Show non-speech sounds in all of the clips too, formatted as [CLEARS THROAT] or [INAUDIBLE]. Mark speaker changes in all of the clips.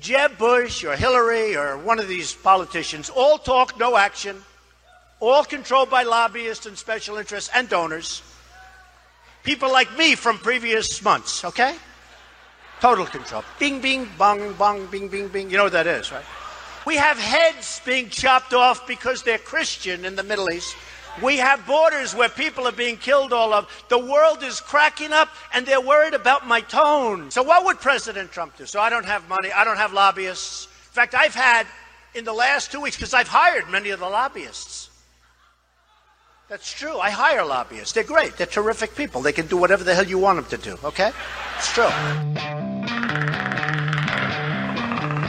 Speaker 1: Jeb Bush or Hillary or one of these politicians all talk, no action, all controlled by lobbyists and special interests and donors. People like me from previous months, okay? Total control. Bing, bing, bong, bong, bing, bing, bing. You know what that is, right? We have heads being chopped off because they're Christian in the Middle East. We have borders where people are being killed all of. The world is cracking up and they're worried about my tone. So what would President Trump do? So I don't have money. I don't have lobbyists. In fact, I've had in the last two weeks, because I've hired many of the lobbyists. That's true. I hire lobbyists. They're great. They're terrific people. They can do whatever the hell you want them to do. Okay? It's true.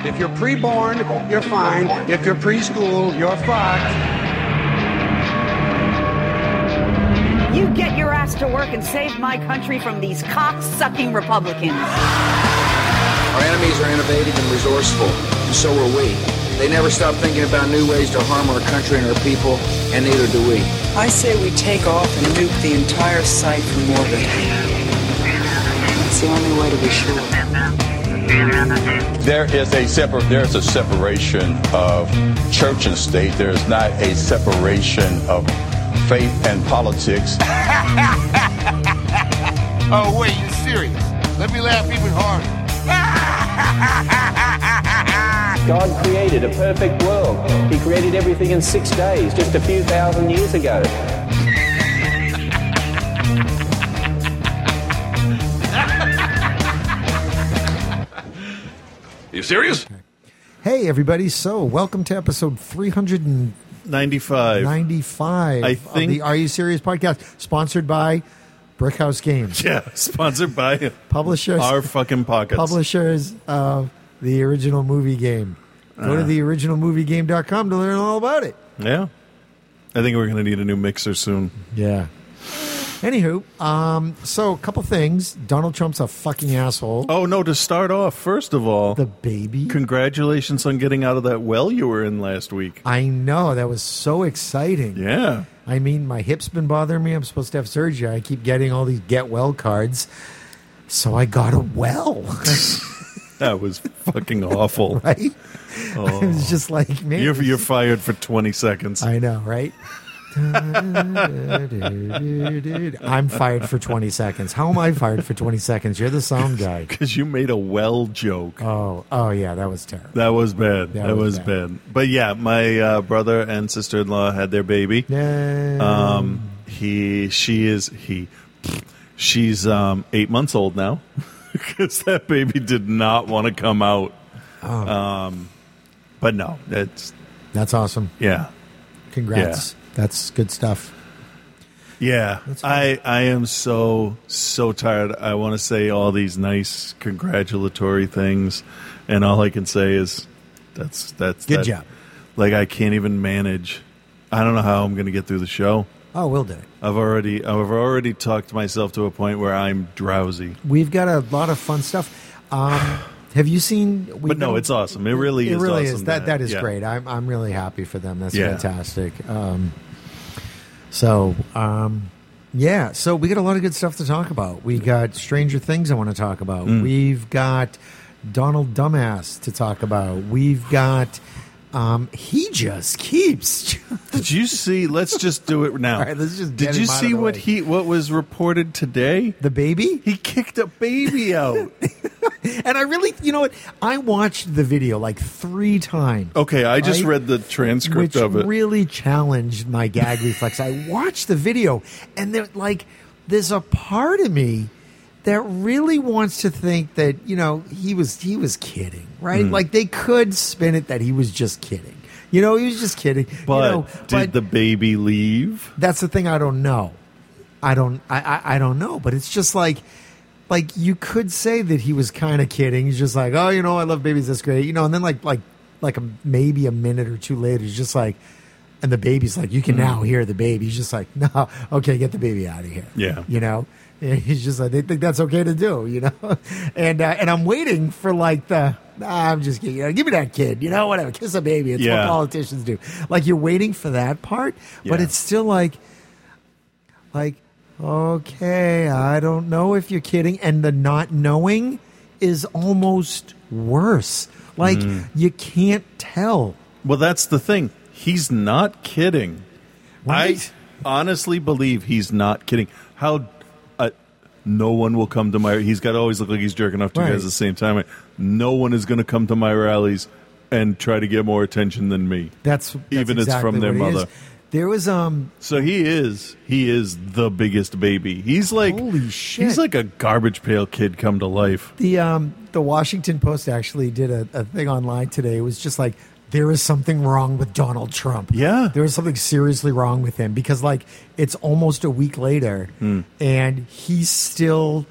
Speaker 2: If you're pre-born, you're fine. If you're preschool, you're fucked.
Speaker 3: You get your ass to work and save my country from these cock-sucking Republicans.
Speaker 4: Our enemies are innovative and resourceful, and so are we. They never stop thinking about new ways to harm our country and our people, and neither do we.
Speaker 5: I say we take off and nuke the entire site from orbit. It's the only way to be sure.
Speaker 6: There is a separ- there is a separation of church and state. There is not a separation of faith and politics.
Speaker 7: oh wait, you're serious? Let me laugh even harder.
Speaker 8: God created a perfect world. He created everything in six days, just a few thousand years ago.
Speaker 9: you serious?
Speaker 10: Hey, everybody. So, welcome to episode 395. 95
Speaker 9: I think.
Speaker 10: of the Are You Serious podcast, sponsored by Brickhouse
Speaker 9: [LAUGHS]
Speaker 10: Games.
Speaker 9: yeah, sponsored by
Speaker 10: Publishers.
Speaker 9: our fucking pockets.
Speaker 10: Publishers of the original movie game. Go to
Speaker 9: Uh.
Speaker 10: the originalmoviegame.com to learn all about it.
Speaker 9: Yeah. I think we're going to need a new mixer soon.
Speaker 10: Yeah. Anywho, um, so a couple things. Donald Trump's a fucking asshole.
Speaker 9: Oh, no, to start off, first of all,
Speaker 10: The baby.
Speaker 9: congratulations on getting out of that well you were in last week.
Speaker 10: I know. That was so exciting.
Speaker 9: Yeah.
Speaker 10: I mean, my hip's been bothering me. I'm supposed to have surgery. I keep getting all these get well cards. So I got a well. [LAUGHS]
Speaker 9: That was fucking awful.
Speaker 10: right?
Speaker 9: Oh.
Speaker 10: I was just like, man.
Speaker 9: [LAUGHS] You're, you're fired for 20 seconds.
Speaker 10: I know, right? [LAUGHS] I'm fired for 20 seconds. How am I fired for 20 seconds? You're the sound guy.
Speaker 9: Because you made a well joke.
Speaker 10: Oh, oh yeah, that was terrible.
Speaker 9: That was bad. That,
Speaker 10: That
Speaker 9: was,
Speaker 10: was
Speaker 9: bad. But yeah, my uh, brother and sister in law had their baby.
Speaker 10: Yay.
Speaker 9: Um, he, she is, he, she's um, eight months old now [LAUGHS] because that baby did not want to come out.
Speaker 10: Oh.
Speaker 9: Um, but no, it's,
Speaker 10: That's awesome.
Speaker 9: yeah.
Speaker 10: Congrats. That's good stuff.
Speaker 9: Yeah.
Speaker 10: fine.
Speaker 9: I, I am so, so tired. I want to say all these nice congratulatory things. And all I can say is that's, that's,
Speaker 10: Good
Speaker 9: that-
Speaker 10: job.
Speaker 9: Like, I can't even manage. I don't know how I'm going to get through the show.
Speaker 10: Oh, we'll do it.
Speaker 9: I've already I've already talked myself to a point where I'm drowsy.
Speaker 10: We've got a lot of fun stuff. Um, have you seen? we
Speaker 9: But no, it's awesome. It really
Speaker 10: it
Speaker 9: is
Speaker 10: really
Speaker 9: awesome
Speaker 10: is. That
Speaker 9: that-
Speaker 10: that is
Speaker 9: yeah.
Speaker 10: great. I'm I'm really happy for them. That's
Speaker 9: Yeah.
Speaker 10: fantastic. Um, so um, yeah, so we got a lot of good stuff to talk about. We got Stranger Things I want to talk about. We've got Donald Dumbass to talk about. We've got um, he just keeps. [LAUGHS]
Speaker 9: Did you see? Let's just do it now.
Speaker 10: All right, let's just
Speaker 9: Did
Speaker 10: get
Speaker 9: you
Speaker 10: him out of
Speaker 9: see
Speaker 10: the
Speaker 9: what
Speaker 10: way.
Speaker 9: he what was reported today?
Speaker 10: The baby? [LAUGHS]
Speaker 9: He kicked a baby out.
Speaker 10: And I really, you know what? I watched the video like three times.
Speaker 9: okay, I just
Speaker 10: Right?
Speaker 9: read the transcript
Speaker 10: which
Speaker 9: of it.
Speaker 10: really challenged my
Speaker 9: [LAUGHS]
Speaker 10: gag reflex. I watched the video, and there, like, there's a part of me that really wants to think that you know he was he was kidding, right?
Speaker 9: Hmm.
Speaker 10: Like they could spin it that he was just kidding. You know, he was just kidding. you
Speaker 9: but
Speaker 10: know,
Speaker 9: did the baby leave?
Speaker 10: that's the thing I don't know. I don't I, I, I don't know, but it's just like like you could say that he was kind of kidding. He's just like, oh, you know, I love babies. That's great, you know. And then like like like a, maybe a minute or two later, he's just like, and the baby's like, you can
Speaker 9: Mm-hmm.
Speaker 10: now hear the baby. He's just like, [LAUGHS] no, okay, get the baby out of here.
Speaker 9: Yeah.
Speaker 10: you know. And he's just like, they think that's okay to do, you know. [LAUGHS] And uh, and I'm waiting for like the. "Nah, I'm just kidding. You know, give me that kid. You know, whatever. Kiss a baby. It's
Speaker 9: Yeah.
Speaker 10: what politicians do. Like you're waiting for that part, but
Speaker 9: Yeah.
Speaker 10: it's still like like okay i don't know if you're kidding and the not knowing is almost worse Like
Speaker 9: Mm.
Speaker 10: you can't tell.
Speaker 9: Well, that's the thing. He's not kidding.
Speaker 10: Right?
Speaker 9: I honestly believe he's not kidding. How uh, no one will come to my. He's got to always look like he's jerking off two
Speaker 10: Right.
Speaker 9: guys at the same time. No one is going to come to my rallies and try to get more attention than me.
Speaker 10: That's,
Speaker 9: even
Speaker 10: exactly
Speaker 9: it's from their
Speaker 10: what it is.
Speaker 9: mother.
Speaker 10: There was um
Speaker 9: So he is he is the biggest baby. He's like
Speaker 10: Holy shit.
Speaker 9: He's like a garbage pail kid come to life.
Speaker 10: The um the Washington Post actually did a, a thing online today. It was just like there is something wrong with Donald Trump. Yeah. There is something seriously wrong with him because like it's almost a week later
Speaker 9: Hmm.
Speaker 10: and he's still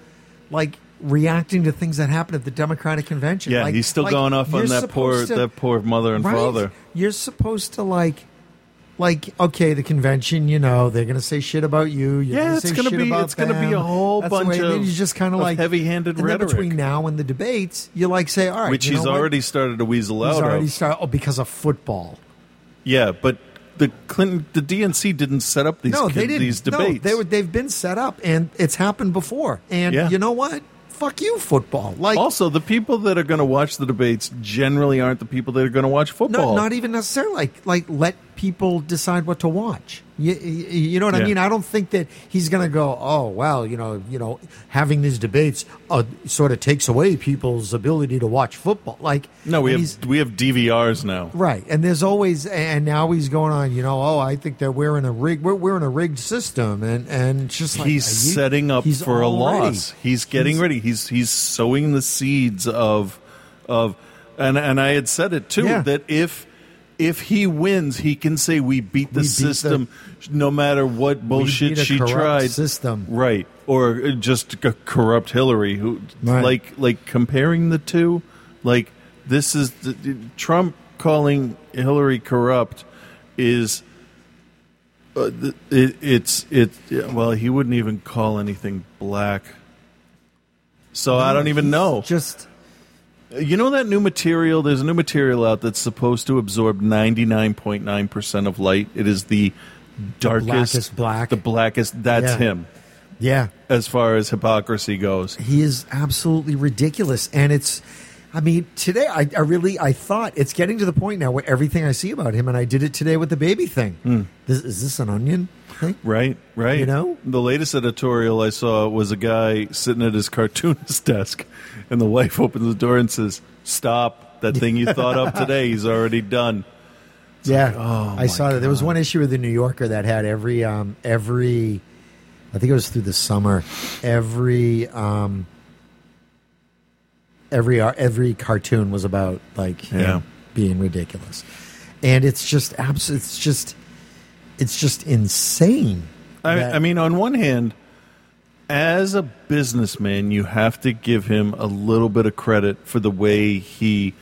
Speaker 10: like reacting to things that happened at the Democratic convention.
Speaker 9: Yeah,
Speaker 10: Like-
Speaker 9: he's still
Speaker 10: like,
Speaker 9: going off on
Speaker 10: you're
Speaker 9: that poor
Speaker 10: supposed to-
Speaker 9: that poor mother and
Speaker 10: Right?
Speaker 9: father.
Speaker 10: You're supposed to like like okay, the convention, you know, they're gonna say shit about you. You're
Speaker 9: Yeah,
Speaker 10: gonna
Speaker 9: it's
Speaker 10: say
Speaker 9: gonna
Speaker 10: shit
Speaker 9: be-
Speaker 10: about
Speaker 9: it's gonna be
Speaker 10: them.
Speaker 9: a whole
Speaker 10: That's the
Speaker 9: bunch
Speaker 10: way- and then
Speaker 9: of-
Speaker 10: you just kind
Speaker 9: of
Speaker 10: like
Speaker 9: heavy-handed
Speaker 10: and then
Speaker 9: rhetoric.
Speaker 10: between now and the debates, you like say, all right,
Speaker 9: which
Speaker 10: you know
Speaker 9: he's
Speaker 10: what?
Speaker 9: already started to weasel
Speaker 10: He's
Speaker 9: out
Speaker 10: already
Speaker 9: of.
Speaker 10: started oh, because of football.
Speaker 9: Yeah, but the Clinton, the DNC didn't set up these
Speaker 10: no, they
Speaker 9: kid-
Speaker 10: didn't.
Speaker 9: these debates.
Speaker 10: No, they were, they've been set up, and it's happened before. And
Speaker 9: Yeah.
Speaker 10: you know what? Fuck you, football. Like
Speaker 9: also, the people that are going to watch the debates generally aren't the people that are going to watch
Speaker 10: No,
Speaker 9: football.
Speaker 10: not even necessarily. Like, like let people decide what to watch. You, you, you know what I
Speaker 9: Yeah.
Speaker 10: mean? I don't think that he's going to go. Oh well, you know, you know, having these debates uh, sort of takes away people's ability to watch football. Like,
Speaker 9: no, we have
Speaker 10: and he's-
Speaker 9: we have DVRs now.
Speaker 10: Right, and there's always, and now he's going on. You know, oh, I think that we're in a rig, we're, we're in a rigged system, and and it's just like
Speaker 9: he's
Speaker 10: are you-
Speaker 9: setting up
Speaker 10: he's
Speaker 9: for a
Speaker 10: already-
Speaker 9: loss. He's getting ready. He's he's sowing the seeds of of and and I had said it too
Speaker 10: Yeah.
Speaker 9: that if if he wins, he can say we beat the
Speaker 10: We beat the-
Speaker 9: system, no matter what bullshit
Speaker 10: beat a
Speaker 9: she
Speaker 10: corrupt
Speaker 9: tried.
Speaker 10: system.
Speaker 9: right? Or uh, just c- corrupt Hillary, who
Speaker 10: Right.
Speaker 9: like like comparing the two, like this is the, Trump calling Hillary corrupt is uh, th- it, it's it. yeah, Well, he wouldn't even call anything black. So I don't even know.
Speaker 10: Just
Speaker 9: you know that new material. There's a new material out that's supposed to absorb 99.9 percent of light. It is the darkest,
Speaker 10: blackest black.
Speaker 9: The blackest. That's
Speaker 10: Yeah.
Speaker 9: him.
Speaker 10: Yeah.
Speaker 9: As far as hypocrisy goes,
Speaker 10: He is absolutely ridiculous, and it's. I mean, today I, I really I thought it's getting to the point now where everything I see about him, and I did it today with the baby thing. This, is this an onion? thing?
Speaker 9: Right, right.
Speaker 10: You know?
Speaker 9: the latest editorial I saw was a guy sitting at his [LAUGHS] cartoonist desk, and the wife opens the door and says, "Stop! That thing you thought up today, he's already done."
Speaker 10: yeah,
Speaker 9: oh
Speaker 10: I saw that. There was one issue with the New Yorker that had every um, every, I think it was through the summer, every um, every uh, every cartoon was about like him
Speaker 9: Yeah.
Speaker 10: being ridiculous, and it's just abs- It's just it's just insane.
Speaker 9: I, I mean, on one hand, as a businessman, you have to give him a little bit of credit for the way he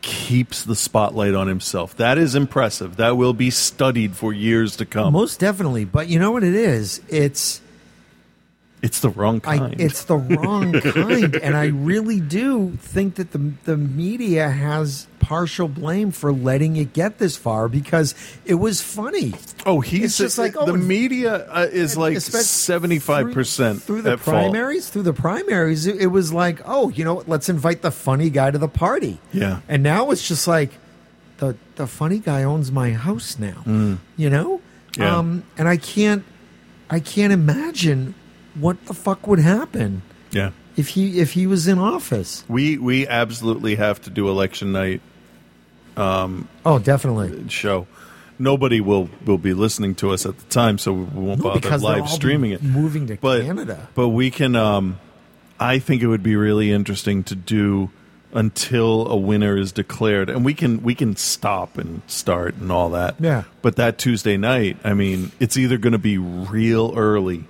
Speaker 9: keeps the spotlight on himself. That is impressive. That will be studied for years to come.
Speaker 10: Most definitely, but you know what it is? It's
Speaker 9: It's the wrong
Speaker 10: I,
Speaker 9: kind.
Speaker 10: it's
Speaker 9: [LAUGHS]
Speaker 10: the wrong kind, and I really do think that the the media has partial blame for letting it get this far because it was funny.
Speaker 9: Oh, he's
Speaker 10: It's just like, oh,
Speaker 9: the
Speaker 10: and-
Speaker 9: media uh, is like
Speaker 10: especially
Speaker 9: seventy five percent
Speaker 10: through the primaries. Through the primaries, it, it was like, oh, you know, what? let's invite the funny guy to the party.
Speaker 9: Yeah.
Speaker 10: and now it's just like the the funny guy owns my house now. you
Speaker 9: Mm.
Speaker 10: know
Speaker 9: Yeah.
Speaker 10: um and i can't i can't imagine what the fuck would happen
Speaker 9: Yeah,
Speaker 10: if he if he was in office
Speaker 9: we we absolutely have to do election night. Um,
Speaker 10: oh definitely
Speaker 9: show. Nobody will will be listening to us at the time, so we won't
Speaker 10: No,
Speaker 9: bother
Speaker 10: because they'll
Speaker 9: live
Speaker 10: all be
Speaker 9: streaming it.
Speaker 10: moving to
Speaker 9: but,
Speaker 10: Canada.
Speaker 9: but we can. Um, I think it would be really interesting to do until a winner is declared, and we can we can stop and start and all that.
Speaker 10: Yeah.
Speaker 9: But that Tuesday night, I mean, it's either going to be real early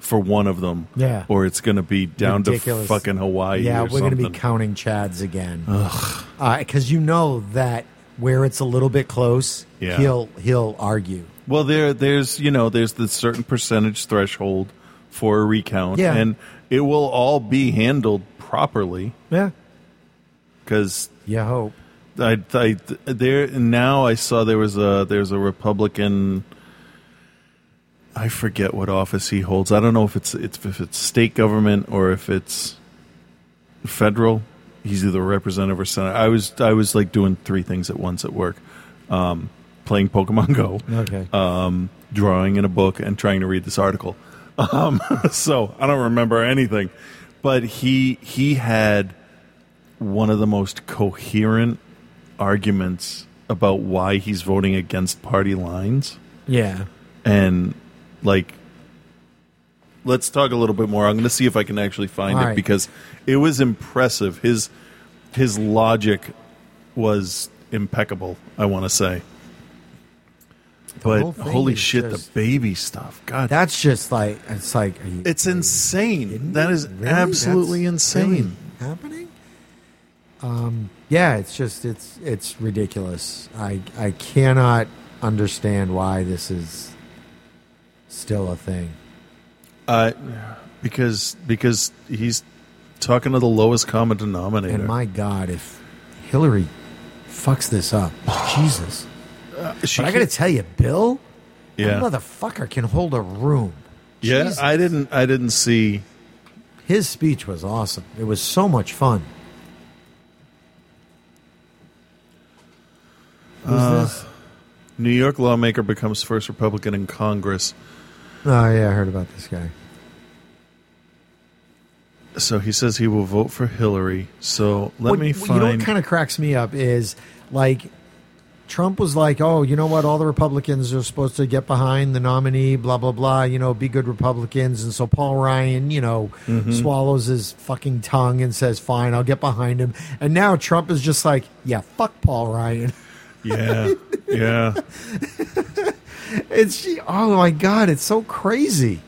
Speaker 9: for one of them,
Speaker 10: Yeah.
Speaker 9: or it's going to be down
Speaker 10: Ridiculous.
Speaker 9: to fucking Hawaii.
Speaker 10: yeah
Speaker 9: or
Speaker 10: we're gonna be
Speaker 9: something.
Speaker 10: counting chads again
Speaker 9: Ugh.
Speaker 10: because you know that where it's a little bit close
Speaker 9: Yeah.
Speaker 10: he'll he'll argue
Speaker 9: Well, there, there's you know, there's the certain percentage threshold for a recount,
Speaker 10: Yeah.
Speaker 9: and it will all be handled properly
Speaker 10: yeah
Speaker 9: because
Speaker 10: you hope.
Speaker 9: I, I there now I saw there was a there's a Republican. I forget what office he holds. I don't know if it's it's if it's state government or if it's federal. he's either a representative or senator. I was I was like doing three things at once at work, um, playing Pokemon Go,
Speaker 11: Okay.
Speaker 9: um, drawing in a book, and trying to read this article. Um, [LAUGHS] so I don't remember anything, but he he had one of the most coherent arguments about why he's voting against party lines
Speaker 11: Yeah.
Speaker 9: and like let's talk a little bit more i'm going to see if i can actually find
Speaker 11: All
Speaker 9: it
Speaker 11: right.
Speaker 9: because it was impressive his his logic was impeccable i want to say but
Speaker 10: whole thing
Speaker 9: holy
Speaker 10: is
Speaker 9: shit
Speaker 10: just-
Speaker 9: the baby stuff god
Speaker 10: That's just like it's like are you-
Speaker 9: it's insane that is
Speaker 10: really?
Speaker 9: absolutely
Speaker 10: That's
Speaker 9: insane
Speaker 10: really happening. Um, yeah, it's just it's it's ridiculous. I I cannot understand why this is still a thing.
Speaker 9: uh, because because he's talking to the lowest common denominator
Speaker 10: And my God, if Hillary fucks
Speaker 9: [SIGHS]
Speaker 10: this up, Jesus!
Speaker 9: she
Speaker 10: But I got to
Speaker 9: can't-
Speaker 10: tell you, Bill,
Speaker 9: Yeah.
Speaker 10: that motherfucker can hold a room.
Speaker 9: yeah
Speaker 10: Jesus.
Speaker 9: i didn't i didn't see
Speaker 10: His speech was awesome. It was so much fun. Who's
Speaker 9: Uh,
Speaker 10: this?
Speaker 9: New York lawmaker becomes first Republican in Congress.
Speaker 10: Oh yeah, I heard about this guy.
Speaker 9: So he says he will vote for Hillary. So let
Speaker 10: What-
Speaker 9: me
Speaker 10: You know
Speaker 9: find.
Speaker 10: what kind of cracks me up is like Trump was like, oh, you know what? All the Republicans are supposed to get behind the nominee, blah, blah, blah, you know, be good Republicans. And so Paul Ryan, you know,
Speaker 9: Mhm.
Speaker 10: swallows his fucking tongue and says, fine, I'll get behind him. And now Trump is just like, yeah, fuck Paul Ryan.
Speaker 9: yeah, yeah.
Speaker 10: It's oh my god, it's so crazy.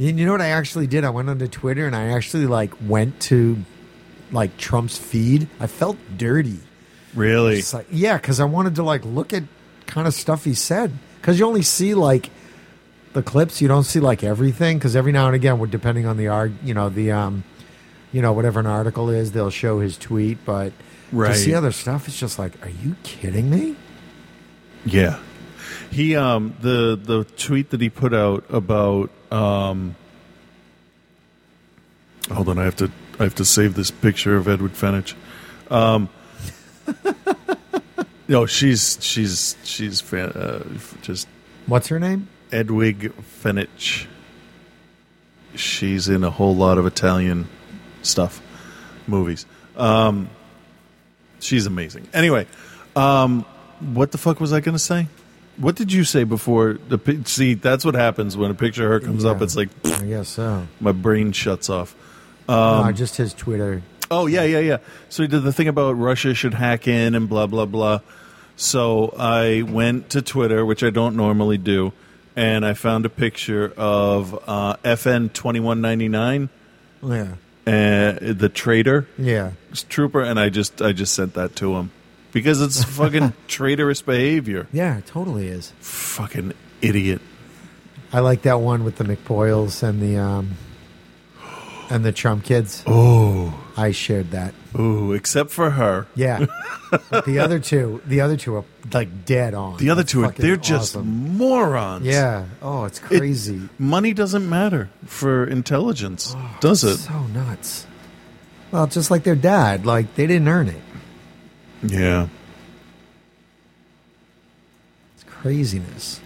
Speaker 10: And you know what I actually did? I went onto Twitter and I actually like went to like Trump's feed. I felt dirty.
Speaker 9: Really?
Speaker 10: [LAUGHS] It's like- yeah, because I wanted to like look at kind of stuff he said. Because you only see like the clips. You don't see like everything. Because every now and again, we're depending on the arg, you know, the um, you know, whatever an article is, they'll show his tweet. But
Speaker 9: Right.
Speaker 10: to see other stuff, it's just like, are you kidding me?
Speaker 9: Yeah. He um the the tweet that he put out about um Hold on, I have to I have to save this picture of Edward Fenich. Um [LAUGHS] No, she's she's she's fan, uh, f- just
Speaker 10: What's her name?
Speaker 9: Edwig Fenich. She's in a whole lot of Italian stuff, movies. Um, she's amazing. Anyway, um, what the fuck was I going to say? What did you say before the pi- see? That's what happens when a picture of her comes up.
Speaker 10: Yeah,
Speaker 9: It's like
Speaker 10: I guess so.
Speaker 9: my brain shuts off.
Speaker 10: No,
Speaker 9: Um,
Speaker 10: just his Twitter.
Speaker 9: Oh yeah, yeah, yeah. So he did the thing about Russia should hack in and blah blah blah. So I went to Twitter, which I don't normally do, and I found a picture of uh, FN twenty one ninety nine,
Speaker 10: Yeah.
Speaker 9: uh, the traitor
Speaker 10: Yeah.
Speaker 9: trooper, and I just I just sent that to him because
Speaker 10: [LAUGHS]
Speaker 9: it's fucking traitorous behavior.
Speaker 10: Yeah, it totally is.
Speaker 9: Fucking idiot.
Speaker 10: I like that one with the McBoyles and the um and the Trump kids.
Speaker 9: Oh,
Speaker 10: I shared that.
Speaker 9: Ooh, except for her.
Speaker 10: Yeah. But the other two, the other two are like dead on.
Speaker 9: The other
Speaker 10: It's
Speaker 9: two, are
Speaker 10: fucking
Speaker 9: they're just
Speaker 10: awesome.
Speaker 9: morons.
Speaker 10: Yeah. Oh, it's
Speaker 9: It-
Speaker 10: crazy. Oh,
Speaker 9: money doesn't matter for intelligence, does it?
Speaker 10: So nuts. Well, just like their dad, like they didn't earn it.
Speaker 9: Yeah.
Speaker 10: It's craziness.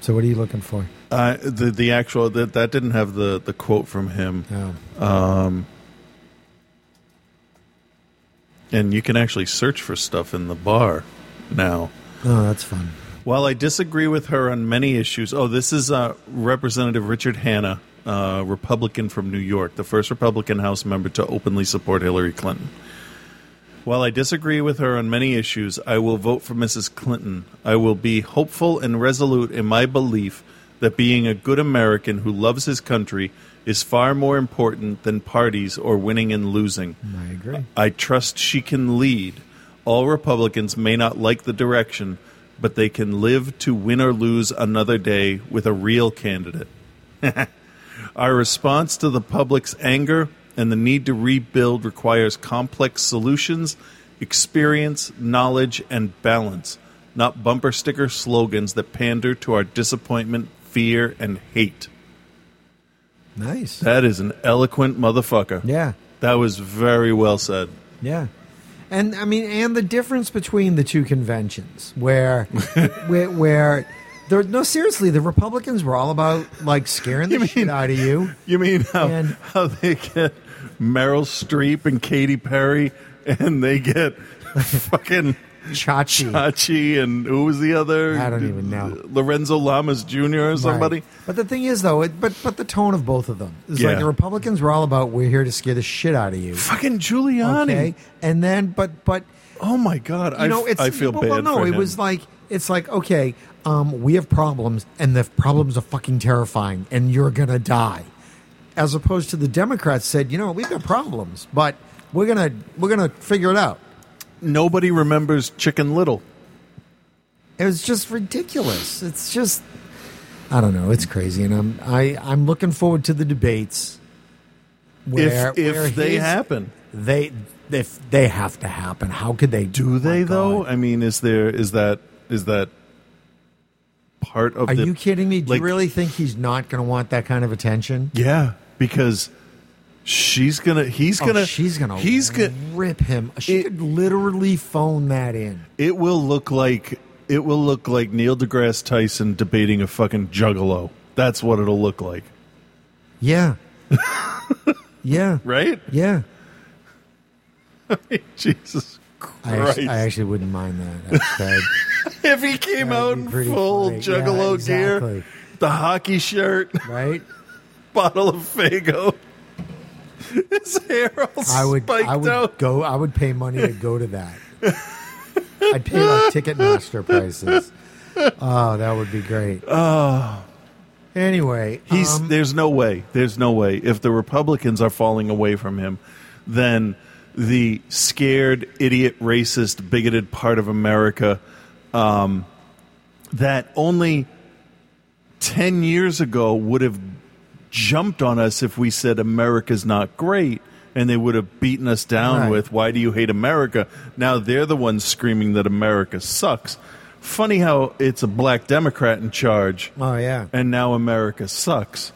Speaker 10: So what are you looking for?
Speaker 9: Uh, the the actual that that didn't have the the quote from him.
Speaker 10: Oh.
Speaker 9: Um, and you can actually search for stuff in the bar now.
Speaker 10: Oh, that's fun.
Speaker 9: While I disagree with her on many issues, oh, this is uh, Representative Richard Hanna, uh, Republican from New York, the first Republican House member to openly support Hillary Clinton. While I disagree with her on many issues, I will vote for Mrs. Clinton. I will be hopeful and resolute in my belief that being a good American who loves his country is far more important than parties or winning and losing.
Speaker 10: I agree.
Speaker 9: I trust she can lead. All Republicans may not like the direction, but they can live to win or lose another day with a real candidate. [LAUGHS] Our response to the public's anger and the need to rebuild requires complex solutions, experience, knowledge, and balance, not bumper sticker slogans that pander to our disappointment, fear, and hate.
Speaker 10: Nice.
Speaker 9: That is an eloquent motherfucker.
Speaker 10: Yeah.
Speaker 9: That was very well said.
Speaker 10: Yeah. And I mean, and the difference between the two conventions, where, where, where, there, no, seriously, the Republicans were all about like scaring the shit out of you.
Speaker 9: You mean how,
Speaker 10: And-
Speaker 9: how they get Meryl Streep and Katy Perry, and they get [LAUGHS] fucking
Speaker 10: Chachi.
Speaker 9: Chachi, and who was the other?
Speaker 10: I don't even know.
Speaker 9: Lorenzo Lamas Jr. or somebody.
Speaker 10: Right. But the thing is, though, it, but but the tone of both of them is
Speaker 9: Yeah.
Speaker 10: like the Republicans were all about we're here to scare the shit out of you.
Speaker 9: Fucking Giuliani.
Speaker 10: Okay, and then but but
Speaker 9: Oh my God!
Speaker 10: you know
Speaker 9: I, f-
Speaker 10: it's
Speaker 9: I feel
Speaker 10: well,
Speaker 9: bad.
Speaker 10: Well, no,
Speaker 9: for
Speaker 10: it
Speaker 9: him.
Speaker 10: was like it's like okay, um, we have problems, and the problems are fucking terrifying, and you're gonna die. As opposed to the Democrats said, you know, we've got problems, but we're gonna we're gonna figure it out.
Speaker 9: nobody remembers Chicken Little.
Speaker 10: It was just ridiculous. It's just I don't know. It's crazy, and I'm I I'm looking forward to the debates. Where,
Speaker 9: if if
Speaker 10: where
Speaker 9: they
Speaker 10: his-
Speaker 9: happen,
Speaker 10: they if they have to happen. How could they
Speaker 9: do
Speaker 10: oh my
Speaker 9: they though?
Speaker 10: God.
Speaker 9: I mean, is there is that is that part of?
Speaker 10: Are
Speaker 9: the,
Speaker 10: you kidding me? Do
Speaker 9: like-
Speaker 10: you really think he's not going to want that kind of attention?
Speaker 9: Yeah, because she's gonna. He's
Speaker 10: Oh,
Speaker 9: gonna.
Speaker 10: she's gonna
Speaker 9: He's gonna.
Speaker 10: rip him. She
Speaker 9: It-
Speaker 10: could literally phone that in.
Speaker 9: It will look like. It will look like Neil deGrasse Tyson debating a fucking juggalo. That's what it'll look like, [LAUGHS]
Speaker 10: Yeah. yeah.
Speaker 9: right?
Speaker 10: Yeah.
Speaker 9: [LAUGHS] Jesus
Speaker 10: I actually,
Speaker 9: Christ!
Speaker 10: I actually wouldn't mind that. Actually.
Speaker 9: if he came
Speaker 10: That'd
Speaker 9: out
Speaker 10: be
Speaker 9: in
Speaker 10: pretty
Speaker 9: full
Speaker 10: funny. Yeah,
Speaker 9: juggalo
Speaker 10: exactly.
Speaker 9: gear, the hockey shirt, [LAUGHS]
Speaker 10: right?
Speaker 9: bottle of Fago, [LAUGHS] his hair all
Speaker 10: I would
Speaker 9: spiked
Speaker 10: I would
Speaker 9: out.
Speaker 10: go I would pay money to go to that. I'd pay like Ticketmaster prices. Oh, that would be great. Oh. Anyway,
Speaker 9: He's
Speaker 10: um,
Speaker 9: there's no way. There's no way. If the Republicans are falling away from him, then the scared, idiot, racist, bigoted part of America um, that only ten years ago would have jumped on us if we said America's not great. And they would have beaten us down
Speaker 10: Right.
Speaker 9: with, why do you hate America? Now they're the ones screaming that America sucks. Funny how it's a black Democrat in charge
Speaker 10: Oh yeah.
Speaker 9: and now America sucks.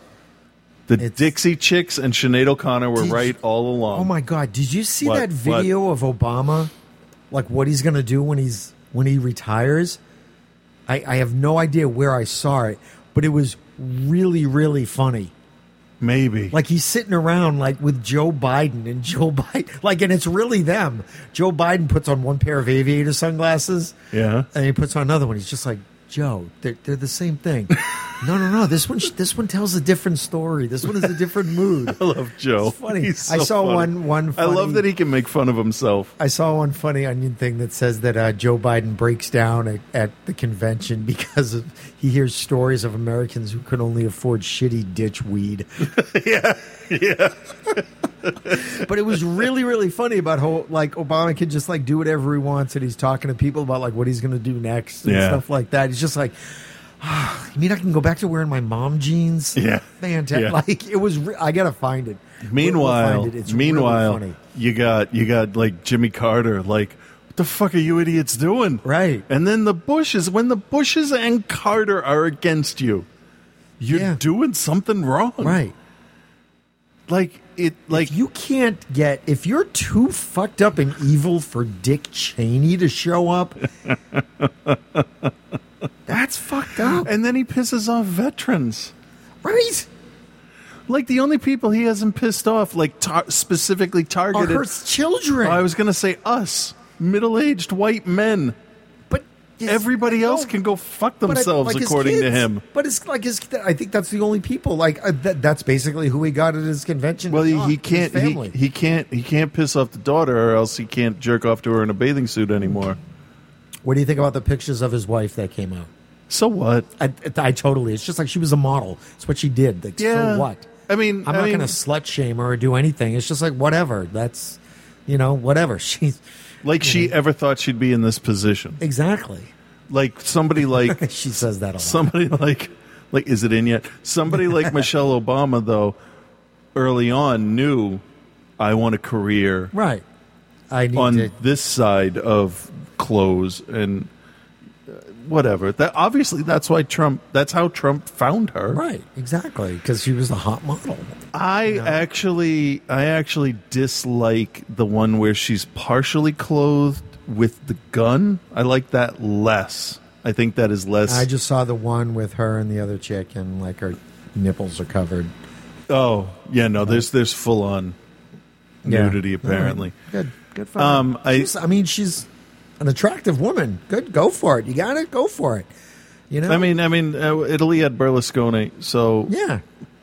Speaker 9: The
Speaker 10: It's-
Speaker 9: Dixie Chicks and Sinead O'Connor were
Speaker 10: Did you-
Speaker 9: right all along.
Speaker 10: Oh my God! Did you see
Speaker 9: What?
Speaker 10: that video of Obama, like what he's going to do when he's when he retires? I, I have no idea where I saw it, but it was really really funny.
Speaker 9: Maybe.
Speaker 10: Like he's sitting around like with Joe Biden and [LAUGHS] Joe Biden, like, and it's really them. Joe Biden puts on one pair of aviator sunglasses,
Speaker 9: Yeah.
Speaker 10: and he puts on another one. He's just like Joe. They're they're the
Speaker 9: [LAUGHS]
Speaker 10: same thing. no, no, no. This one this one tells a different story. This one is a different mood.
Speaker 9: [LAUGHS] I love Joe.
Speaker 10: It's funny.
Speaker 9: He's so
Speaker 10: I saw
Speaker 9: funny.
Speaker 10: one one. Funny,
Speaker 9: I love that he can make fun of himself.
Speaker 10: I saw one funny onion thing that says that uh, Joe Biden breaks down at, at the convention [LAUGHS] because of, he hears stories of Americans who could only afford shitty ditch weed.
Speaker 9: [LAUGHS] yeah.
Speaker 10: But it was really, really funny about how like Obama can just like do whatever he wants, and he's talking to people about like what he's going to do next and
Speaker 9: Yeah.
Speaker 10: stuff like that. He's just like, ah, you mean I can go back to wearing my mom jeans?
Speaker 9: Yeah.
Speaker 10: fantastic!
Speaker 9: Yeah.
Speaker 10: Like it was. Re- I gotta find it.
Speaker 9: Meanwhile,
Speaker 10: We'll find it. It's really
Speaker 9: meanwhile,
Speaker 10: funny.
Speaker 9: you got you got like Jimmy Carter, like what the fuck are you idiots doing?
Speaker 10: Right.
Speaker 9: And then the Bushes, when the Bushes and Carter are against you, you're
Speaker 10: Yeah.
Speaker 9: doing something wrong.
Speaker 10: right.
Speaker 9: Like it like
Speaker 10: If you can't get if you're too fucked up and evil for Dick Cheney to
Speaker 9: [LAUGHS]
Speaker 10: show up. that's fucked up,
Speaker 9: and then he pisses off veterans.
Speaker 10: right?
Speaker 9: Like the only people he hasn't pissed off, like tar- specifically
Speaker 10: Or
Speaker 9: targeted.
Speaker 10: hurts children.
Speaker 9: I was gonna say us, middle-aged white men.
Speaker 10: but it's-
Speaker 9: Everybody else
Speaker 10: no,
Speaker 9: can go fuck
Speaker 10: but I-
Speaker 9: themselves,
Speaker 10: like his
Speaker 9: according to
Speaker 10: kids.
Speaker 9: him.
Speaker 10: But it's like his. I think that's the only people. Like uh, that, that's basically who he got at his convention.
Speaker 9: Well, he,
Speaker 10: John,
Speaker 9: he
Speaker 10: his
Speaker 9: can't. He,
Speaker 10: family.
Speaker 9: he can't. He can't piss off the daughter, or else he can't jerk off to her in a bathing suit anymore.
Speaker 10: what do you think about the pictures of his wife that came out?
Speaker 9: So what?
Speaker 10: I, I- I totally. It's just like she was a model. It's what she did. Like,
Speaker 9: Yeah.
Speaker 10: So what?
Speaker 9: I mean-
Speaker 10: I'm
Speaker 9: I
Speaker 10: not
Speaker 9: mean-
Speaker 10: going to slut shame her or do anything. It's just like whatever. That's, you know, whatever. [LAUGHS] She's
Speaker 9: Like she ever thought she'd be in this position?
Speaker 10: exactly.
Speaker 9: Like somebody like
Speaker 10: [LAUGHS] She says that a
Speaker 9: [LAUGHS]
Speaker 10: lot.
Speaker 9: somebody like like is it in yet somebody like michelle obama though early on knew i want a career
Speaker 10: right. I need
Speaker 9: on
Speaker 10: to.
Speaker 9: this side of clothes and uh, whatever. That obviously that's why Trump. That's how Trump found her.
Speaker 10: Right. Exactly. Because she was the hot model.
Speaker 9: I actually, I actually dislike the one where she's partially clothed with the gun. I like that less. I think that is less.
Speaker 10: I just saw the one with her and the other chick, and like her nipples are covered.
Speaker 9: oh yeah, no. There's there's full on
Speaker 10: Yeah.
Speaker 9: nudity
Speaker 10: All right.
Speaker 9: apparently.
Speaker 10: Good. Good for
Speaker 9: Um,
Speaker 10: her.
Speaker 9: I-
Speaker 10: She's- I mean, she's an attractive woman. Good. Go for it. You got it. Go for it. You know.
Speaker 9: I mean, I mean, uh, Italy had Berlusconi, so
Speaker 10: Yeah.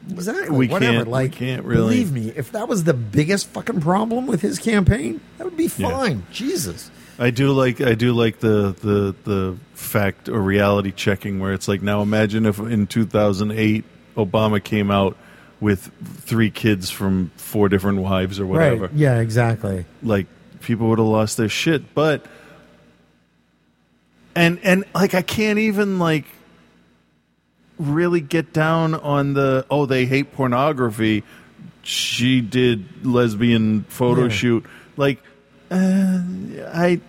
Speaker 10: Exactly.
Speaker 9: We
Speaker 10: Whatever.
Speaker 9: can't- we
Speaker 10: like,
Speaker 9: can't really-
Speaker 10: believe me. If that was the biggest fucking problem with his campaign, that would be
Speaker 9: Yeah.
Speaker 10: fine. Jesus.
Speaker 9: I do like I do like the the the fact or reality checking where it's like now imagine if in 2008 Obama came out with three kids from four different wives or whatever.
Speaker 10: Right. Yeah. Exactly.
Speaker 9: Like people would have lost their shit, but and and like I can't even like really get down on the oh they hate pornography. She did lesbian photo
Speaker 10: Yeah.
Speaker 9: shoot. Like uh, I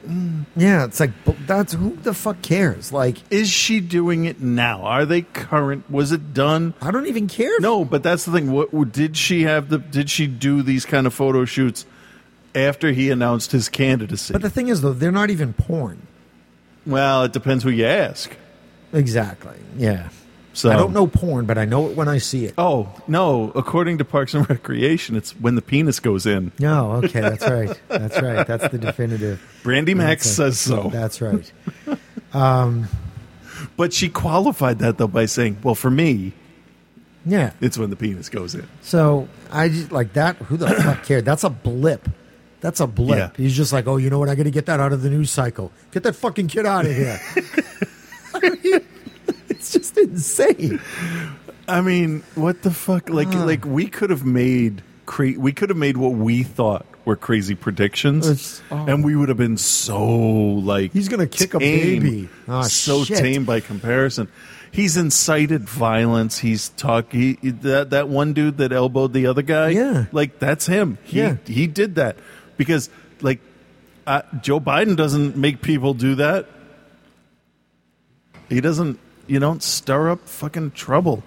Speaker 10: Yeah. It's like but that's who the fuck cares. Like
Speaker 9: is she doing it now? Are they current? Was it done?
Speaker 10: I don't even care. if-
Speaker 9: No, but that's the thing. What what- did she have the? Did she do these kind of photo shoots after he announced his candidacy?
Speaker 10: But the thing is, though, they're not even porn.
Speaker 9: well, it depends who you ask.
Speaker 10: Exactly. Yeah.
Speaker 9: So
Speaker 10: I don't know porn, but I know it when I see it.
Speaker 9: Oh no! According to Parks and Recreation, it's when the penis goes in.
Speaker 10: No, okay, that's right. That's right. That's the definitive.
Speaker 9: Brandy Max
Speaker 10: Okay.
Speaker 9: says so. [LAUGHS]
Speaker 10: That's right. Um,
Speaker 9: But she qualified that though by saying, "Well, for me,
Speaker 10: Yeah.
Speaker 9: it's when the penis goes in."
Speaker 10: So I just like that.
Speaker 9: [COUGHS]
Speaker 10: Who the fuck cared? That's a blip. That's a blip.
Speaker 9: Yeah.
Speaker 10: He's just like, oh, you know what? I got to get that out of the news cycle. Get that fucking kid out
Speaker 9: [LAUGHS]
Speaker 10: of here. [LAUGHS] I mean, it's just insane.
Speaker 9: I mean, what the fuck? Like, like we could have made cra- we could have made what we thought were crazy predictions,
Speaker 10: It's- oh.
Speaker 9: and we would have been so like
Speaker 10: He's gonna kick a
Speaker 9: tame,
Speaker 10: baby. Ah,
Speaker 9: so
Speaker 10: shit.
Speaker 9: tame by comparison. He's incited violence. He's talk. He, that that one dude that elbowed the other guy.
Speaker 10: Yeah.
Speaker 9: like that's him. He,
Speaker 10: Yeah.
Speaker 9: he did that because like uh, Joe Biden doesn't make people do that. He doesn't. You don't stir up fucking trouble.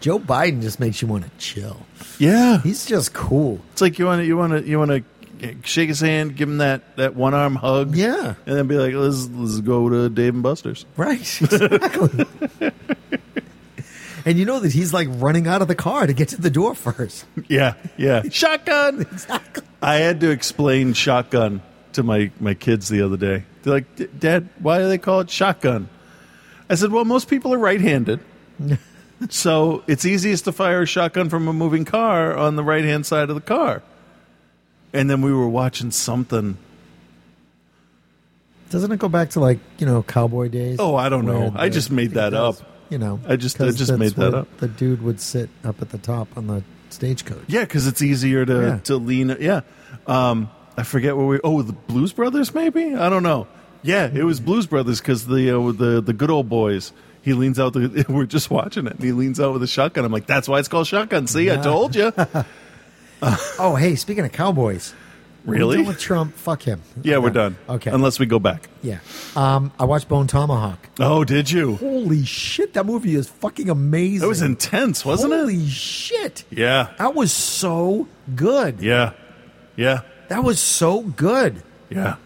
Speaker 10: Joe Biden just makes you want to chill.
Speaker 9: Yeah,
Speaker 10: He's just cool.
Speaker 9: it's like you want to you want to you want to shake his hand, give him that that one arm hug,
Speaker 10: Yeah.
Speaker 9: and then be like, let's let's go to Dave and Buster's.
Speaker 10: Right. [LAUGHS] Exactly. and you know that he's like running out of the car to get to the door first.
Speaker 9: Yeah, yeah. Shotgun.
Speaker 10: Exactly.
Speaker 9: [LAUGHS] I had to explain shotgun to my my kids the other day. They're like, "D- Dad, why do they call it shotgun? I said, Well, most people are right-handed. So it's easiest to fire a shotgun from a moving car on the right hand side of the car. And then we were watching something
Speaker 10: Doesn't it go back to like, you know, cowboy days?
Speaker 9: Oh, I don't know.
Speaker 10: Where
Speaker 9: I
Speaker 10: the-
Speaker 9: just made
Speaker 10: it
Speaker 9: that
Speaker 10: does,
Speaker 9: up.
Speaker 10: You know,
Speaker 9: I just- I
Speaker 10: 'cause
Speaker 9: just
Speaker 10: that's
Speaker 9: made that
Speaker 10: where
Speaker 9: up.
Speaker 10: The dude would sit up at the top on the stagecoach.
Speaker 9: Yeah, because it's easier to
Speaker 10: Yeah.
Speaker 9: to lean. Yeah, um, I forget where we. Oh, the Blues Brothers, maybe. I don't know. Yeah, it was Blues Brothers because the uh, the the good old boys. He leans out. The, [LAUGHS] we're just watching it. And he leans out with a shotgun. I'm like, that's why it's called shotgun. See, I told you.
Speaker 10: [LAUGHS] Oh, hey, speaking of cowboys, we're done
Speaker 9: really?
Speaker 10: With Trump, fuck him.
Speaker 9: Yeah, we're done.
Speaker 10: Okay.
Speaker 9: Unless we go back.
Speaker 10: yeah, um, I watched Bone Tomahawk.
Speaker 9: Oh, did you?
Speaker 10: Holy shit, that movie is fucking amazing.
Speaker 9: That was intense, wasn't
Speaker 10: Holy
Speaker 9: it?
Speaker 10: shit,
Speaker 9: Yeah.
Speaker 10: that was so good.
Speaker 9: Yeah. Yeah.
Speaker 10: That was so good.
Speaker 9: Yeah.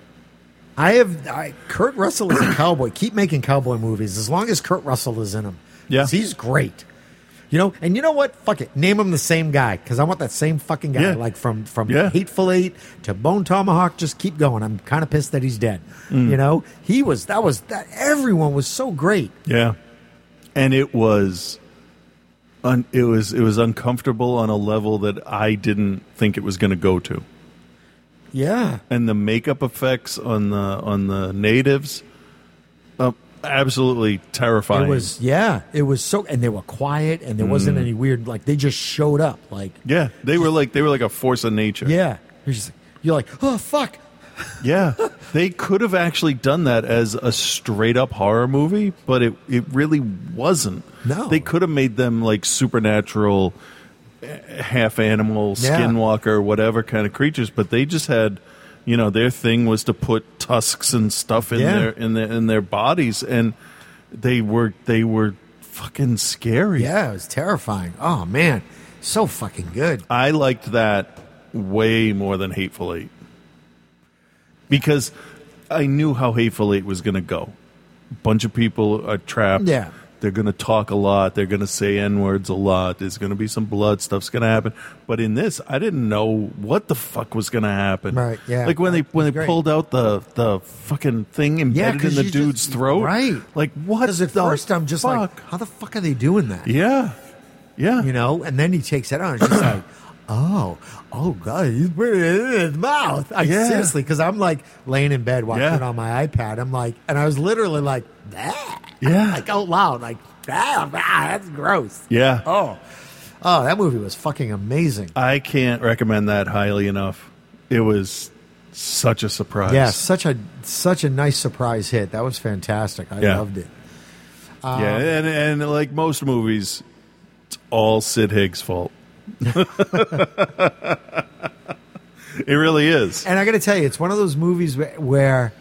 Speaker 10: I have I, Kurt Russell is a [CLEARS THROAT] cowboy. Keep making cowboy movies as long as Kurt Russell is in them.
Speaker 9: Yeah.
Speaker 10: 'Cause he's great. You know, and you know what? Fuck it. Name him the same guy because I want that same fucking guy.
Speaker 9: Yeah.
Speaker 10: Like from from
Speaker 9: Yeah.
Speaker 10: Hateful Eight to Bone Tomahawk. Just keep going. I'm kind of pissed that he's dead.
Speaker 9: Mm.
Speaker 10: You know, he was that was that everyone was so great.
Speaker 9: Yeah, and it was, un- it was it was uncomfortable on a level that I didn't think it was going to go to.
Speaker 10: Yeah,
Speaker 9: And the makeup effects on the on the natives, uh, absolutely terrifying.
Speaker 10: it was. Yeah, it was so. And they were quiet, and there
Speaker 9: Mm.
Speaker 10: wasn't any weird. Like they just showed up. Like
Speaker 9: yeah, they were like they were like a force of nature.
Speaker 10: yeah, you're just you're like oh fuck.
Speaker 9: Yeah. they could have actually done that as a straight up horror movie, but it, it really wasn't.
Speaker 10: No.
Speaker 9: They could have made them like supernatural, eh, half animal,
Speaker 10: Yeah.
Speaker 9: skinwalker, whatever kind of creatures, but they just had. You know, their thing was to put tusks and stuff in
Speaker 10: Yeah.
Speaker 9: their in their in their bodies, and They were they were fucking scary.
Speaker 10: Yeah, it was terrifying. Oh man, so fucking good.
Speaker 9: I liked that way more than Hateful Eight because I knew how Hateful Eight was going to go. Bunch of people are trapped.
Speaker 10: Yeah.
Speaker 9: They're going to talk a lot. They're going to say N words a lot. There's going to be some blood stuff's going to happen. But in this, I didn't know what the fuck was going to happen.
Speaker 10: Right, yeah.
Speaker 9: Like when they when they
Speaker 10: Great.
Speaker 9: pulled out the the fucking thing embedded in
Speaker 10: 'cause
Speaker 9: the
Speaker 10: you
Speaker 9: dude's
Speaker 10: just-
Speaker 9: throat.
Speaker 10: right.
Speaker 9: Like what?
Speaker 10: Because at
Speaker 9: the
Speaker 10: first I'm just
Speaker 9: fuck?
Speaker 10: like, how the fuck are they doing that?
Speaker 9: yeah, yeah.
Speaker 10: You know, and then he takes that out. And it's just like, [CLEARS THROAT] oh, oh god, he's putting it in his mouth. I
Speaker 9: Yeah.
Speaker 10: seriously, because I'm like laying in bed watching
Speaker 9: Yeah.
Speaker 10: it on my iPad. I'm like, and I was literally like, ah,
Speaker 9: Yeah.
Speaker 10: like out loud, like, ah, ah, that's gross.
Speaker 9: yeah.
Speaker 10: Oh, oh, that movie was fucking amazing.
Speaker 9: I can't recommend that highly enough. It was such a surprise.
Speaker 10: Yeah, such a such a nice surprise hit. That was fantastic. I
Speaker 9: Yeah.
Speaker 10: loved it.
Speaker 9: yeah, and and like most movies, it's all Sid Higgs' fault. [LAUGHS] it really is.
Speaker 10: And I got to tell you, it's one of those movies where, where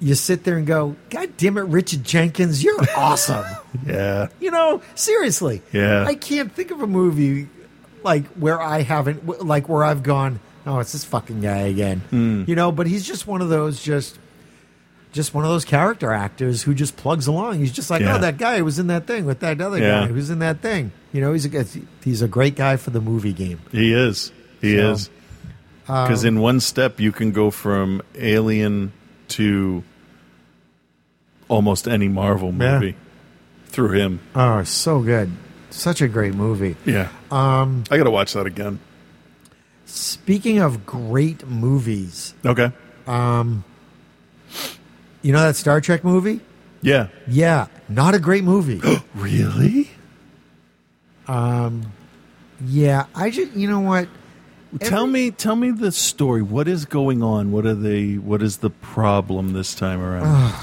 Speaker 10: you sit there and go, "God damn it, Richard Jenkins,
Speaker 9: [LAUGHS]
Speaker 10: you're awesome."
Speaker 9: Yeah,
Speaker 10: you know, seriously.
Speaker 9: Yeah.
Speaker 10: I can't think of a movie like where I haven't w- like where I've gone, "Oh, it's this fucking guy again."
Speaker 9: Hmm.
Speaker 10: You know, but he's just one of those just just one of those character actors who just plugs along. He's just like,
Speaker 9: Yeah.
Speaker 10: "Oh, that guy was in that thing with that other
Speaker 9: Yeah.
Speaker 10: guy who's in that thing." You know, he's a he's a great guy for the movie game.
Speaker 9: he is. He
Speaker 10: So, um,
Speaker 9: is. Because in one step, you can go from Alien to almost any Marvel
Speaker 10: Yeah.
Speaker 9: movie through him.
Speaker 10: Oh, so good. Such a great movie.
Speaker 9: Yeah. Um, I got to watch that again.
Speaker 10: Speaking of great movies,
Speaker 9: Okay.
Speaker 10: you know that Star Trek movie?
Speaker 9: Yeah.
Speaker 10: Yeah, not a
Speaker 9: [GASPS]
Speaker 10: great movie.
Speaker 9: Really?
Speaker 10: yeah, I just, you know what?
Speaker 9: tell me tell me the story what is going on what are they what is the problem this time around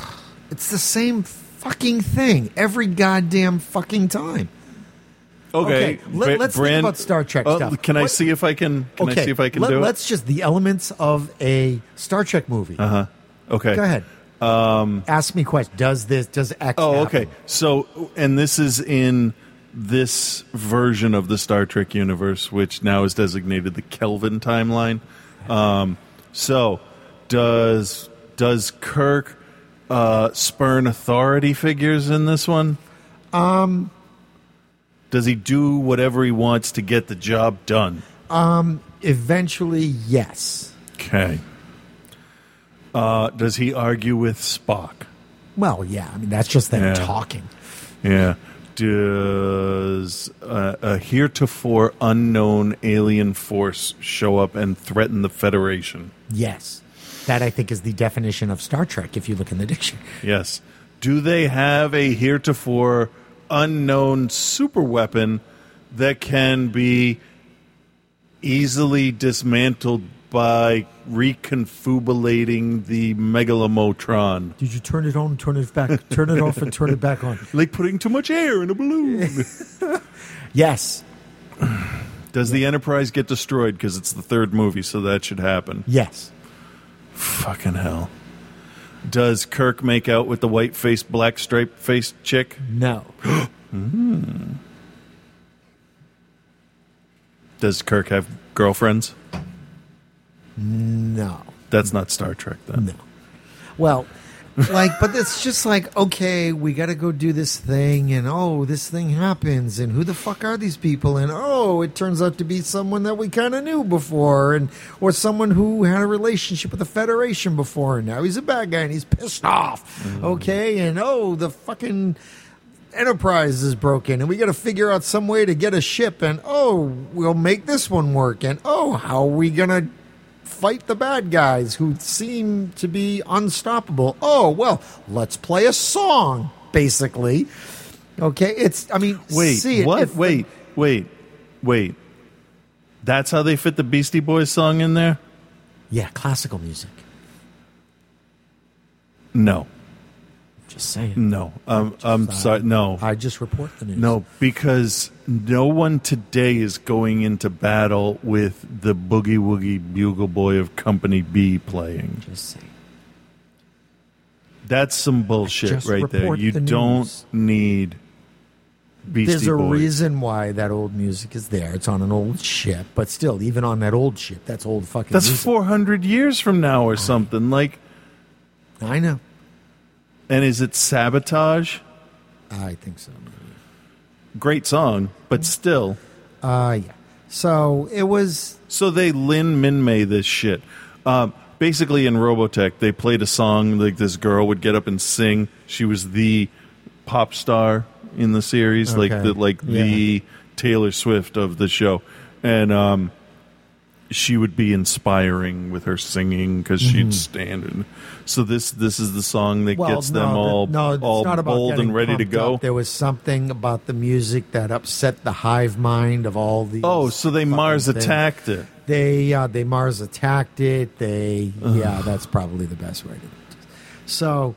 Speaker 10: It's the same fucking thing every goddamn fucking time. okay, let-
Speaker 9: Bra-
Speaker 10: let's think about Star Trek
Speaker 9: Oh,
Speaker 10: stuff.
Speaker 9: can i
Speaker 10: What-
Speaker 9: see if i can can i see if i can
Speaker 10: let,
Speaker 9: do
Speaker 10: us just the elements of a Star Trek movie.
Speaker 9: it uh-huh okay
Speaker 10: Go ahead. Um, Ask me question. Does this? Does X?
Speaker 9: oh
Speaker 10: happen?
Speaker 9: okay so and this is in this version of the star trek universe which now is designated the kelvin timeline um, so does does kirk uh, spurn authority figures in this one does he do whatever he wants to get the job done
Speaker 10: Eventually, yes.
Speaker 9: okay uh, does he argue with spock
Speaker 10: Well, yeah. I mean, that's just them
Speaker 9: Yeah.
Speaker 10: talking.
Speaker 9: Yeah. Does uh, a heretofore unknown alien force show up and threaten the Federation?
Speaker 10: Yes, that I think is the definition of Star Trek. If you look in the [LAUGHS] dictionary.
Speaker 9: Yes. Do they have a heretofore unknown superweapon that can be easily dismantled by reconfubulating the megalomotron?
Speaker 10: Did you turn it on? Turn it back. Turn it off and turn it
Speaker 9: [LAUGHS]
Speaker 10: back on.
Speaker 9: Like putting too much air in a balloon.
Speaker 10: Yes,
Speaker 9: Does the Enterprise get destroyed? Because it's the third movie, so that should happen.
Speaker 10: yes.
Speaker 9: Fucking hell. Does Kirk make out with the white faced, black striped faced chick? [GASPS]
Speaker 10: No.
Speaker 9: Hmm. Does Kirk have girlfriends?
Speaker 10: No.
Speaker 9: That's not Star Trek, then.
Speaker 10: No. Well, like, but it's just like, okay, we got to go do this thing, and oh, this thing happens, and who the fuck are these people? And oh, it turns out to be someone that we kind of knew before, and or someone who had a relationship with the Federation before, and now he's a bad guy and he's pissed off. Okay, and oh, the fucking. Enterprise is broken, and we got to figure out some way to get a ship. And oh, we'll make this one work. And oh, how are we gonna fight the bad guys who seem to be unstoppable. Oh, well, let's play a song, basically. Okay, it's, I mean,
Speaker 9: Wait,
Speaker 10: see it-
Speaker 9: what?
Speaker 10: if-
Speaker 9: wait, wait, wait. That's how they fit the Beastie Boys song in there?
Speaker 10: Yeah, classical music.
Speaker 9: No,
Speaker 10: Just saying.
Speaker 9: no. Um, I'm sorry. No.
Speaker 10: I just report the news.
Speaker 9: No, because no one today is going into battle with the Boogie Woogie Bugle Boy of Company B playing.
Speaker 10: Just saying.
Speaker 9: That's some bullshit
Speaker 10: Just
Speaker 9: right there.
Speaker 10: report
Speaker 9: You
Speaker 10: the
Speaker 9: don't
Speaker 10: news.
Speaker 9: need Beastie
Speaker 10: There's a
Speaker 9: Boys.
Speaker 10: reason why that old music is there. It's on an old ship, but still, even on that old ship, that's old fucking.
Speaker 9: That's
Speaker 10: music.
Speaker 9: 400 years from now or something. Like,
Speaker 10: I know.
Speaker 9: And is it sabotage?
Speaker 10: I think so.
Speaker 9: Great song, but still.
Speaker 10: Uh, yeah. So it was.
Speaker 9: So they Lin Minmay this shit. Um, basically, in Robotech, they played a song like this girl would get up and sing. She was the pop star in the series, like
Speaker 11: Okay.
Speaker 9: the like the Taylor Swift of the show, and um, she would be inspiring with her singing because
Speaker 11: Mhm.
Speaker 9: she'd stand. And, so this this is the song that
Speaker 10: Well,
Speaker 9: gets them
Speaker 10: no, the-
Speaker 9: all
Speaker 10: no, it's
Speaker 9: all
Speaker 10: not about
Speaker 9: bold
Speaker 10: getting
Speaker 9: and ready to
Speaker 10: pumped
Speaker 9: go.
Speaker 10: up. There was something about the music that upset the hive mind of all the.
Speaker 9: Oh, so they Mars
Speaker 10: things.
Speaker 9: attacked it.
Speaker 10: They uh, they Mars attacked it. They yeah, that's probably the best way to. do it. So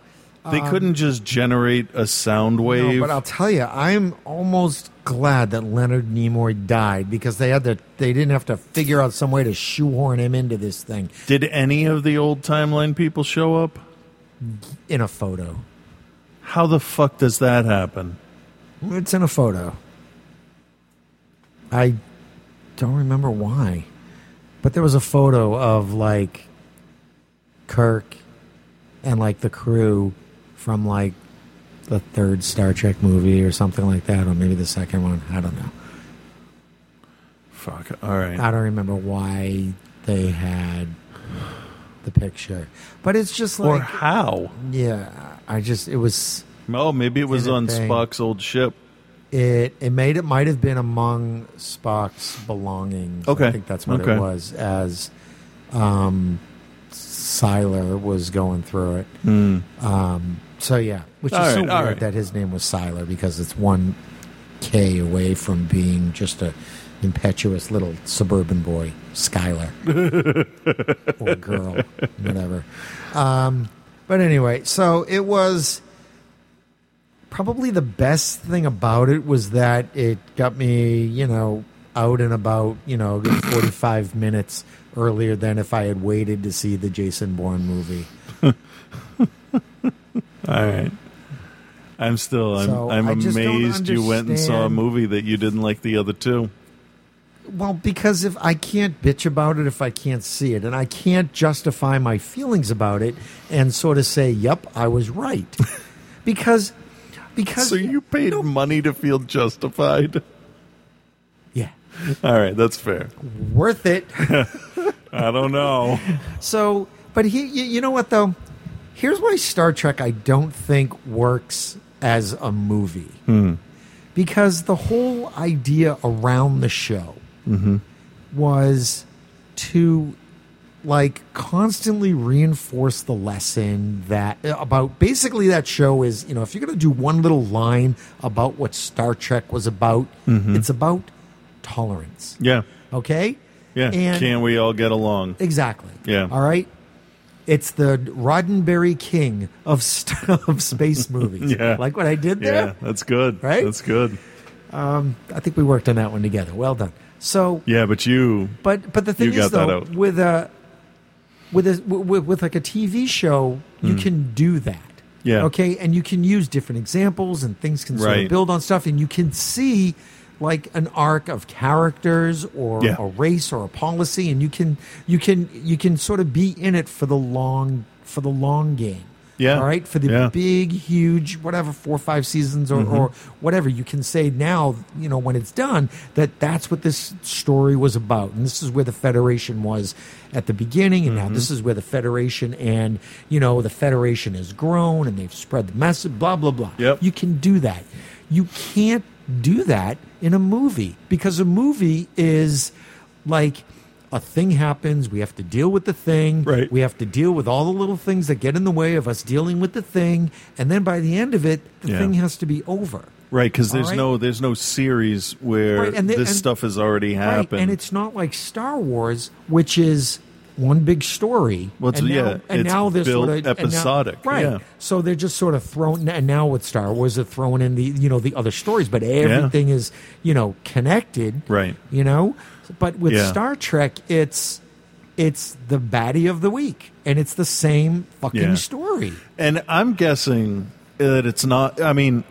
Speaker 9: They
Speaker 10: um,
Speaker 9: couldn't just generate a sound wave.
Speaker 10: No, but I'll tell you, I'm almost glad that Leonard Nimoy died because they had to. They didn't have to figure out some way to shoehorn him into this thing
Speaker 9: Did any of the old timeline people show up?
Speaker 10: in a photo.
Speaker 9: How the fuck does that happen?
Speaker 10: It's in a photo. I don't remember why, but there was a photo of like Kirk and like the crew from like the third Star Trek movie or something like that, or maybe the second one. I don't know.
Speaker 9: Fuck. All right.
Speaker 10: I don't remember why they had the picture, but it's just
Speaker 9: Or
Speaker 10: like
Speaker 9: how?
Speaker 10: Yeah, I just it was
Speaker 9: Oh, maybe it was
Speaker 10: Did a
Speaker 9: on
Speaker 10: thing.
Speaker 9: Spock's old ship.
Speaker 10: It it made it might have been among Spock's belongings.
Speaker 9: Okay.
Speaker 10: I think that's what
Speaker 9: Okay.
Speaker 10: it was. As um, Siler was going through it.
Speaker 9: Hmm.
Speaker 10: Um, so yeah, which
Speaker 9: All
Speaker 10: is so
Speaker 9: right, all
Speaker 10: weird
Speaker 9: right.
Speaker 10: that his name was Siler because it's one K away from being just a impetuous little suburban boy,
Speaker 9: [LAUGHS]
Speaker 10: Skylar or girl, whatever. Um, but anyway, so it was probably the best thing about it was that it got me, you know, out and about, you know,
Speaker 9: [COUGHS]
Speaker 10: a good 45 minutes earlier than if I had waited to see the Jason Bourne movie.
Speaker 9: All right. I'm still. I'm.
Speaker 10: So,
Speaker 9: I'm
Speaker 10: I just don't
Speaker 9: amazed you went and saw a
Speaker 10: understand-
Speaker 9: movie that you didn't like the other two.
Speaker 10: Well, because if I can't bitch about it if I can't see it, and I can't justify my feelings about it and sort of say, "Yep, I
Speaker 9: [LAUGHS]
Speaker 10: was right," because because
Speaker 9: So you paid money to feel justified.
Speaker 10: Yeah.
Speaker 9: All right. That's fair.
Speaker 10: worth it.
Speaker 9: I don't know.
Speaker 10: So, but he, you, you know what though? Here's why Star Trek I don't think works as a movie
Speaker 9: Hmm.
Speaker 10: because the whole idea around the show
Speaker 9: Mm-hmm.
Speaker 10: was to like constantly reinforce the lesson that uh, about basically that show is you know if you're going to do one little line about what Star Trek was about
Speaker 9: Mhm.
Speaker 10: it's about tolerance
Speaker 9: Yeah.
Speaker 10: okay
Speaker 9: Yeah.
Speaker 10: And-
Speaker 9: Can we all get along?
Speaker 10: exactly
Speaker 9: Yeah.
Speaker 10: all right it's the Roddenberry King of st- [LAUGHS] of space movies
Speaker 9: [LAUGHS] Yeah.
Speaker 10: like what I did there
Speaker 9: Yeah. That's good.
Speaker 10: Right?
Speaker 9: That's good.
Speaker 10: um I think we worked on that one together well done so
Speaker 9: Yeah, but you.
Speaker 10: But but the thing
Speaker 9: you got
Speaker 10: is though,
Speaker 9: that out.
Speaker 10: with a with a with, with like a TV show, you
Speaker 9: Mm.
Speaker 10: can do that.
Speaker 9: Yeah.
Speaker 10: Okay, and you can use different examples and things can sort
Speaker 9: Right.
Speaker 10: of build on stuff, and you can see like an arc of characters or
Speaker 9: Yeah.
Speaker 10: a race or a policy, and you can you can you can sort of be in it for the long for the long game.
Speaker 9: Yeah.
Speaker 10: All right. For the
Speaker 9: Yeah.
Speaker 10: big, huge, whatever, four or five seasons or,
Speaker 9: Mhm.
Speaker 10: or whatever, you can say now, you know, when it's done, that that's what this story was about. And this is where the Federation was at the beginning. And now
Speaker 9: Mm-hmm.
Speaker 11: Mhm.
Speaker 10: this is where the Federation and, you know, the Federation has grown and they've spread the message, blah, blah, blah.
Speaker 11: Yep.
Speaker 10: You can do that. You can't do that in a movie because a movie is like a thing happens we have to deal with the thing right we have to deal with all the little things that get in the way of us dealing with the thing and then by the end of it the
Speaker 9: Yeah.
Speaker 10: thing has to be over
Speaker 9: Right, because
Speaker 10: All
Speaker 9: there's
Speaker 10: right.
Speaker 9: no there's no series where
Speaker 10: Right, and the-
Speaker 9: this
Speaker 10: and-
Speaker 9: stuff has already happened.
Speaker 10: and it's not like star wars which is one big story
Speaker 9: Well, it's-
Speaker 10: and now,
Speaker 9: yeah,
Speaker 10: and
Speaker 9: it's
Speaker 10: now they're
Speaker 9: built
Speaker 10: sort of
Speaker 9: episodic,
Speaker 10: right
Speaker 9: yeah.
Speaker 10: so they're just sort of thrown and now with star wars they're throwing in the you know the other stories but everything is you know connected
Speaker 9: right.
Speaker 10: you know but with
Speaker 9: Yeah.
Speaker 10: star trek it's It's the baddie of the week, and it's the same fucking
Speaker 9: Yeah.
Speaker 10: story.
Speaker 9: And I'm guessing that it's not. I mean,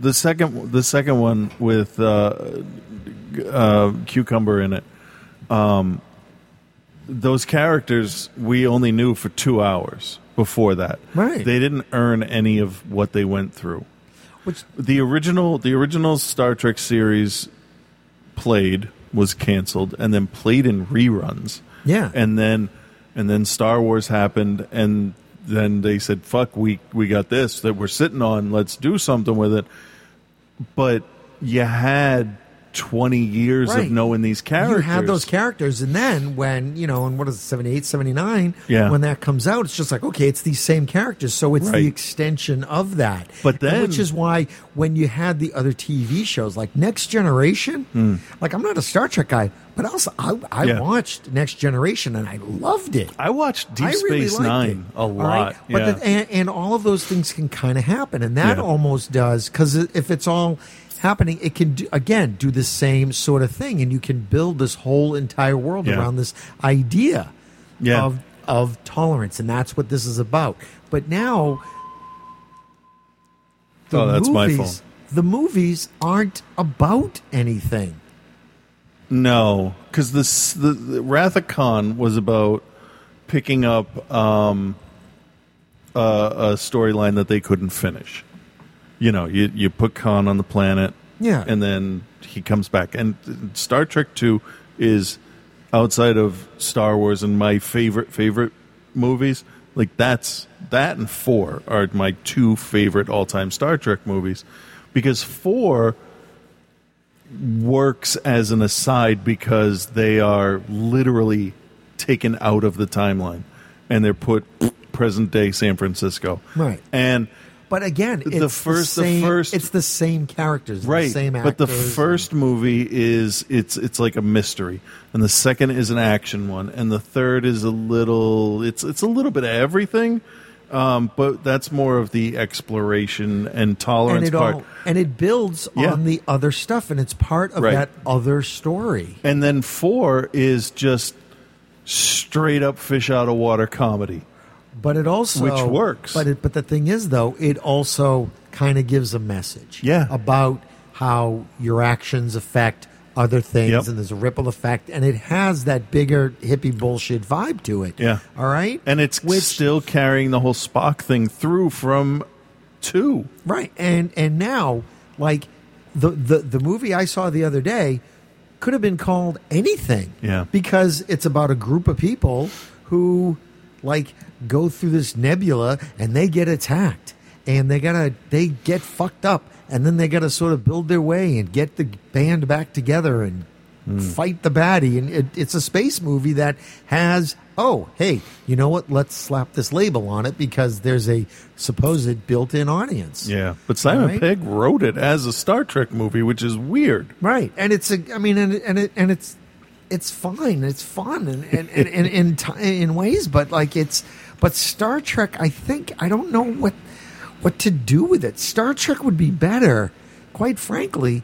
Speaker 9: the second the second one with uh, uh, cucumber in it. Um, those characters we only knew for two hours before that.
Speaker 10: Right.
Speaker 9: They didn't earn any of what they went through. Which the original the original Star Trek series played was canceled and then played in reruns.
Speaker 10: Yeah.
Speaker 9: And then and then Star Wars happened and then they said fuck we we got this that we're sitting on let's do something with it. But you had 20 years
Speaker 10: Right.
Speaker 9: of knowing these characters.
Speaker 10: You had those characters, and then when you know, and what is it, 78, 79,
Speaker 9: Yeah.
Speaker 10: when that comes out, it's just like okay, it's these same characters, so it's
Speaker 9: Right.
Speaker 10: the extension of that.
Speaker 9: But
Speaker 10: And which
Speaker 9: then-
Speaker 10: is why when you had the other TV shows like Next Generation,
Speaker 9: Mm.
Speaker 10: like I'm not a Star Trek guy, but also I, I
Speaker 9: Yeah.
Speaker 10: watched Next Generation and I loved it.
Speaker 9: I watched Deep
Speaker 10: I really
Speaker 9: Space
Speaker 10: liked
Speaker 9: Nine
Speaker 10: it.
Speaker 9: a
Speaker 10: All
Speaker 9: lot.
Speaker 10: right? But
Speaker 9: yeah.
Speaker 10: the- and, and all of those things can kind of happen, and that
Speaker 9: Yeah.
Speaker 10: almost does because if it's all happening, it can do, again do the same sort of thing, and you can build this whole entire world
Speaker 9: Yeah.
Speaker 10: around this idea
Speaker 9: Yeah.
Speaker 10: of of tolerance, and that's what this is about. But now, the
Speaker 9: Oh, that's my
Speaker 10: movies,
Speaker 9: fault.
Speaker 10: The movies aren't about anything.
Speaker 9: No, because the, the, the Wrath of Khan was about picking up um, uh, a storyline that they couldn't finish. You know, you, you put Khan on the planet,
Speaker 10: Yeah.
Speaker 9: and then he comes back. And Star Trek Two is outside of Star Wars and my favorite favorite movies. Like that's that and four are my two favorite all time Star Trek movies because four works as an aside because they are literally taken out of the timeline and they're put present day San Francisco.
Speaker 10: Right.
Speaker 9: And
Speaker 10: But again, it's
Speaker 9: the first, the,
Speaker 10: same,
Speaker 9: first,
Speaker 10: it's the same characters,
Speaker 9: right?
Speaker 10: the same actors.
Speaker 9: but the first movie is it's it's like a mystery, and the second is an action one, and the third is a little it's it's a little bit of everything, um, but that's more of the exploration and tolerance
Speaker 10: and it
Speaker 9: part.
Speaker 10: All, and it builds
Speaker 9: Yeah.
Speaker 10: on the other stuff, and it's part of
Speaker 9: Right.
Speaker 10: that other story.
Speaker 9: And then four is just straight up fish out of water comedy.
Speaker 10: But it also
Speaker 9: Which works.
Speaker 10: But it, but the thing is, though, it also kind of gives a message, yeah, about how your actions affect other things,
Speaker 9: Yep.
Speaker 10: and there's a ripple effect, and it has that bigger hippie bullshit vibe to it.
Speaker 9: Yeah.
Speaker 10: All right.
Speaker 9: And it's still carrying the whole Spock thing through from two.
Speaker 10: Right. And and now like the the the movie I saw the other day could have been called anything.
Speaker 9: Yeah.
Speaker 10: Because it's about a group of people who like go through this nebula and they get attacked and they got to they get fucked up and then they got to sort of build their way and get the band back together and fight the baddie and it, it's a space movie that has oh hey you know what let's slap this label on it because there's a supposed built-in audience
Speaker 9: Yeah. But Simon
Speaker 10: Right.
Speaker 9: Pegg wrote it as a Star Trek movie, which is weird.
Speaker 10: right and it's a i mean and, and it and it's it's fine it's fun and and, and, and in ti in ways but like it's but star trek i think i don't know what what to do with it star trek would be better quite frankly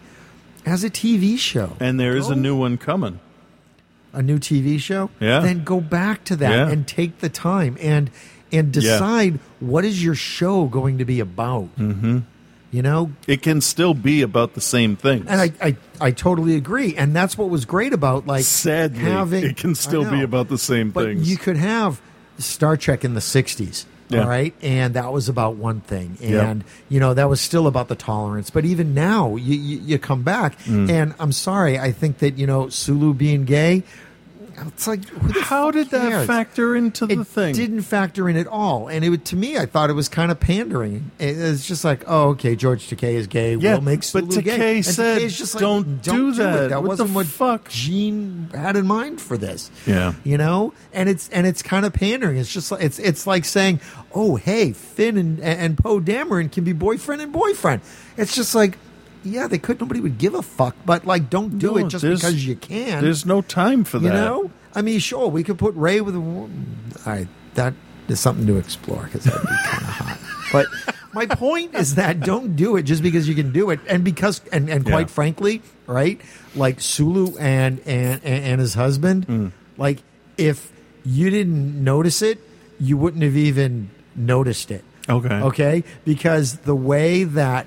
Speaker 10: as a tv show
Speaker 9: And there
Speaker 10: Oh.
Speaker 9: is a new one coming.
Speaker 10: a new TV show,
Speaker 9: Yeah.
Speaker 10: then go back to that
Speaker 9: Yeah.
Speaker 10: and take the time and and
Speaker 9: Yeah.
Speaker 10: decide what is your show going to be about.
Speaker 9: Mm-hmm.
Speaker 10: You know,
Speaker 9: It can still be about the same thing.
Speaker 10: And I, I I totally agree, and that's what was great about like
Speaker 9: Sadly,
Speaker 10: having
Speaker 9: it can still
Speaker 10: I
Speaker 9: be
Speaker 10: know.
Speaker 9: about the same
Speaker 10: but
Speaker 9: things.
Speaker 10: you could have Star Trek in the '60s,
Speaker 9: Yeah.
Speaker 10: all right, and that was about one thing,
Speaker 9: Yeah.
Speaker 10: and you know that was still about the tolerance. But even now, you you, you come back,
Speaker 9: Mm.
Speaker 10: and I'm sorry, I think that you know Sulu being gay. It's like how did
Speaker 9: that factor into
Speaker 10: the thing? Didn't factor in at all, and it would, to me, I thought it was kind of pandering. It- It's just like, oh, okay, George Takei is gay.
Speaker 9: Yeah,
Speaker 10: we'll make Sulu
Speaker 9: but
Speaker 10: gay.
Speaker 9: Takei
Speaker 10: And
Speaker 9: said,
Speaker 10: Takei's just like,
Speaker 9: "Don't do
Speaker 10: it.
Speaker 9: that.
Speaker 10: That
Speaker 9: What the
Speaker 10: wasn't what fuck Gene had in mind for this
Speaker 9: Yeah.
Speaker 10: you know and it's and it's kind of pandering it's just like it's it's like saying oh hey finn and and poe dameron can be boyfriend and boyfriend it's just like yeah they could nobody would give a fuck but like don't do
Speaker 9: No,
Speaker 10: it just
Speaker 9: there's-
Speaker 10: because you can
Speaker 9: There's no time for that.
Speaker 10: you know i mean sure we could put ray with a woman all right that is something to explore because that'd be kind of hot
Speaker 9: [LAUGHS]
Speaker 10: but my point is that don't do it just because you can do it and because and, and quite
Speaker 9: Yeah. Mm.
Speaker 10: frankly right like sulu and and and, and his husband like if you didn't notice it, you wouldn't have even noticed it.
Speaker 9: Okay.
Speaker 10: Okay. Because the way that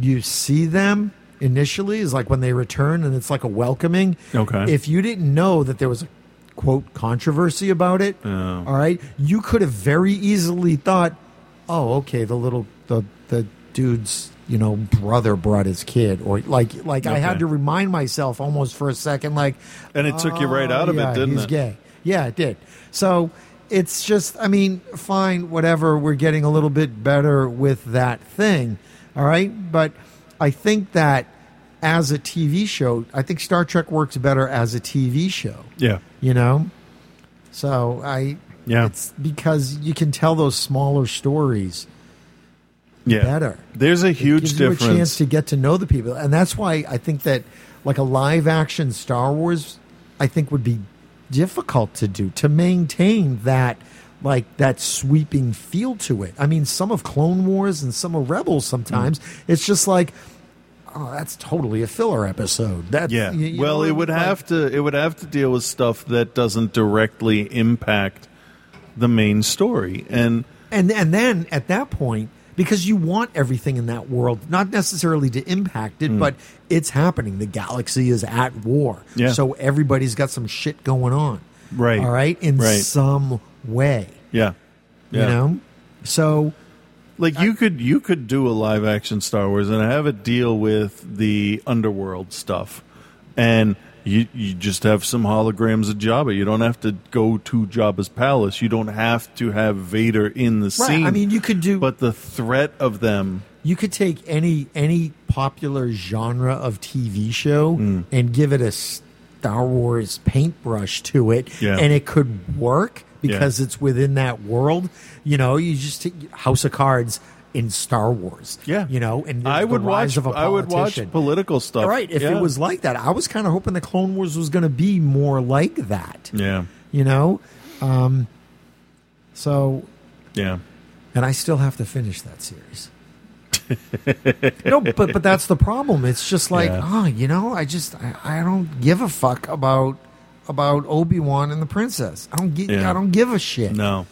Speaker 10: you see them initially is like when they return and it's like a welcoming.
Speaker 9: Okay.
Speaker 10: If you didn't know that there was a quote controversy about it,
Speaker 9: Oh.
Speaker 10: all right, you could have very easily thought, oh, okay, the little, the, the dude's, you know, brother brought his kid or like, like I had
Speaker 9: Okay.
Speaker 10: to remind myself almost for a second, like,
Speaker 9: And it took you right out of it,
Speaker 10: Oh, Ah, yeah,
Speaker 9: didn't
Speaker 10: he's
Speaker 9: it?
Speaker 10: gay. Yeah, it did. So it's just, I mean, fine, whatever. We're getting a little bit better with that thing. All right. But I think that as a TV show, I think Star Trek works better as a TV show,
Speaker 9: Yeah.
Speaker 10: you know? So I,
Speaker 9: Yeah.
Speaker 10: it's because you can tell those smaller stories
Speaker 9: Yeah.
Speaker 10: better.
Speaker 9: There's a huge
Speaker 10: gives
Speaker 9: difference.
Speaker 10: you a chance to get to know the people, and that's why I think that like a live action Star Wars, I think would be difficult to do to maintain that like that sweeping feel to it. I mean, some of Clone Wars and some of Rebels
Speaker 9: Mm.
Speaker 10: sometimes it's just like, oh, that's totally a filler episode. That
Speaker 9: Yeah. well, it would have to it would have to deal with stuff that doesn't directly impact the main story. And
Speaker 10: and and then at that point because you want everything in that world not necessarily to impact
Speaker 9: Hmm.
Speaker 10: it but it's happening the galaxy is at war
Speaker 9: Yeah.
Speaker 10: so everybody's got some shit going on
Speaker 9: Right.
Speaker 10: all right in
Speaker 9: Right.
Speaker 10: some way
Speaker 9: yeah. Yeah.
Speaker 10: you know so
Speaker 9: Like you could you could do a live action Star Wars and have it deal with the underworld stuff, and you you just have some holograms of Jabba. You don't have to go to Jabba's palace. You don't have to have Vader in the
Speaker 10: Right, I
Speaker 9: scene.
Speaker 10: mean, you could do-
Speaker 9: but the threat of them.
Speaker 10: you could take any any popular genre of TV show
Speaker 9: Mm.
Speaker 10: and give it a Star Wars paintbrush to it,
Speaker 9: Yeah.
Speaker 10: and it could work because it's within that world. You know, you just take House of Cards in Star Wars.
Speaker 9: Yeah.
Speaker 10: you know, and
Speaker 9: I
Speaker 10: the
Speaker 9: would
Speaker 10: rise
Speaker 9: watch.
Speaker 10: Of a
Speaker 9: I would watch
Speaker 10: politician.
Speaker 9: political stuff.
Speaker 10: All right, if
Speaker 9: Yeah.
Speaker 10: it was like that, I was kind of hoping the Clone Wars was going to be more like that.
Speaker 9: Yeah.
Speaker 10: You know, um, so
Speaker 9: Yeah.
Speaker 10: and I still have to finish that series. no, but but that's the problem. It's just like,
Speaker 9: Yeah.
Speaker 10: oh, you know, I just I, I don't give a fuck about about Obi Wan and the princess. I don't get,
Speaker 9: Yeah.
Speaker 10: I don't give a shit.
Speaker 9: No,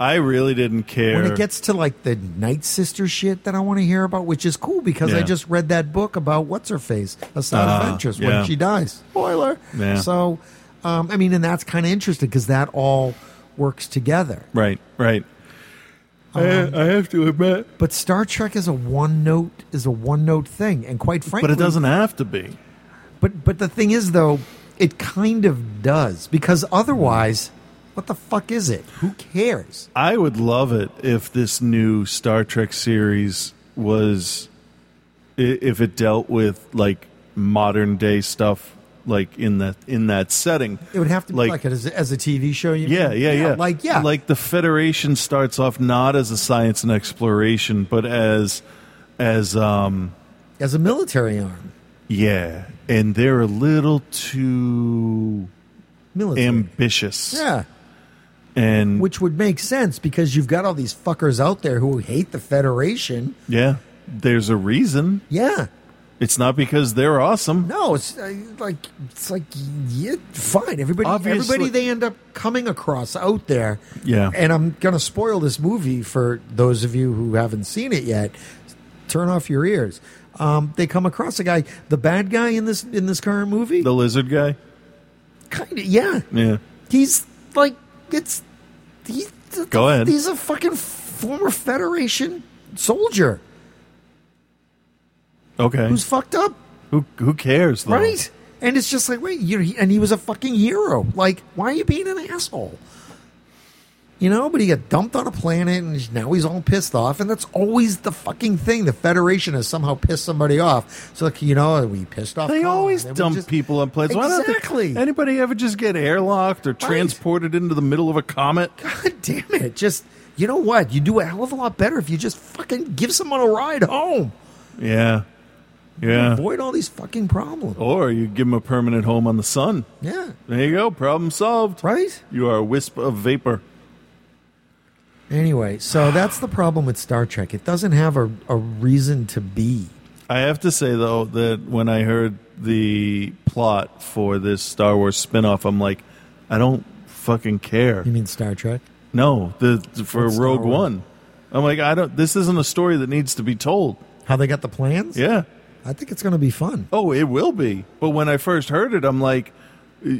Speaker 9: I really didn't care.
Speaker 10: When it gets to like the Night Sister shit that I want to hear about, which is cool because I
Speaker 9: Yeah.
Speaker 10: just read that book about what's her face, A Side
Speaker 9: Ah,
Speaker 10: of Ventress,
Speaker 9: yeah.
Speaker 10: when she dies. Spoiler.
Speaker 9: Yeah.
Speaker 10: So, um, I mean, and that's kind of interesting because that all works together.
Speaker 9: right, right. Um, I, I have to admit,
Speaker 10: But Star Trek is a one note is a one note thing, and quite frankly,
Speaker 9: but it doesn't have to be.
Speaker 10: But but the thing is, though, it kind of does because otherwise, what the fuck is it? Who cares?
Speaker 9: I would love it if this new Star Trek series was, i- if it dealt with like modern day stuff, like in that in that setting.
Speaker 10: It would have to be
Speaker 9: Like-
Speaker 10: like, it as, as a TV show. You
Speaker 9: Yeah,
Speaker 10: mean?
Speaker 9: yeah, yeah.
Speaker 10: Like yeah,
Speaker 9: like the Federation starts off not as a science and exploration, but as as um
Speaker 10: as a military arm,
Speaker 9: yeah, and they're a little too
Speaker 10: military.
Speaker 9: ambitious.
Speaker 10: yeah,
Speaker 9: and
Speaker 10: which would make sense because you've got all these fuckers out there who hate the Federation.
Speaker 9: yeah, there's a reason.
Speaker 10: Yeah,
Speaker 9: It's not because they're awesome.
Speaker 10: No, it's uh, like it's like yeah, fine. Everybody,
Speaker 9: Obviously-
Speaker 10: everybody they end up coming across out there.
Speaker 9: Yeah.
Speaker 10: and I'm gonna spoil this movie for those of you who haven't seen it yet. Turn off your ears. Um, they come across a guy, the bad guy in this in this current movie.
Speaker 9: The lizard guy.
Speaker 10: kind of, yeah,
Speaker 9: Yeah.
Speaker 10: he's like it's he's
Speaker 9: Go ahead.
Speaker 10: He's a fucking former Federation soldier
Speaker 9: Okay.
Speaker 10: who's fucked up.
Speaker 9: who who cares though?
Speaker 10: Right. And it's just like, wait, you know, he- and he was a fucking hero. Like, why are you being an asshole? You know, but he got dumped on a planet and now he's all pissed off. And that's always the fucking thing. The Federation has somehow pissed somebody off. So, like, you know, we pissed off.
Speaker 9: They
Speaker 10: Khan,
Speaker 9: always
Speaker 10: then we
Speaker 9: dump
Speaker 10: just-
Speaker 9: people on planes. Why don't they-
Speaker 10: Exactly.
Speaker 9: anybody ever just get airlocked or transported into the middle of a comet?
Speaker 10: [LAUGHS] God damn it. Just, you know what? You do a hell of a lot better if you just fucking give someone a ride home.
Speaker 9: Yeah. Yeah. Oh.
Speaker 10: Avoid all these fucking problems.
Speaker 9: Or you give them a permanent home on the sun.
Speaker 10: Yeah.
Speaker 9: There you go. Problem solved.
Speaker 10: Right?
Speaker 9: You are a wisp of vapor. [SIGHS]
Speaker 10: Anyway, so that's the problem with Star Trek. It doesn't have a, a reason to be.
Speaker 9: I have to say though that when I heard the plot for this Star Wars spin-off, I'm like, I don't fucking care. You
Speaker 10: mean Star Trek?
Speaker 9: No, the, for
Speaker 10: Or Star
Speaker 9: Rogue
Speaker 10: Wars.
Speaker 9: One. I'm like, I don't. This isn't a story that needs to be told.
Speaker 10: How they got the plans?
Speaker 9: Yeah.
Speaker 10: I think it's going to be fun.
Speaker 9: Oh, it will be. But when I first heard it, I'm like,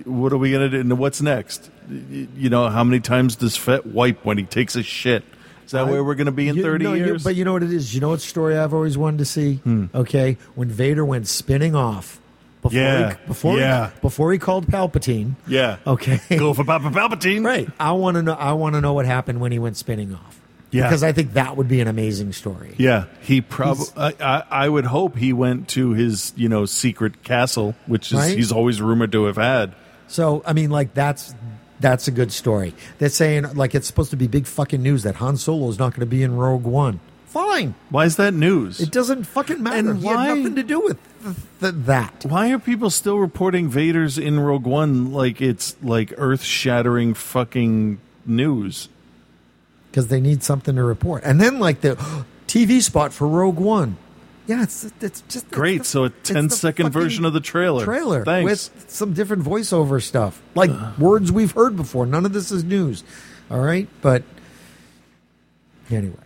Speaker 9: what are we going to do? And what's next? Y- You know, how many times does Fett wipe when he takes a shit? Is that where we're going to be in
Speaker 10: You-
Speaker 9: 30
Speaker 10: no, you-
Speaker 9: years? Hmm.
Speaker 10: but you know what it is? You know what story I've always wanted to see? Okay, when Vader went spinning off before
Speaker 9: Yeah,
Speaker 10: he, before
Speaker 9: yeah.
Speaker 10: he, before he called Palpatine.
Speaker 9: yeah.
Speaker 10: Okay.
Speaker 9: Go for Papa Palpatine.
Speaker 10: Right. I want to know I want to know what happened when he went spinning off.
Speaker 9: Yeah.
Speaker 10: Because I think that would be an amazing story.
Speaker 9: Yeah, he probably.
Speaker 10: He's-
Speaker 9: I, I, I would hope he went to his, you know, secret castle, which is
Speaker 10: Right?
Speaker 9: he's always rumored to have had.
Speaker 10: So, I mean like that's that's a good story. They're saying like it's supposed to be big fucking news that Han Solo is not going to be in Rogue One. Fine.
Speaker 9: Why is that news?
Speaker 10: It doesn't fucking matter.
Speaker 9: And
Speaker 10: he had
Speaker 9: why-
Speaker 10: nothing to do with th- th- that.
Speaker 9: Why are people still reporting Vader's in Rogue One like it's like earth shattering fucking news?
Speaker 10: because they need something to report. And then like the [GASPS] TV spot for Rogue One. Yeah, it's it's just
Speaker 9: Great.
Speaker 10: it's the-
Speaker 9: so a
Speaker 10: it's the
Speaker 9: 10 second
Speaker 10: fucking
Speaker 9: version of the trailer.
Speaker 10: Trailer
Speaker 9: Thanks.
Speaker 10: with some different voiceover stuff, like words we've heard before. None of this is news. All right, but anyway,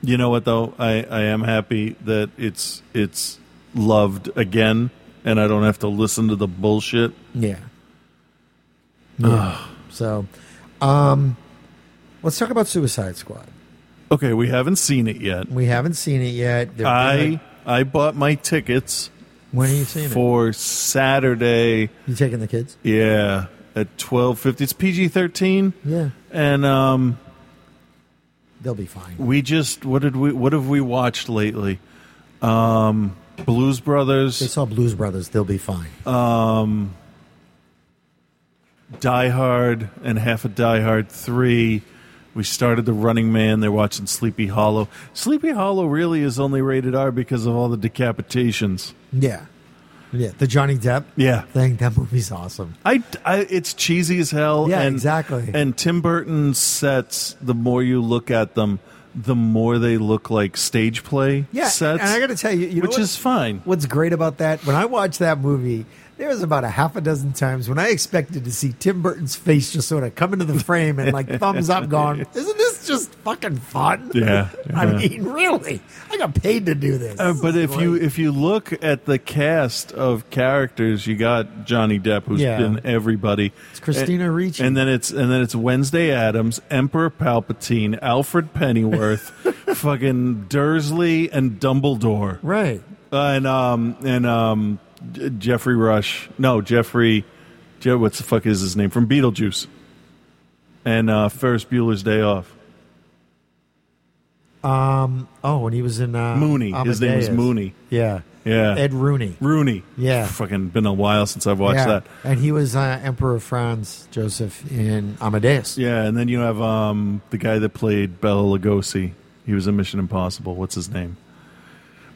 Speaker 9: you know what though? I, I am happy that it's it's loved again and I don't have to listen to the bullshit.
Speaker 10: yeah. Yeah. so, um, let's talk about Suicide Squad.
Speaker 9: Okay, we haven't seen it yet.
Speaker 10: We haven't seen it yet. They're
Speaker 9: I
Speaker 10: gonna-
Speaker 9: I bought my tickets
Speaker 10: when are you seeing it?
Speaker 9: for Saturday.
Speaker 10: You taking the kids?
Speaker 9: Yeah, at 12:50. It's PG-13
Speaker 10: Yeah,
Speaker 9: and um
Speaker 10: they'll be fine.
Speaker 9: we just what did we what have we watched lately? Um Blues
Speaker 10: They
Speaker 9: Brothers,
Speaker 10: saw Blues Brothers. They'll be fine. Uh,
Speaker 9: um Die Hard and half of Die Hard 3. We started The Running Man. They're watching Sleepy Hollow. Sleepy Hollow really is only rated R because of all the decapitations.
Speaker 10: Yeah. Yeah. The Johnny Depp
Speaker 9: Yeah.
Speaker 10: thing. That movie's awesome.
Speaker 9: I, I- it's cheesy as hell.
Speaker 10: Yeah,
Speaker 9: and,
Speaker 10: exactly.
Speaker 9: And Tim Burton sets. The more you look at them, the more they look like stage play
Speaker 10: Yeah.
Speaker 9: sets.
Speaker 10: And I got to tell you, you know
Speaker 9: which
Speaker 10: what-
Speaker 9: is fine.
Speaker 10: What's great about that, when I watched that movie, there was about a half a dozen times when I expected to see Tim Burton's face just sort of come into the frame and like thumbs
Speaker 9: [LAUGHS]
Speaker 10: up going, isn't this just fucking fun?
Speaker 9: Yeah,
Speaker 10: [LAUGHS] I
Speaker 9: yeah.
Speaker 10: mean, really? I got paid to do this.
Speaker 9: Uh,
Speaker 10: This
Speaker 9: but
Speaker 10: is
Speaker 9: if you
Speaker 10: great.
Speaker 9: if you look at the cast of characters, you got Johnny Depp, who's
Speaker 10: Yeah.
Speaker 9: been everybody.
Speaker 10: It's Christina
Speaker 9: A-
Speaker 10: Ricci.
Speaker 9: and then it's and then it's Wednesday Adams, Emperor Palpatine, Alfred
Speaker 10: [LAUGHS]
Speaker 9: Pennyworth, fucking Dursley, and Dumbledore.
Speaker 10: Right.
Speaker 9: Uh, and um and um J- Jeffrey Rush. No, Jeffrey. Je- what's the fuck is his name from Beetlejuice? And uh, Ferris Bueller's Day Off.
Speaker 10: Um. Oh, when he was in uh,
Speaker 9: Mooney. His name was
Speaker 10: Amadeus.
Speaker 9: Mooney.
Speaker 10: Yeah.
Speaker 9: Yeah.
Speaker 10: Ed Rooney.
Speaker 9: Rooney.
Speaker 10: Yeah.
Speaker 9: Fucking been a while since I've watched
Speaker 10: yeah.
Speaker 9: that.
Speaker 10: And he was uh, Emperor Franz Joseph in Amadeus.
Speaker 9: Yeah, and then you have um the guy that played Bela Lugosi. He was in Mission Impossible. What's his name?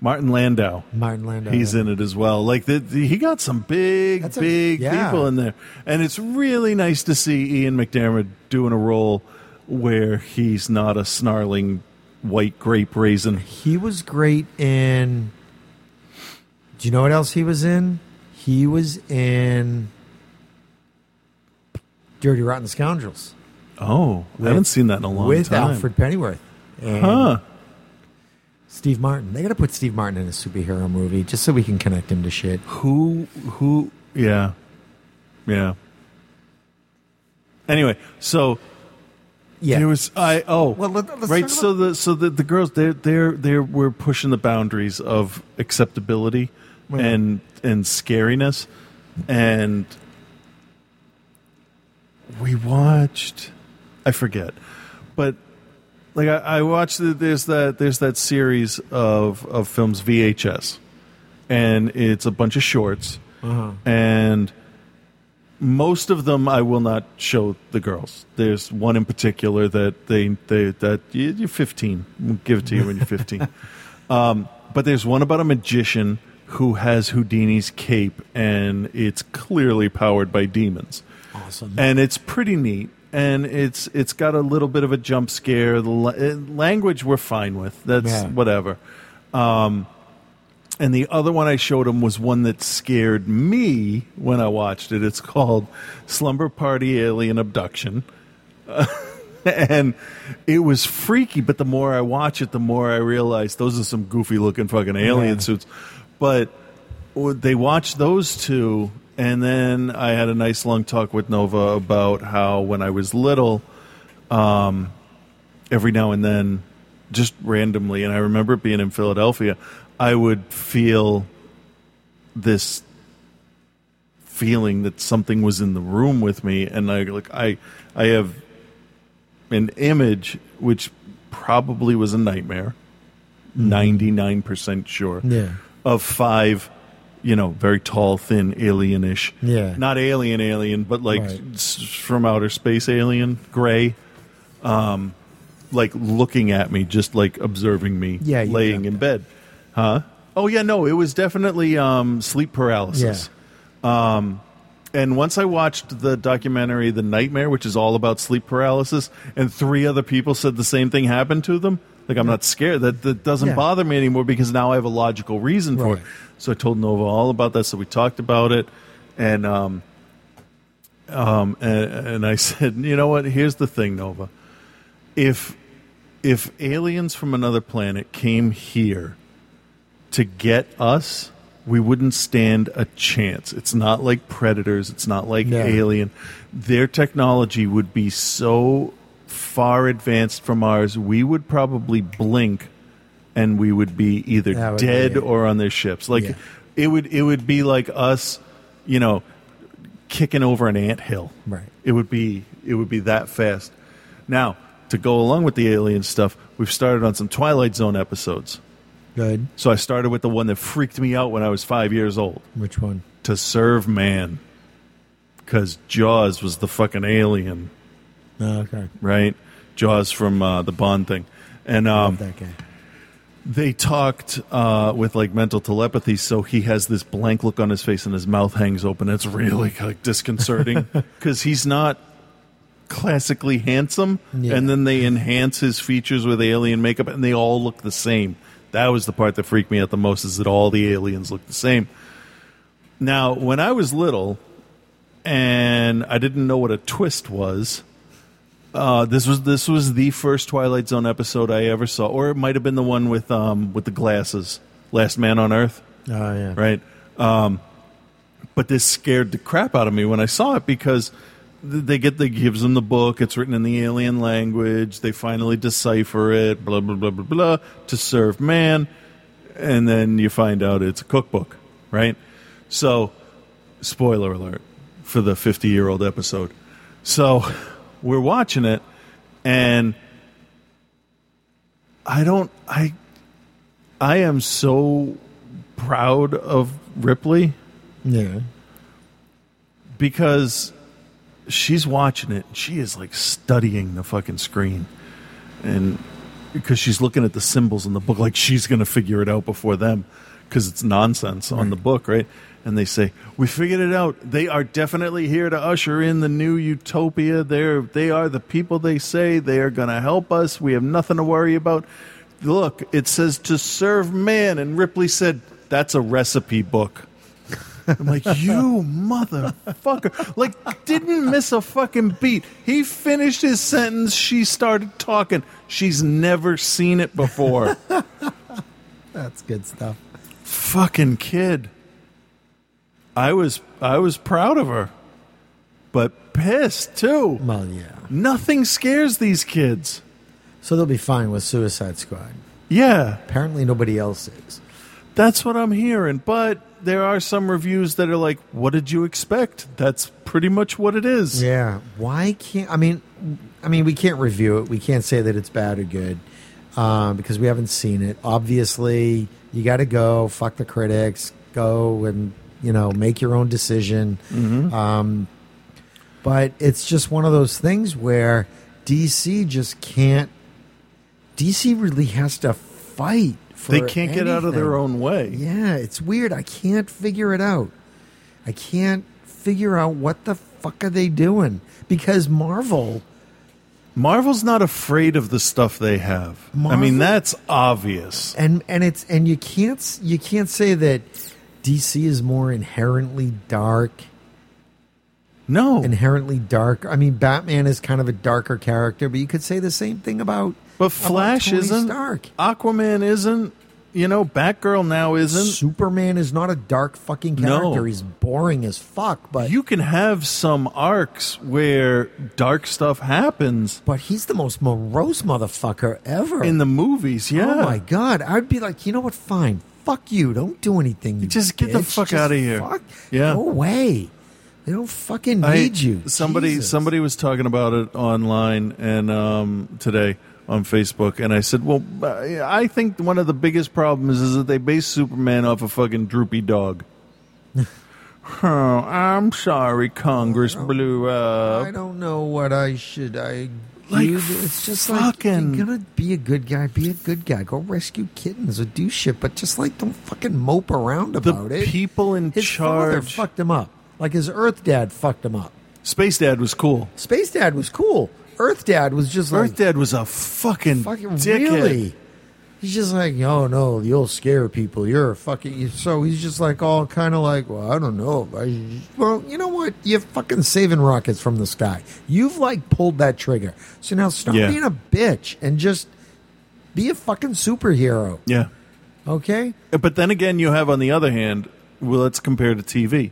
Speaker 9: Martin Landau.
Speaker 10: Martin Landau.
Speaker 9: He's in it as well. Like the, the- he got some big,
Speaker 10: That's a-
Speaker 9: big
Speaker 10: yeah.
Speaker 9: people in there, and it's really nice to see Ian McDermott doing a role where he's not a snarling white grape raisin.
Speaker 10: He was great in. Do you know what else he was in? He was in Dirty Rotten Scoundrels
Speaker 9: Oh, I haven't seen that in a long
Speaker 10: with
Speaker 9: time.
Speaker 10: Alfred Pennyworth and
Speaker 9: Huh?
Speaker 10: Steve Martin. They got to put Steve Martin in a superhero movie just so we can connect him to shit.
Speaker 9: Who? Who? Yeah, yeah. Anyway, so
Speaker 10: Yeah.
Speaker 9: There was I oh
Speaker 10: Well, let- let's
Speaker 9: right
Speaker 10: talk
Speaker 9: so the so the, the girls they're they're they're we're pushing the boundaries of acceptability
Speaker 10: Right.
Speaker 9: and and scariness and we watched I forget but like I, I watched the, there's that there's that series of of films VHS and it's a bunch of shorts and most of them I will not show the girls. There's one in particular that they they that you- you're 15. We'll give it to you when you're 15. um, but there's one about a magician who has Houdini's cape, and it's clearly powered by demons.
Speaker 10: Awesome.
Speaker 9: And it's pretty neat. And it's it's got a little bit of a jump scare. The la- eh, language we're fine with. That's
Speaker 10: Yeah.
Speaker 9: whatever. Um,
Speaker 1: And the other one I showed him was one that scared me when I watched it. It's called Slumber Party Alien Abduction. and it was freaky, but the more I watch it, the more I realize those are some goofy looking fucking alien
Speaker 9: Yeah.
Speaker 1: suits. But w- they watched those two, and then I had a nice long talk with Nova about how when I was little, um, every now and then, just randomly, and I remember it being in Philadelphia, I would feel this feeling that something was in the room with me, and I like I I have an image which probably was a nightmare, ninety nine percent sure.
Speaker 10: Yeah.
Speaker 1: of five, you know, very tall, thin, alienish.
Speaker 10: Yeah.
Speaker 1: Not alien, alien, but like
Speaker 10: Right.
Speaker 1: s- from outer space, alien, gray, um, like looking at me, just like observing me,
Speaker 9: Yeah, you
Speaker 1: laying in bed, huh? Oh yeah, no, it was definitely um, sleep paralysis. Um, and once I watched the documentary The Nightmare, which is all about sleep paralysis, and three other people said the same thing happened to them. Like I'm not scared. That that doesn't
Speaker 9: Yeah.
Speaker 1: bother me anymore because now I have a logical reason for it. So I told Nova all about that. So we talked about it, and um, um, and, and I [LAUGHS] said, you know what? Here's the thing, Nova. If if aliens from another planet came here to get us, we wouldn't stand a chance. It's not like predators. It's not like
Speaker 9: No.
Speaker 1: alien. Their technology would be so far advanced from ours. We would probably blink, and we would be either
Speaker 9: That would be
Speaker 1: dead
Speaker 9: it.
Speaker 1: or on their ships. Like
Speaker 9: Yeah.
Speaker 1: it would. It would be like us, you know, kicking over an anthill.
Speaker 9: Right.
Speaker 1: It would be it would be that fast. Now, to go along with the alien stuff, we've started on some Twilight Zone episodes.
Speaker 10: Good.
Speaker 1: So I started with the one that freaked me out when I was five years old.
Speaker 10: Which one?
Speaker 1: To serve man. Because Jaws was the fucking alien,
Speaker 10: Oh, okay.
Speaker 1: right? Jaws from uh, the Bond thing. And um,
Speaker 10: That guy.
Speaker 1: they talked uh, with like mental telepathy, so he has this blank look on his face and his mouth hangs open. It's really like disconcerting because he's not classically handsome,
Speaker 9: Yeah.
Speaker 1: and then they enhance his features with alien makeup, and they all look the same. That was the part that freaked me out the most is that all the aliens look the same. Now, when I was little, and I didn't know what a twist was. Uh, this was this was the first Twilight Zone episode I ever saw, or it might have been the one with um with the glasses, Last Man on Earth,
Speaker 10: Oh yeah.
Speaker 1: right? Um, but this scared the crap out of me when I saw it because th- they get they gives them the book. It's written in the alien language. They finally decipher it. Blah blah blah blah blah to serve man, and then you find out it's a cookbook, right? So, spoiler alert for the fifty year old episode. So, we're watching it, and I don't I I am so proud of Ripley
Speaker 10: Yeah.
Speaker 1: because she's watching it and she is like studying the fucking screen and because she's looking at the symbols in the book like she's going to figure it out before them because it's nonsense on the book right and they say we figured it out they are definitely here to usher in the new utopia they're they are the people they say they are going to help us we have nothing to worry about look it says to serve man and ripley said that's a recipe book I'm like, you motherfucker. Like, didn't miss a fucking beat. He finished his sentence. She started talking. She's never seen it before.
Speaker 10: That's good stuff.
Speaker 1: fucking kid. I was I was proud of her. But pissed too.
Speaker 10: Well, yeah.
Speaker 1: Nothing scares these kids.
Speaker 10: So they'll be fine with Suicide Squad.
Speaker 1: Yeah.
Speaker 10: Apparently nobody else is.
Speaker 1: That's what I'm hearing. But there are some reviews that are like, what did you expect? That's pretty much what it is.
Speaker 10: Yeah. Why can't I mean I mean we can't review it. We can't say that it's bad or good. Um, because we haven't seen it. Obviously, you gotta go, fuck the critics, go and you know, make your own decision.
Speaker 1: Mm-hmm.
Speaker 10: Um but it's just one of those things where DC just can't DC really has to fight for
Speaker 1: They can't get out of their
Speaker 10: anything.
Speaker 1: own way.
Speaker 10: Yeah, it's weird. I can't figure it out. I can't figure out what the fuck are they doing because Marvel
Speaker 9: Marvel's not afraid of the stuff they have. I mean,
Speaker 10: Marvel-
Speaker 9: that's obvious.
Speaker 10: and and it's and you can't you can't say that DC is more inherently dark.
Speaker 9: No,
Speaker 10: inherently dark. I mean, Batman is kind of a darker character, but you could say the same thing about.
Speaker 9: But Flash
Speaker 10: Tony
Speaker 9: isn't.
Speaker 10: Stark.
Speaker 9: Aquaman isn't. You know, Batgirl now isn't.
Speaker 10: Superman is not a dark fucking character.
Speaker 9: No.
Speaker 10: He's boring as fuck. But
Speaker 9: You can have some arcs where dark stuff happens.
Speaker 10: But he's the most morose motherfucker ever
Speaker 9: in the movies. Yeah.
Speaker 10: Oh my god, I'd be like, you know what? Fine, fuck you. Don't do anything. You
Speaker 9: Just get the
Speaker 10: bitch.
Speaker 9: fuck
Speaker 10: Just
Speaker 9: out of here.
Speaker 10: fuck.
Speaker 9: Yeah.
Speaker 10: Go away. They don't fucking
Speaker 9: I-
Speaker 10: need you.
Speaker 9: Somebody
Speaker 10: Jesus.
Speaker 9: somebody was talking about it online and um, today on Facebook, and I said, "Well, I I think one of the biggest problems is that they base Superman off a fucking droopy dog." [LAUGHS] oh, I'm sorry, Congress blew up.
Speaker 10: I don't know what I should. I
Speaker 9: Like,
Speaker 10: you- it's just
Speaker 9: fucking-
Speaker 10: like you're gonna be a good guy. Be a good guy. Go rescue kittens or do shit, but just like don't fucking mope around
Speaker 9: The
Speaker 10: about it.
Speaker 9: people in
Speaker 10: his father
Speaker 9: charge.
Speaker 10: fucked him up. Like his Earth dad fucked him up.
Speaker 9: Space Dad was cool.
Speaker 10: Space dad was cool. Earth dad was just like
Speaker 9: Earth Dad was a fucking,
Speaker 10: fucking
Speaker 9: dickhead.
Speaker 10: really. He's just like, oh no, you'll scare people. You're a fucking. you-" So he's just like all kind of like, well, I don't know. I, well, you know what? You're fucking saving rockets from the sky. You've like pulled that trigger. So now stop
Speaker 9: Yeah.
Speaker 10: being a bitch and just be a fucking superhero.
Speaker 9: Yeah.
Speaker 10: Okay.
Speaker 9: But then again, you have on the other hand, well, let's compare to TV.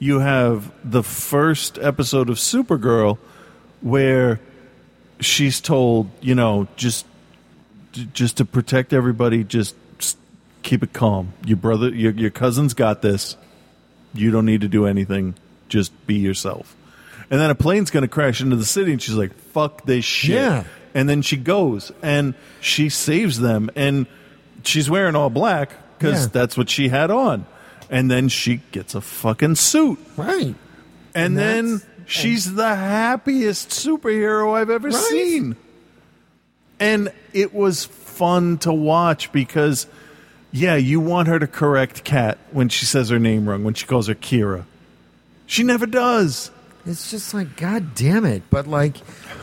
Speaker 9: You have the first episode of Supergirl where she's told, you know, just j- just to protect everybody, just, just keep it calm. Your brother, your your cousin's got this. You don't need to do anything. Just be yourself. And then a plane's going to crash into the city, and she's like, "Fuck this shit."
Speaker 10: Yeah.
Speaker 9: And then she goes and she saves them, and she's wearing all black because
Speaker 10: Yeah.
Speaker 9: that's what she had on. And then she gets a fucking suit,
Speaker 10: Right.
Speaker 9: and,
Speaker 10: And
Speaker 9: then
Speaker 10: that's-
Speaker 9: she's the happiest superhero I've ever
Speaker 10: Right.
Speaker 9: seen. And it was fun to watch because, yeah, you want her to correct Kat when she says her name wrong when she calls her Kira. She never does.
Speaker 10: It's just like, god damn it! But like,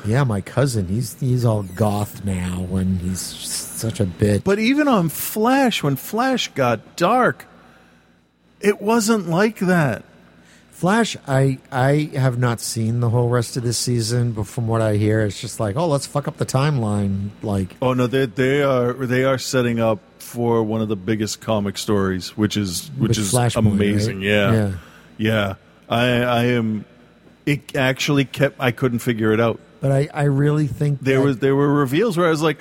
Speaker 10: yeah, my cousin, he's he's all goth now, when he's such a bitch.
Speaker 9: But even on Flash, when Flash got dark, it wasn't like that.
Speaker 10: Flash, I I have not seen the whole rest of this season, but from what I hear, it's just like, oh, let's fuck up the timeline. Like,
Speaker 9: Oh no, they they are they are setting up for one of the biggest comic stories, which is which
Speaker 10: With
Speaker 9: is
Speaker 10: Flashpoint,
Speaker 9: amazing.
Speaker 10: right?
Speaker 9: Yeah.
Speaker 10: Yeah.
Speaker 9: yeah, I I am. It actually kept. I couldn't figure it out.
Speaker 10: but I I really think
Speaker 9: There
Speaker 10: that-
Speaker 9: was there were reveals where I was like,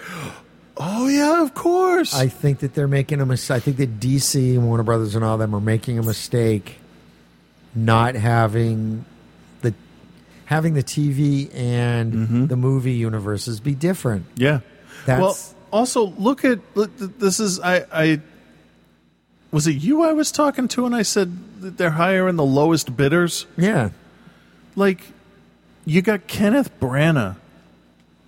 Speaker 9: oh yeah, of course.
Speaker 10: I think that they're making a mistake. I think that DC and Warner Brothers and all them are making a mistake, not having the having the TV and the movie universes be different.
Speaker 9: Mm-hmm. Yeah.
Speaker 10: That's-
Speaker 9: well, also look at look, th- this is I I was it you I was talking to and I said that they're hiring the lowest bidders.
Speaker 10: Yeah,
Speaker 9: Like you got Kenneth Branagh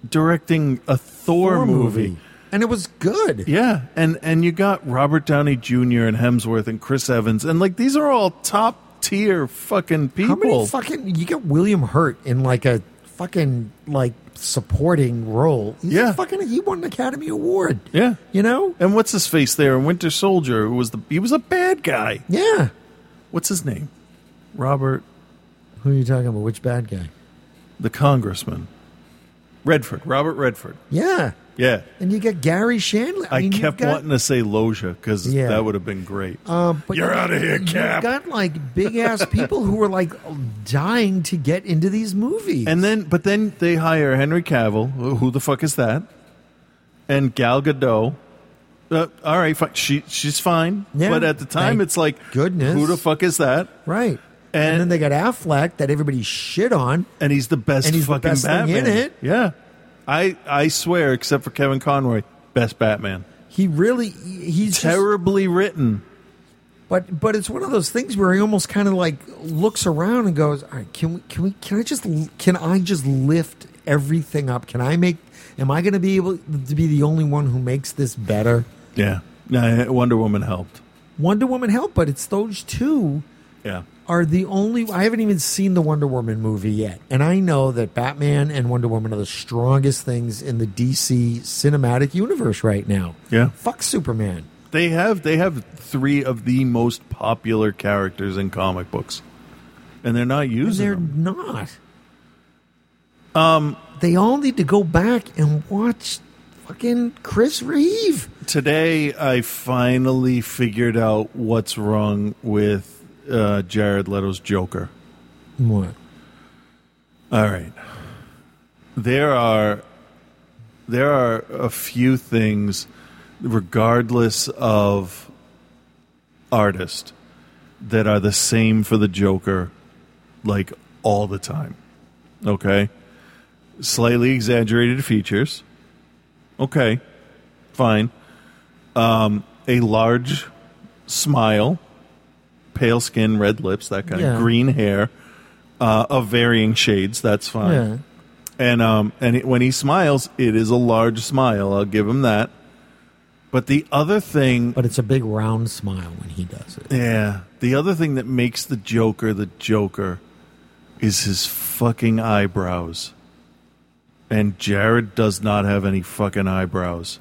Speaker 9: directing a Thor,
Speaker 10: Thor
Speaker 9: movie.
Speaker 10: and it was good.
Speaker 9: Yeah, and and you got Robert Downey Jr. and Hemsworth and Chris Evans and like these are all top tier fucking people.
Speaker 10: How many fucking you get William Hurt in like a fucking like supporting role? He's a
Speaker 9: Yeah.
Speaker 10: fucking he won an Academy Award.
Speaker 9: yeah.
Speaker 10: you know.
Speaker 9: And what's his face there? in Winter Soldier who was the he was a bad guy.
Speaker 10: Yeah.
Speaker 9: What's his name? Robert
Speaker 10: Who are you talking about? Which bad guy?
Speaker 9: the congressman. Redford, Robert Redford.
Speaker 10: Yeah,
Speaker 9: Yeah.
Speaker 10: and you get Gary Shandling.
Speaker 9: I,
Speaker 10: mean, you've
Speaker 9: kept
Speaker 10: got,
Speaker 9: wanting to say Loja because
Speaker 10: Yeah.
Speaker 9: that would have been great.
Speaker 10: Uh, but
Speaker 9: You're outta here, Cap.
Speaker 10: You've got like big ass people who are like dying to get into these movies.
Speaker 9: and then, but then they hire Henry Cavill. Who who the fuck is that? And Gal Gadot. Uh, all right, fine. She she's fine.
Speaker 10: Yeah.
Speaker 9: But at the time,
Speaker 10: Thank
Speaker 9: it's like,
Speaker 10: goodness.
Speaker 9: who the fuck is that?
Speaker 10: right,
Speaker 9: And-
Speaker 10: and then they got Affleck that everybody shit on.
Speaker 9: And he's the best
Speaker 10: And he's the
Speaker 9: fucking
Speaker 10: best thing
Speaker 9: Batman
Speaker 10: in it.
Speaker 9: Yeah, I I swear, except for Kevin Conroy, best Batman.
Speaker 10: He really he's just-
Speaker 9: Terribly written.
Speaker 10: But but it's one of those things where he almost kind of like looks around and goes, "All right, can we can we can I just can I just lift everything up? Can I make? Am I going to be able to be the only one who makes this better?"
Speaker 9: Yeah. No, Wonder Woman helped.
Speaker 10: Wonder Woman helped, but it's those two
Speaker 9: Yeah.
Speaker 10: are the only. I haven't even seen the Wonder Woman movie yet, and I know that Batman and Wonder Woman are the strongest things in the DC cinematic universe right now.
Speaker 1: Yeah.
Speaker 10: Fuck Superman.
Speaker 1: They have they have three of the most popular characters in comic books, and they're not using
Speaker 10: They're
Speaker 1: them.
Speaker 10: not. Um, they all need to go back and watch fucking Chris Reeve.
Speaker 1: Today, I finally figured out what's wrong with uh, Jared Leto's Joker.
Speaker 10: What?
Speaker 1: All right. There are there are a few things regardless of artist that are the same for the Joker like all the time. Okay? Slightly exaggerated features. Okay. Fine. Um a large smile, pale skin, red lips, that kind
Speaker 10: Yeah.
Speaker 1: of green hair uh, of varying shades. That's fine.
Speaker 10: Yeah.
Speaker 1: And um, and it, when he smiles, it is a large smile. I'll give him that. But the other thing,
Speaker 10: But it's a big round smile when he does it.
Speaker 1: yeah, the other thing that makes the Joker the Joker is his fucking eyebrows. And Jared does not have any fucking eyebrows.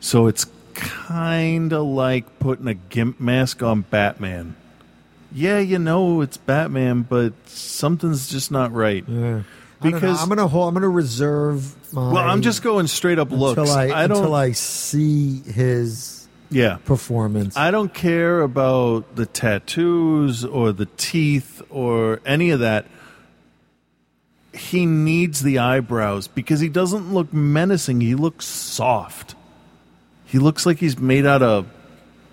Speaker 1: So it's kind of like putting a gimp mask on Batman. Yeah, you know it's Batman, but something's just not right.
Speaker 10: I don't know.
Speaker 1: Because
Speaker 10: I'm gonna hold. I'm gonna reserve my.
Speaker 1: well, I'm just going straight up looks.
Speaker 10: until I,
Speaker 1: don't.
Speaker 10: until I see his
Speaker 1: yeah,
Speaker 10: performance.
Speaker 1: I don't care about the tattoos or the teeth or any of that. He needs the eyebrows because he doesn't look menacing. He looks soft. He looks like he's made out of,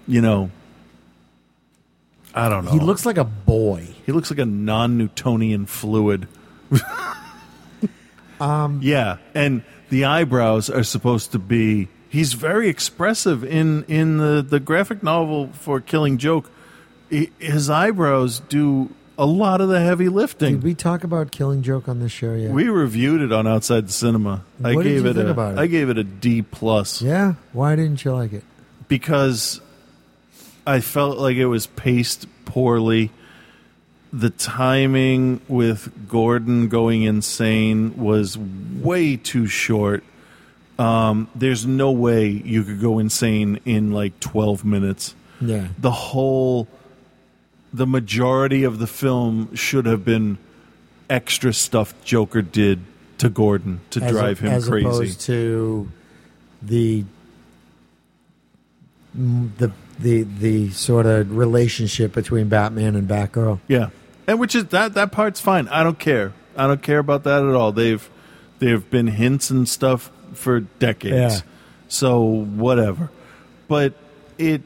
Speaker 1: you know, I don't know.
Speaker 10: he looks like a boy.
Speaker 1: He looks like a non-Newtonian
Speaker 10: [LAUGHS]
Speaker 1: fluid.
Speaker 10: Um,
Speaker 1: yeah, and the eyebrows are supposed to be. He's very expressive in in the the graphic novel for Killing Joke. I his eyebrows do a lot of the heavy
Speaker 10: Did
Speaker 1: lifting.
Speaker 10: we talk about Killing Joke on this show yet?
Speaker 1: We reviewed it on Outside the Cinema. I
Speaker 10: What did
Speaker 1: gave
Speaker 10: you
Speaker 1: it
Speaker 10: think
Speaker 1: a
Speaker 10: about it?
Speaker 1: I gave it a D plus
Speaker 10: yeah. Why didn't you like it?
Speaker 1: because I felt like it was paced poorly. The timing with Gordon going insane was way too short. Um, there's no way you could go insane in like 12 minutes.
Speaker 10: Yeah.
Speaker 1: The whole, the majority of the film should have been extra stuff Joker did to Gordon to
Speaker 10: As
Speaker 1: drive
Speaker 10: op-
Speaker 1: him
Speaker 10: as
Speaker 1: crazy.
Speaker 10: opposed to the mm, the the the sort of relationship between Batman and Batgirl.
Speaker 1: Yeah, and which is that that part's fine. I don't care. I don't care about that at all. They've there have been hints and stuff for decades,
Speaker 10: Yeah.
Speaker 1: so whatever. But it,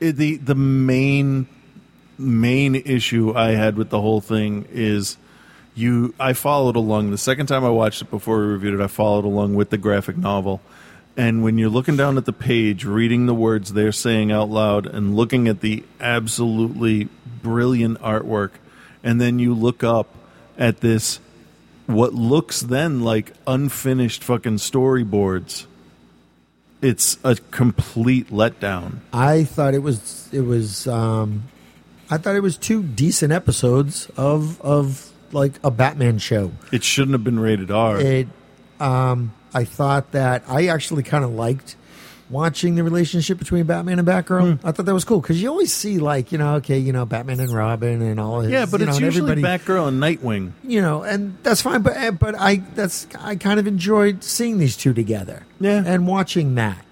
Speaker 1: it the the main main issue I had with the whole thing is you I followed along the second time I watched it before we reviewed it I followed along with the graphic novel and when you're looking down at the page reading the words they're saying out loud and looking at the absolutely brilliant artwork and then you look up at this what looks then like unfinished fucking storyboards it's a complete letdown
Speaker 10: I thought it was it was um I thought it was two decent episodes of of like a Batman show.
Speaker 1: it shouldn't have been rated R
Speaker 10: It um I thought that I actually kind of liked watching the relationship between Batman and Batgirl.
Speaker 1: Hmm.
Speaker 10: I thought that was cool cuz you always see like, you know, okay, you know, Batman and Robin and all his
Speaker 1: yeah but
Speaker 10: you know,
Speaker 1: it's
Speaker 10: and
Speaker 1: usually
Speaker 10: everybody,
Speaker 1: Batgirl and Nightwing
Speaker 10: you know, and that's fine. But eh, but I that's I kind of enjoyed seeing these two together.
Speaker 1: Yeah.
Speaker 10: and watching that,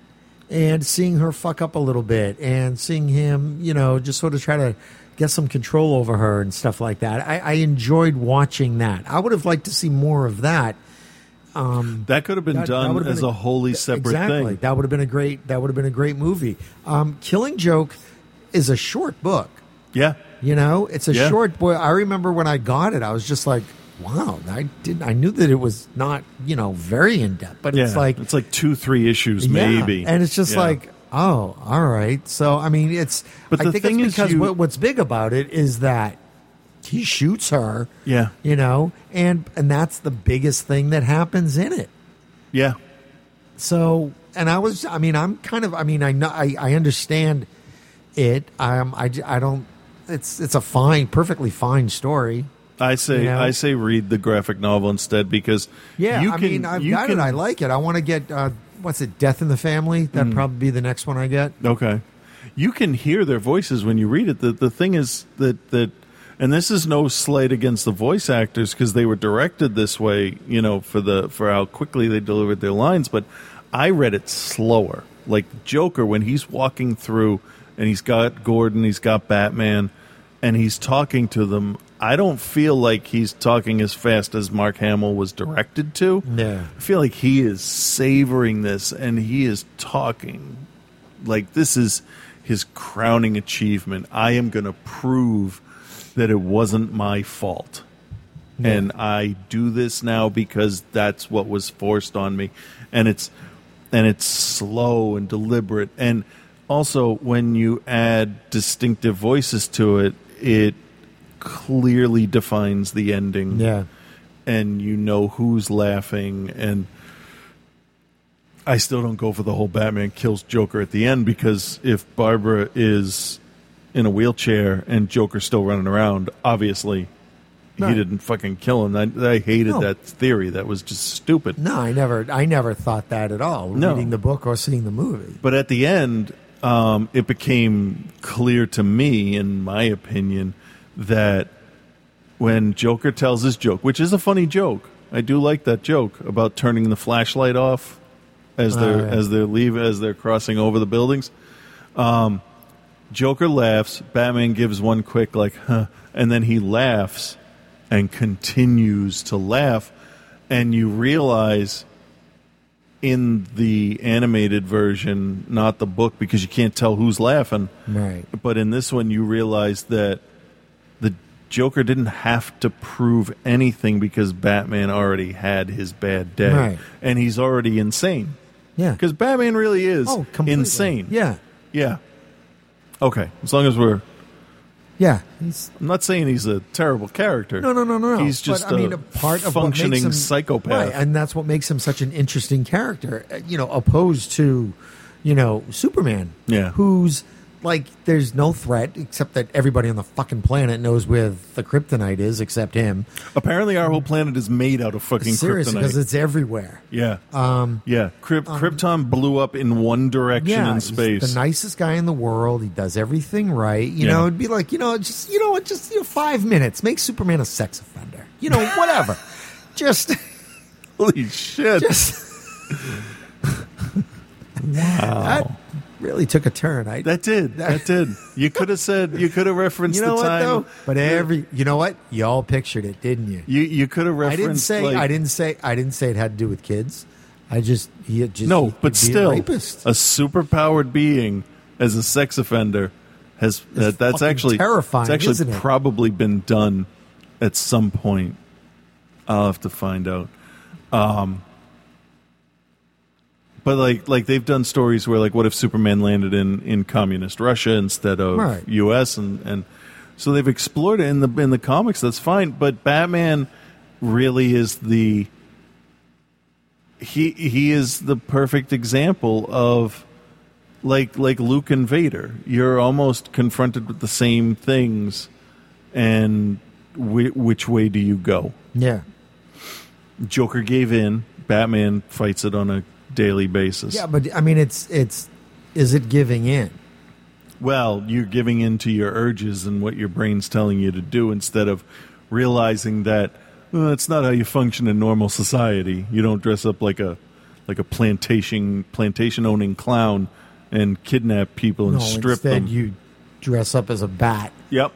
Speaker 10: and seeing her fuck up a little bit, and seeing him, you know, just sort of try to get some control over her and stuff like that. I, I enjoyed watching that. I would have liked to see more of that.
Speaker 1: That could have been
Speaker 10: That- that
Speaker 1: done
Speaker 10: would have
Speaker 1: as
Speaker 10: been
Speaker 1: a wholly separate
Speaker 10: exactly.
Speaker 1: thing.
Speaker 10: That would have been a great. That would have been a great movie. Um, Killing Joke is a short book.
Speaker 1: yeah.
Speaker 10: You know, it's a
Speaker 1: Yeah.
Speaker 10: short boy. I remember when I got it, I was just like, "Wow!" I didn't. I knew that it was not, you know, very in depth, but
Speaker 1: Yeah.
Speaker 10: it's like
Speaker 1: it's like two, three issues,
Speaker 10: yeah.
Speaker 1: maybe.
Speaker 10: and it's just
Speaker 1: Yeah.
Speaker 10: like, "Oh, all right." So, I mean, it's.
Speaker 1: But
Speaker 10: I
Speaker 1: the
Speaker 10: think
Speaker 1: thing
Speaker 10: it's
Speaker 1: is
Speaker 10: because
Speaker 1: you-
Speaker 10: what, what's big about it is that he shoots her.
Speaker 1: Yeah.
Speaker 10: you know, and and that's the biggest thing that happens in it.
Speaker 1: Yeah.
Speaker 10: So, and I was, I mean, I'm kind of, I mean, I know, I, I understand it. Um, I, j- I don't, it's it's a fine, perfectly fine story.
Speaker 9: I say
Speaker 10: You know?
Speaker 9: I say read the graphic novel instead because
Speaker 10: Yeah,
Speaker 9: you
Speaker 10: I
Speaker 9: can,
Speaker 10: mean, I've
Speaker 9: you
Speaker 10: got
Speaker 9: can,
Speaker 10: it. I like it. I want to get uh, what's it? Death in the Family. That'd
Speaker 9: Mm.
Speaker 10: probably be the next one I get.
Speaker 9: Okay. You can hear their voices when you read it. The the thing is that that and this is no slight against the voice actors because they were directed this way, you know, for the for how quickly they delivered their lines, but I read it slower. Like Joker when he's walking through and he's got Gordon, he's got Batman and he's talking to them. I don't feel like he's talking as fast as Mark Hamill was directed to.
Speaker 10: Yeah.
Speaker 9: I feel like he is savoring this and he is talking like this is his crowning achievement. I am going to prove that it wasn't my fault.
Speaker 11: Yeah.
Speaker 9: And I do this now because that's what was forced on me. And it's and it's slow and deliberate and also when you add distinctive voices to it, it clearly defines the ending.
Speaker 10: Yeah.
Speaker 9: And you know who's laughing and I still don't go for the whole Batman kills Joker at the end because if Barbara is in a wheelchair and Joker's still running around, obviously
Speaker 10: Right.
Speaker 9: he didn't fucking kill him. I, I hated
Speaker 10: No.
Speaker 9: that theory. That was just stupid.
Speaker 10: No, I never, I never thought that at all.
Speaker 9: No.
Speaker 10: Reading the book or seeing the movie.
Speaker 9: But at the end, um, it became clear to me, in my opinion, that when Joker tells his joke, which is a funny joke, I do like that joke about turning the flashlight off as they're
Speaker 11: Oh, yeah.
Speaker 9: as they're leave as they're crossing over the buildings. Um, Joker laughs. Batman gives one quick like, huh, and then he laughs and continues to laugh, and you realize in the animated version, not the book, because you can't tell who's laughing.
Speaker 10: Right.
Speaker 9: But in this one, you realize that the Joker didn't have to prove anything because Batman already had his bad day.
Speaker 10: Right.
Speaker 9: And he's already insane.
Speaker 10: Yeah.
Speaker 9: Because Batman really is
Speaker 10: Oh, completely.
Speaker 9: insane.
Speaker 10: Yeah.
Speaker 9: Yeah. Okay. As long as we're.
Speaker 10: Yeah. He's,
Speaker 9: I'm not saying he's a terrible character.
Speaker 10: no, no, no, no. no.
Speaker 9: He's just
Speaker 10: but, I mean, a part of what makes
Speaker 9: functioning
Speaker 10: him-
Speaker 9: psychopath.
Speaker 10: right, and that's what makes him such an interesting character. uh, You know, opposed to, you know, Superman.
Speaker 9: Yeah.
Speaker 10: Who's like, there's no threat except that everybody on the fucking planet knows where the kryptonite is except him.
Speaker 9: Apparently, our whole planet is made out of fucking
Speaker 10: Seriously,
Speaker 9: kryptonite.
Speaker 10: because it's everywhere.
Speaker 9: yeah.
Speaker 10: Um,
Speaker 9: Yeah, Kryp-
Speaker 10: Um,
Speaker 9: Krypton blew up in one direction
Speaker 10: yeah,
Speaker 9: in
Speaker 10: he's
Speaker 9: space.
Speaker 10: the nicest guy in the world. He does everything right. You
Speaker 9: Yeah.
Speaker 10: know, it'd be like, you know, just you know what, just you know, five minutes. Make Superman a sex offender. You know,
Speaker 9: [LAUGHS]
Speaker 10: whatever. just
Speaker 9: Holy shit. Wow.
Speaker 10: That really took a turn. I
Speaker 9: that did. That did. You could have said. You could have referenced
Speaker 10: You know
Speaker 9: the
Speaker 10: what
Speaker 9: time.
Speaker 10: though? But every you know what? Y'all pictured it, didn't you?
Speaker 9: you you could have
Speaker 10: I
Speaker 9: referenced.
Speaker 10: didn't say
Speaker 9: like-
Speaker 10: I didn't say I didn't say it had to do with kids. I just he had just he
Speaker 9: No,
Speaker 10: could
Speaker 9: but
Speaker 10: be
Speaker 9: still, uh,
Speaker 10: a
Speaker 9: a,
Speaker 10: rapist.
Speaker 9: superpowered being as a sex offender has that, that's
Speaker 10: fucking
Speaker 9: actually
Speaker 10: terrifying,
Speaker 9: It's actually
Speaker 10: isn't it?
Speaker 9: probably been done at some point. I'll have to find out. Um, but like like they've done stories where like what if Superman landed in in communist Russia instead of
Speaker 11: Right.
Speaker 9: U.S. and and so they've explored it in the in the comics. That's fine, but Batman really is the he he is the perfect example of like like Luke and Vader. You're almost confronted with the same things, and whi which way do you go?
Speaker 10: Yeah.
Speaker 9: Joker gave in. Batman fights it on a daily basis.
Speaker 10: Yeah, but I mean it's it's is it giving in?
Speaker 9: Well, you're giving in to your urges and what your brain's telling you to do instead of realizing that well, that's not how you function in normal society. You don't dress up like a like a plantation plantation owning clown and kidnap people and
Speaker 10: no,
Speaker 9: strip
Speaker 10: instead
Speaker 9: them.
Speaker 10: you dress up as a bat.
Speaker 9: yep,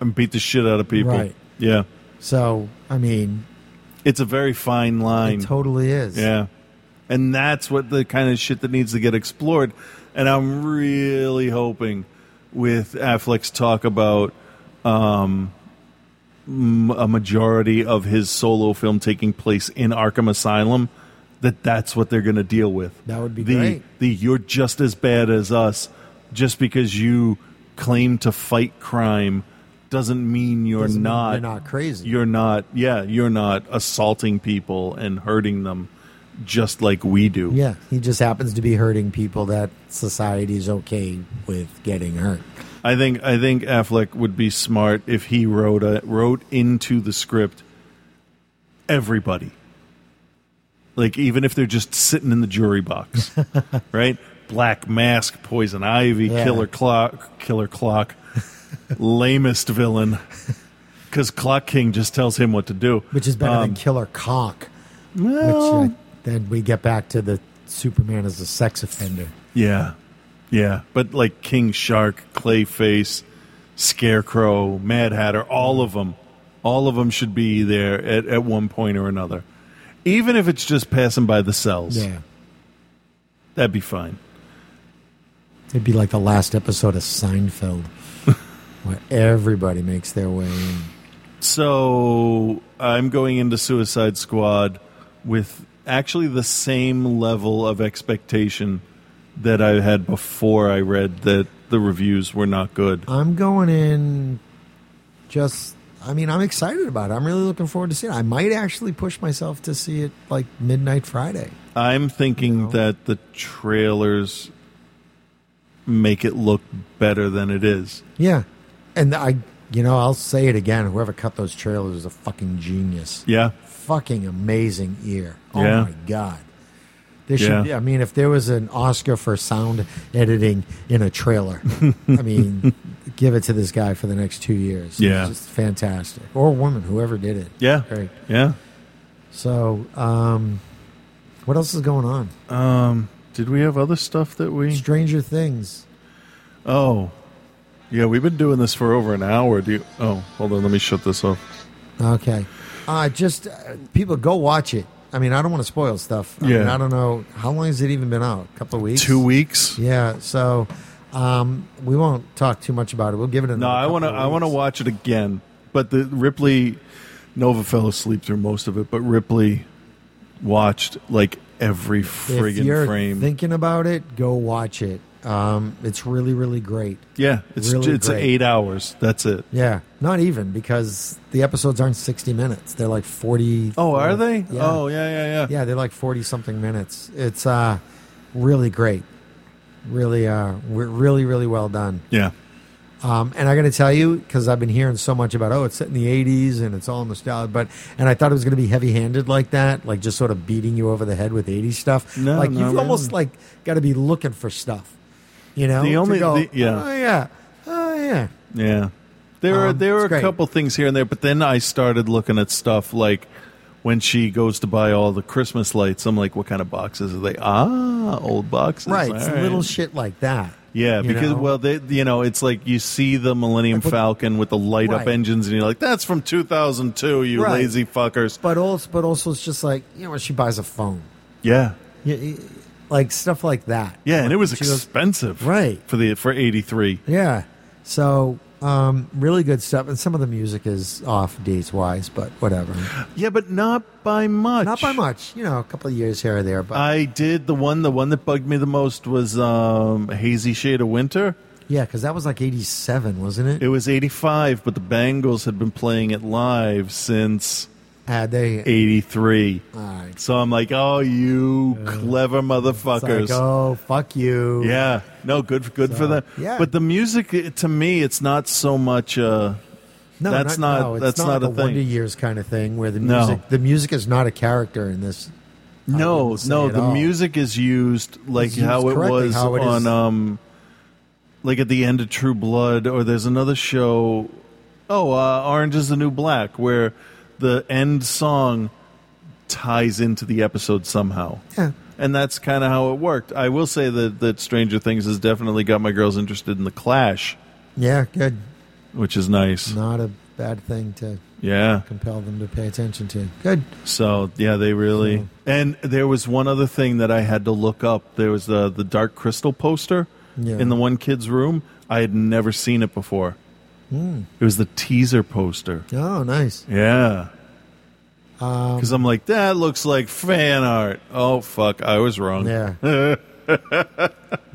Speaker 9: and beat the shit out of people.
Speaker 10: Right.
Speaker 9: Yeah,
Speaker 10: So I mean,
Speaker 9: it's a very fine line.
Speaker 10: it totally is.
Speaker 9: Yeah. And that's what the kind of shit that needs to get explored. And I'm really hoping with Affleck's talk about um, m- a majority of his solo film taking place in Arkham Asylum, that that's what they're going to deal with.
Speaker 10: That would be
Speaker 9: the,
Speaker 10: great.
Speaker 9: The you're just as bad as us just because you claim to fight crime doesn't mean you're
Speaker 10: Doesn't mean
Speaker 9: not
Speaker 10: you're not crazy.
Speaker 9: You're not yeah, you're not assaulting people and hurting them just like we do.
Speaker 10: Yeah, he just happens to be hurting people that society is okay with getting hurt.
Speaker 9: I think I think Affleck would be smart if he wrote a, wrote into the script everybody, like even if they're just sitting in the jury box, right? Black Mask, Poison Ivy,
Speaker 11: Yeah.
Speaker 9: Killer Clock, Killer
Speaker 10: [LAUGHS]
Speaker 9: Clock, lamest villain, because Clock King just tells him what to do,
Speaker 10: which is better
Speaker 9: Um,
Speaker 10: than Killer Conk.
Speaker 9: Well-
Speaker 10: which uh, then we get back to the Superman as a sex offender.
Speaker 9: Yeah. Yeah. But like King Shark, Clayface, Scarecrow, Mad Hatter, all of them, all of them should be there at, at one point or another. Even if it's just passing by the cells.
Speaker 10: Yeah.
Speaker 9: That'd be fine.
Speaker 10: It'd be like the last episode of Seinfeld, where everybody makes their way in.
Speaker 9: So I'm going into Suicide Squad with actually the same level of expectation that I had before I read that the reviews were not good.
Speaker 10: I'm going in just I mean, I'm excited about it. I'm really looking forward to seeing it. I might actually push myself to see it like midnight Friday.
Speaker 9: I'm thinking that the trailers make it look better than it is.
Speaker 10: Yeah. And I you know, I'll say it again, whoever cut those trailers is a fucking genius.
Speaker 9: Yeah.
Speaker 10: Fucking amazing ear. Oh
Speaker 9: Yeah.
Speaker 10: my god. There should
Speaker 9: Yeah.
Speaker 10: be, I mean, if there was an Oscar for sound editing in a trailer,
Speaker 9: [LAUGHS]
Speaker 10: I mean, give it to this guy for the next two years.
Speaker 9: Yeah.
Speaker 10: It's just fantastic. Or woman, whoever did it.
Speaker 9: Yeah.
Speaker 10: Great.
Speaker 9: Yeah.
Speaker 10: So, um, what else is going on?
Speaker 9: Um, did we have other stuff that we
Speaker 10: Stranger Things?
Speaker 9: Oh. Yeah, we've been doing this for over an hour. Do you Oh, hold on, let me shut this off.
Speaker 10: Okay. Uh, just uh, people go watch it. I mean, I don't want to spoil stuff. I
Speaker 9: Yeah.
Speaker 10: mean, I don't know how long has it even been out. A couple of weeks.
Speaker 9: 2 weeks?
Speaker 10: Yeah. So, um, we won't talk too much about it. We'll give it.
Speaker 9: No,
Speaker 10: Another
Speaker 9: I want to
Speaker 10: couple of
Speaker 9: I want to
Speaker 10: weeks.
Speaker 9: watch it again. But the Ripley Nova fell asleep through most of it, but Ripley watched like every
Speaker 10: if you're
Speaker 9: friggin' frame.
Speaker 10: Thinking about it, go watch it. Um, it's really, really great.
Speaker 9: yeah, it's
Speaker 10: Really
Speaker 9: it's
Speaker 10: great.
Speaker 9: 8 hours. That's it.
Speaker 10: Yeah, not even because the episodes aren't 60 minutes. They're like 40.
Speaker 9: Oh, are they?
Speaker 10: Yeah.
Speaker 9: Oh, yeah, yeah, yeah.
Speaker 10: Yeah, they're like 40 something minutes. It's uh really great. Really uh we're really really well done.
Speaker 9: Yeah.
Speaker 10: Um, and I got to tell you, because I've been hearing so much about, oh, it's set in the '80s and it's all nostalgia. But and I thought it was going to be heavy-handed like that, like just sort of beating you over the head with '80s stuff.
Speaker 9: No,
Speaker 10: like
Speaker 9: not
Speaker 10: you've
Speaker 9: really.
Speaker 10: almost like got to be looking for stuff, you know?
Speaker 9: The
Speaker 10: to
Speaker 9: only-
Speaker 10: go,
Speaker 9: the- yeah.
Speaker 10: oh yeah, oh yeah,
Speaker 9: Yeah. There are
Speaker 10: Um,
Speaker 9: there
Speaker 10: it's
Speaker 9: are a
Speaker 10: great.
Speaker 9: couple things here and there, but then I started looking at stuff like when she goes to buy all the Christmas lights. I'm like, what kind of boxes are they? Ah, old boxes.
Speaker 10: right.
Speaker 9: All
Speaker 10: It's little shit like that.
Speaker 9: Yeah,
Speaker 10: you
Speaker 9: because
Speaker 10: know?
Speaker 9: well, they, you know, it's like you see the Millennium
Speaker 10: Like what-
Speaker 9: Falcon with the light up
Speaker 10: Right.
Speaker 9: engines, and you're like, "That's from 2002, you
Speaker 10: Right.
Speaker 9: lazy fuckers."
Speaker 10: But also, but also, it's just like you know, when she buys a phone,
Speaker 9: Yeah,
Speaker 10: Yeah, y- like stuff like that.
Speaker 9: yeah, and it was
Speaker 10: She goes-
Speaker 9: expensive,
Speaker 10: Right.
Speaker 9: For the for 83.
Speaker 10: Yeah. So, um, really good stuff. And some of the music is off dates wise, but whatever.
Speaker 9: Yeah, but not by much.
Speaker 10: Not by much. You know, a couple of years here or there, but
Speaker 9: Uh, I did the one. The one that bugged me the most was um, Hazy Shade of Winter.
Speaker 10: yeah, because that was like 87, wasn't it?
Speaker 9: It was 85, but the Bengals had been playing it live since
Speaker 10: Had they.
Speaker 9: 83.
Speaker 10: All right.
Speaker 9: So I'm like, oh, you clever
Speaker 10: It's like,
Speaker 9: motherfuckers.
Speaker 10: oh, fuck you.
Speaker 9: yeah. No, good good for
Speaker 10: So,
Speaker 9: them.
Speaker 10: yeah.
Speaker 9: But the music, it- to me, it's not so much. Uh,
Speaker 10: No,
Speaker 9: that's not,
Speaker 10: no, it's
Speaker 9: that's
Speaker 10: not,
Speaker 9: not,
Speaker 10: like
Speaker 9: a
Speaker 10: Wonder
Speaker 9: thing.
Speaker 10: Years kind of thing where the
Speaker 9: No.
Speaker 10: music the music is not a character in this. uh,
Speaker 9: No,
Speaker 10: wouldn't say
Speaker 9: no,
Speaker 10: at
Speaker 9: the
Speaker 10: all.
Speaker 9: music is used like
Speaker 10: It's used
Speaker 9: how it
Speaker 10: correctly,
Speaker 9: was
Speaker 10: how it is.
Speaker 9: on, um, like at the end of True Blood, or there's another show. Oh, uh, Orange is the New Black, where the end song ties into the episode somehow.
Speaker 10: Yeah.
Speaker 9: And that's kind of how it worked. I will say that, that Stranger Things has definitely got my girls interested in The Clash,
Speaker 10: Yeah, good.
Speaker 9: which is nice.
Speaker 10: Not a bad thing to
Speaker 9: Yeah.
Speaker 10: compel them to pay attention to. Good.
Speaker 9: So yeah, they really. And there was one other thing that I had to look up. There was the the Dark Crystal poster
Speaker 10: Yeah.
Speaker 9: in the one kid's room. I had never seen it before. It was the teaser poster.
Speaker 10: Oh, nice.
Speaker 9: Yeah. Because I'm like, that looks like fan art. Oh fuck, I was wrong.
Speaker 10: Yeah.
Speaker 9: [LAUGHS]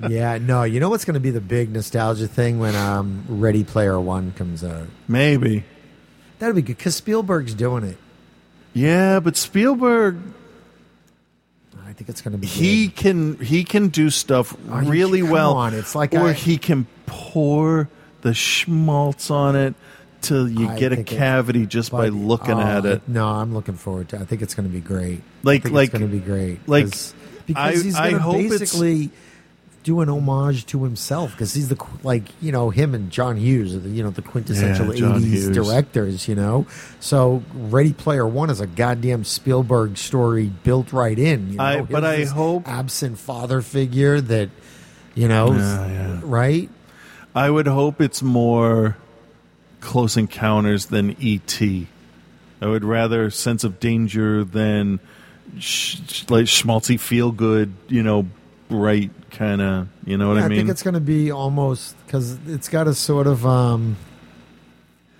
Speaker 10: yeah, no, you know what's going to be the big nostalgia thing when um, Ready Player One comes out?
Speaker 9: Maybe.
Speaker 10: That'd be good because Spielberg's doing it.
Speaker 9: Yeah, but Spielberg,
Speaker 10: I think it's going to be.
Speaker 9: he
Speaker 10: big.
Speaker 9: can he can do stuff
Speaker 10: I mean,
Speaker 9: really
Speaker 10: Oh, come
Speaker 9: well.
Speaker 10: on, it's like
Speaker 9: or
Speaker 10: I-
Speaker 9: he can pour the schmaltz on it till you
Speaker 10: I
Speaker 9: get a
Speaker 10: think it-
Speaker 9: cavity just by
Speaker 10: but-
Speaker 9: looking
Speaker 10: oh,
Speaker 9: at it.
Speaker 10: No, I'm looking forward to. it. I think it's going to be great.
Speaker 9: Like-
Speaker 10: I think
Speaker 9: like-
Speaker 10: it's going to be great.
Speaker 9: like,
Speaker 10: 'Cause-
Speaker 9: I-
Speaker 10: because he's
Speaker 9: I
Speaker 10: going to
Speaker 9: hope it's-
Speaker 10: basically do an homage to himself because he's the qu- like you know him and John Hughes are the, you know the quintessential
Speaker 9: Yeah, John
Speaker 10: 80s
Speaker 9: Hughes.
Speaker 10: directors. You know, so Ready Player One is a goddamn Spielberg story built right in. You know?
Speaker 9: I-
Speaker 10: Here's
Speaker 9: but I
Speaker 10: this
Speaker 9: hope-
Speaker 10: absent father figure that you know
Speaker 9: Yeah, yeah.
Speaker 10: right.
Speaker 9: I would hope it's more close encounters than E.T. I would rather sense of danger than sh- sh- like schmaltzy feel good, you know, bright kind of, you know what
Speaker 10: Yeah,
Speaker 9: I mean?
Speaker 10: think it's going to be almost because it's got a sort of um,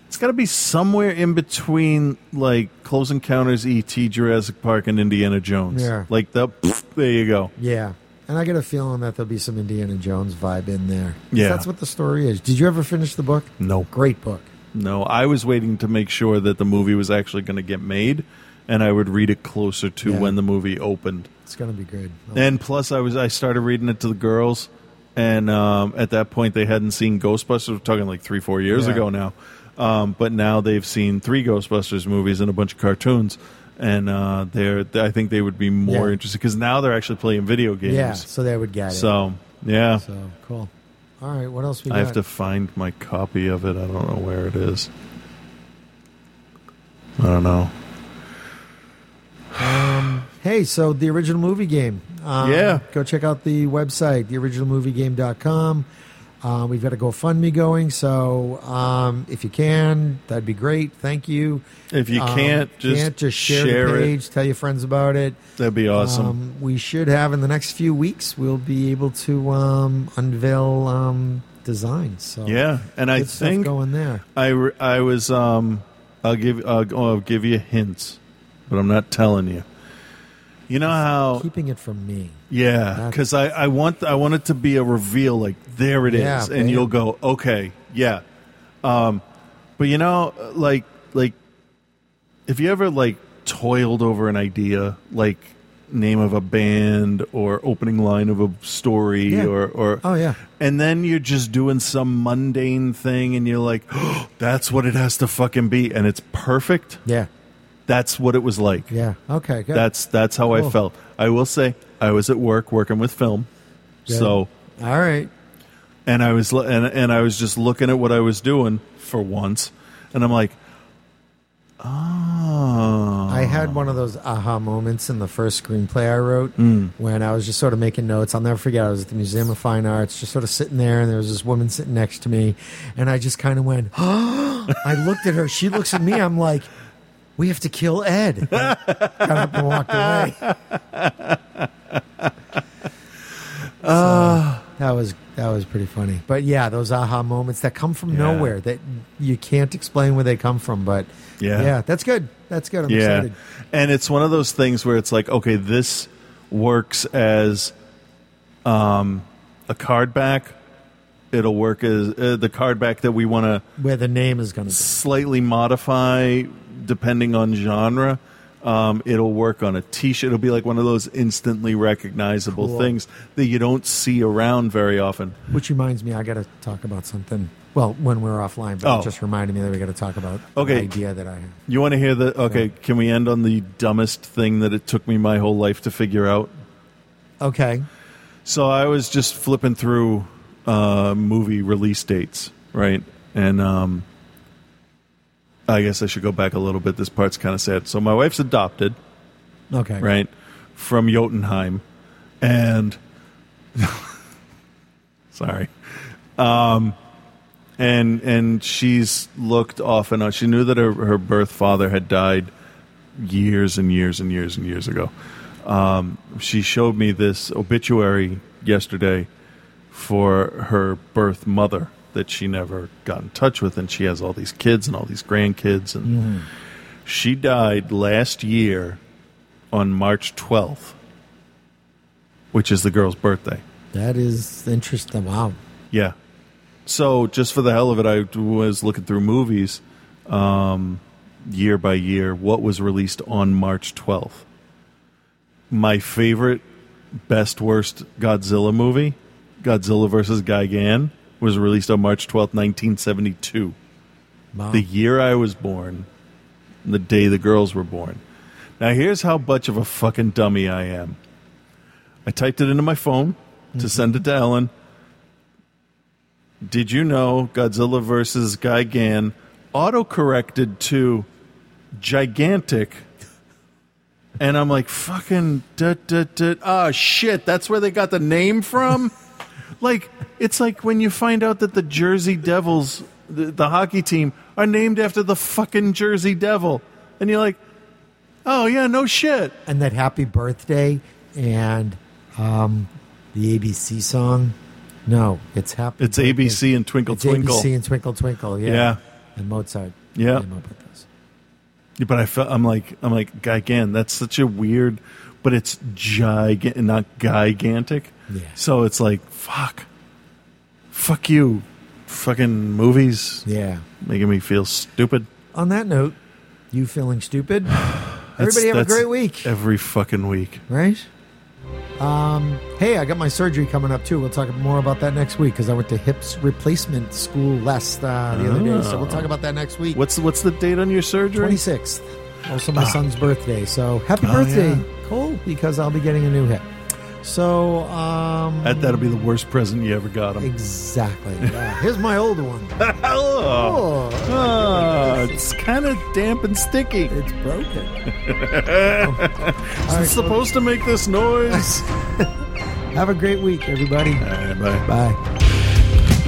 Speaker 9: it's got to be somewhere in between like Close Encounters, E.T., Jurassic Park, and Indiana Jones.
Speaker 10: Yeah.
Speaker 9: Like the, there you go.
Speaker 10: yeah, and I get a feeling that there'll be some Indiana Jones vibe in there. 'Cause
Speaker 9: Yeah.
Speaker 10: that's what the story is. Did you ever finish the book?
Speaker 9: No.
Speaker 10: Great book.
Speaker 9: No, I was waiting to make sure that the movie was actually going to get made, and I would read it closer to
Speaker 10: Yeah.
Speaker 9: when the movie opened.
Speaker 10: It's going to be good.
Speaker 9: And plus, I was I started reading it to the girls, and um, at that point they hadn't seen Ghostbusters. We're talking like three, four years
Speaker 10: Yeah.
Speaker 9: ago now, um, but now they've seen three Ghostbusters movies and a bunch of cartoons, and uh, they're I think they would be more
Speaker 10: Yeah.
Speaker 9: interested because now they're actually playing video games.
Speaker 10: yeah, so they would get it.
Speaker 9: so yeah,
Speaker 10: So, cool. All right, what else we got?
Speaker 9: I have to find my copy of it. I don't know where it is. I don't know.
Speaker 10: Um, Hey, so the original movie game. Um,
Speaker 9: Yeah.
Speaker 10: Go check out the website, theoriginalmoviegame.com. Uh, we've got a GoFundMe going, so um, if you can, that'd be great. Thank you.
Speaker 9: If you
Speaker 10: Um,
Speaker 9: can't, just
Speaker 10: can't, just share,
Speaker 9: share
Speaker 10: the
Speaker 9: it.
Speaker 10: page, tell your friends about it.
Speaker 9: That'd be awesome.
Speaker 10: Um, we should have in the next few weeks. We'll be able to um, unveil um, designs. So
Speaker 9: yeah, and I
Speaker 10: good stuff
Speaker 9: think
Speaker 10: going there.
Speaker 9: I, re- I was um I'll give I'll, I'll give you hints, but I'm not telling you. You know how
Speaker 10: Keeping it from me.
Speaker 9: yeah,
Speaker 10: That's-
Speaker 9: because I, I want I want it to be a reveal like there it is,
Speaker 10: Yeah,
Speaker 9: and
Speaker 10: bam.
Speaker 9: you'll go okay yeah, um, but you know like like if you ever like toiled over an idea like name of a band or opening line of a story
Speaker 10: Yeah.
Speaker 9: or or
Speaker 10: Oh, yeah.
Speaker 9: and then you're just doing some mundane thing and you're like [GASPS] that's what it has to fucking be and it's perfect
Speaker 10: Yeah.
Speaker 9: that's what it was like
Speaker 10: Yeah. Okay. Good.
Speaker 9: that's that's how I
Speaker 10: Cool.
Speaker 9: felt. I will say I was at work working with film,
Speaker 10: Good.
Speaker 9: so
Speaker 10: all right.
Speaker 9: and I was lo- and and I was just looking at what I was doing for once, and I'm like, oh,
Speaker 10: I had one of those aha moments in the first screenplay I wrote
Speaker 9: Hmm.
Speaker 10: when I was just sort of making notes. I'll never forget. I was at the Museum of Fine Arts, just sort of sitting there, and there was this woman sitting next to me, and I just kind of went, [GASPS] I looked at her. She looks at me. I'm like, we have to kill Ed. [LAUGHS] I got up and
Speaker 9: [LAUGHS]
Speaker 10: walked away.
Speaker 9: Ah.
Speaker 10: So, that was that was pretty funny. But yeah, those aha moments that come from
Speaker 9: Yeah.
Speaker 10: nowhere that you can't explain where they come from. But
Speaker 9: Yeah.
Speaker 10: yeah, that's good. That's good. I'm
Speaker 9: yeah,
Speaker 10: excited.
Speaker 9: and it's one of those things where it's like, okay, this works as um a card back. It'll work as uh, the card back that we want to
Speaker 10: where the name is going to be.
Speaker 9: slightly modify depending on genre. Um, it'll work on a T-shirt. It'll be like one of those instantly recognizable
Speaker 10: Cool.
Speaker 9: things that you don't see around very often.
Speaker 10: Which reminds me, I got to talk about something. Well, when we're offline, but
Speaker 9: Oh.
Speaker 10: it just reminded me that we got to talk about
Speaker 9: Okay.
Speaker 10: the idea that I have.
Speaker 9: You want to hear the? Okay, can we end on the dumbest thing that it took me my whole life to figure out?
Speaker 10: Okay.
Speaker 9: So I was just flipping through uh, movie release dates, right? And um, I guess I should go back a little bit. This part's kind of sad. So my wife's adopted.
Speaker 10: Okay.
Speaker 9: right, from Jotunheim, and [LAUGHS] sorry, um, and and she's looked off and on. She knew that her, her birth father had died years and years and years and years ago. Um, she showed me this obituary yesterday for her birth mother that she never got in touch with, and she has all these kids and all these grandkids, and she died last year on March 12th, which is the girl's birthday.
Speaker 10: That is interesting. Wow.
Speaker 9: Yeah. So just for the hell of it, I was looking through movies um, year by year, what was released on March 12th. My favorite, best, worst Godzilla movie, Godzilla versus Gigan, was released on March twelfth, 1972.
Speaker 11: Wow.
Speaker 9: The year I was born, and the day the girls were born. Now, here's how much of a fucking dummy I am. I typed it into my phone to send it to Ellen. Did you know Godzilla versus Gigan auto corrected to gigantic? And I'm like, fucking, da, da, da. ah, shit, that's where they got the name [LAUGHS] from? like, it's like when you find out that the Jersey Devils, the, the hockey team, are named after the fucking Jersey Devil. And you're like, oh, yeah, no shit.
Speaker 10: And that happy birthday and um, the ABC song. No, it's happy.
Speaker 9: It's ABC and Twinkle
Speaker 10: It's
Speaker 9: Twinkle.
Speaker 10: ABC and Twinkle Twinkle. Yeah.
Speaker 9: Yeah.
Speaker 10: And Mozart.
Speaker 9: Yeah.
Speaker 10: Came up with
Speaker 9: Yeah, but I felt I'm like I'm like gigan. That's such a weird, but it's gigant, not gigantic.
Speaker 10: Yeah.
Speaker 9: So it's like fuck, fuck you, fucking movies.
Speaker 10: Yeah.
Speaker 9: Making me feel stupid.
Speaker 10: On that note, you feeling stupid? Everybody have
Speaker 9: [SIGHS]
Speaker 10: a
Speaker 9: that's
Speaker 10: great week,
Speaker 9: Every fucking week.
Speaker 10: right? Um, hey, I got my surgery coming up too. We'll talk more about that next week because I went to hips replacement school last uh, the other day, so we'll talk about that next week.
Speaker 9: What's what's the date on your surgery?
Speaker 10: twenty sixth. Also, Oh, my
Speaker 9: Ah.
Speaker 10: son's birthday. So happy
Speaker 9: Oh,
Speaker 10: birthday,
Speaker 9: yeah.
Speaker 10: Cole, because I'll be getting a new hip. So um,
Speaker 9: That that'll be the worst present you ever got him.
Speaker 10: exactly. Yeah. Here's my
Speaker 9: [LAUGHS]
Speaker 10: old one.
Speaker 9: oh, Oh, it's kind of damp and sticky.
Speaker 10: It's
Speaker 9: [LAUGHS]
Speaker 10: broken. Oh.
Speaker 9: it's supposed to make this noise.
Speaker 10: [LAUGHS] Have a great week, everybody.
Speaker 9: All right, bye.
Speaker 10: Bye.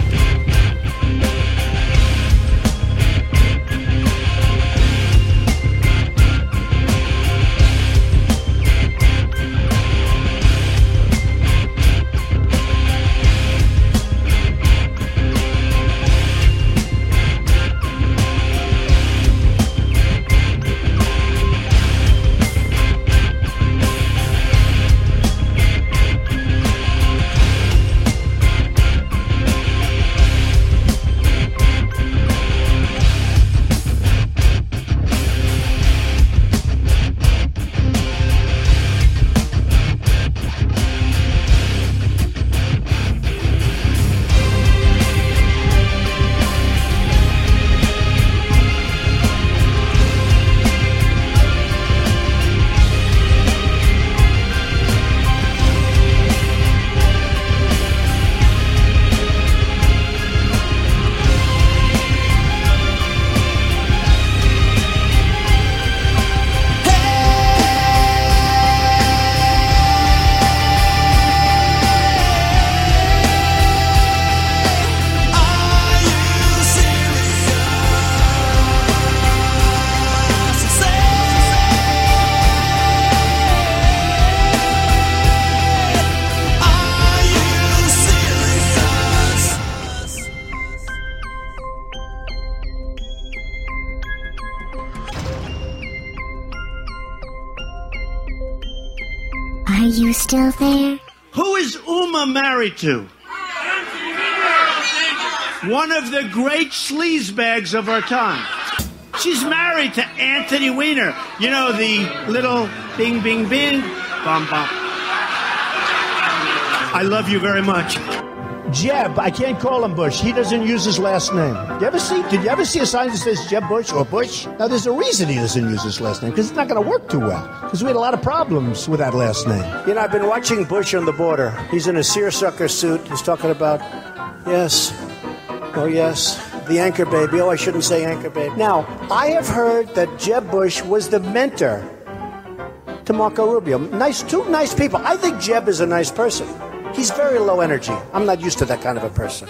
Speaker 12: Are you still there?
Speaker 1: Who is Uma married to? One of the great sleazebags of our time. She's married to Anthony Weiner. You know, the little bing, bing, bing, bum, bum. I love you very much. Jeb, I can't call him Bush. He doesn't use his last name. You ever see? Did you ever see a sign that says Jeb Bush or Bush? Now, there's a reason he doesn't use his last name because it's not going to work too well. Because we had a lot of problems with that last name. You know, I've been watching Bush on the border. He's in a seersucker suit. He's talking about, yes, oh yes, the anchor baby. Oh, I shouldn't say anchor baby. Now, I have heard that Jeb Bush was the mentor to Marco Rubio. Nice, two nice people. I think Jeb is a nice person. He's very low energy. I'm not used to that kind of a person.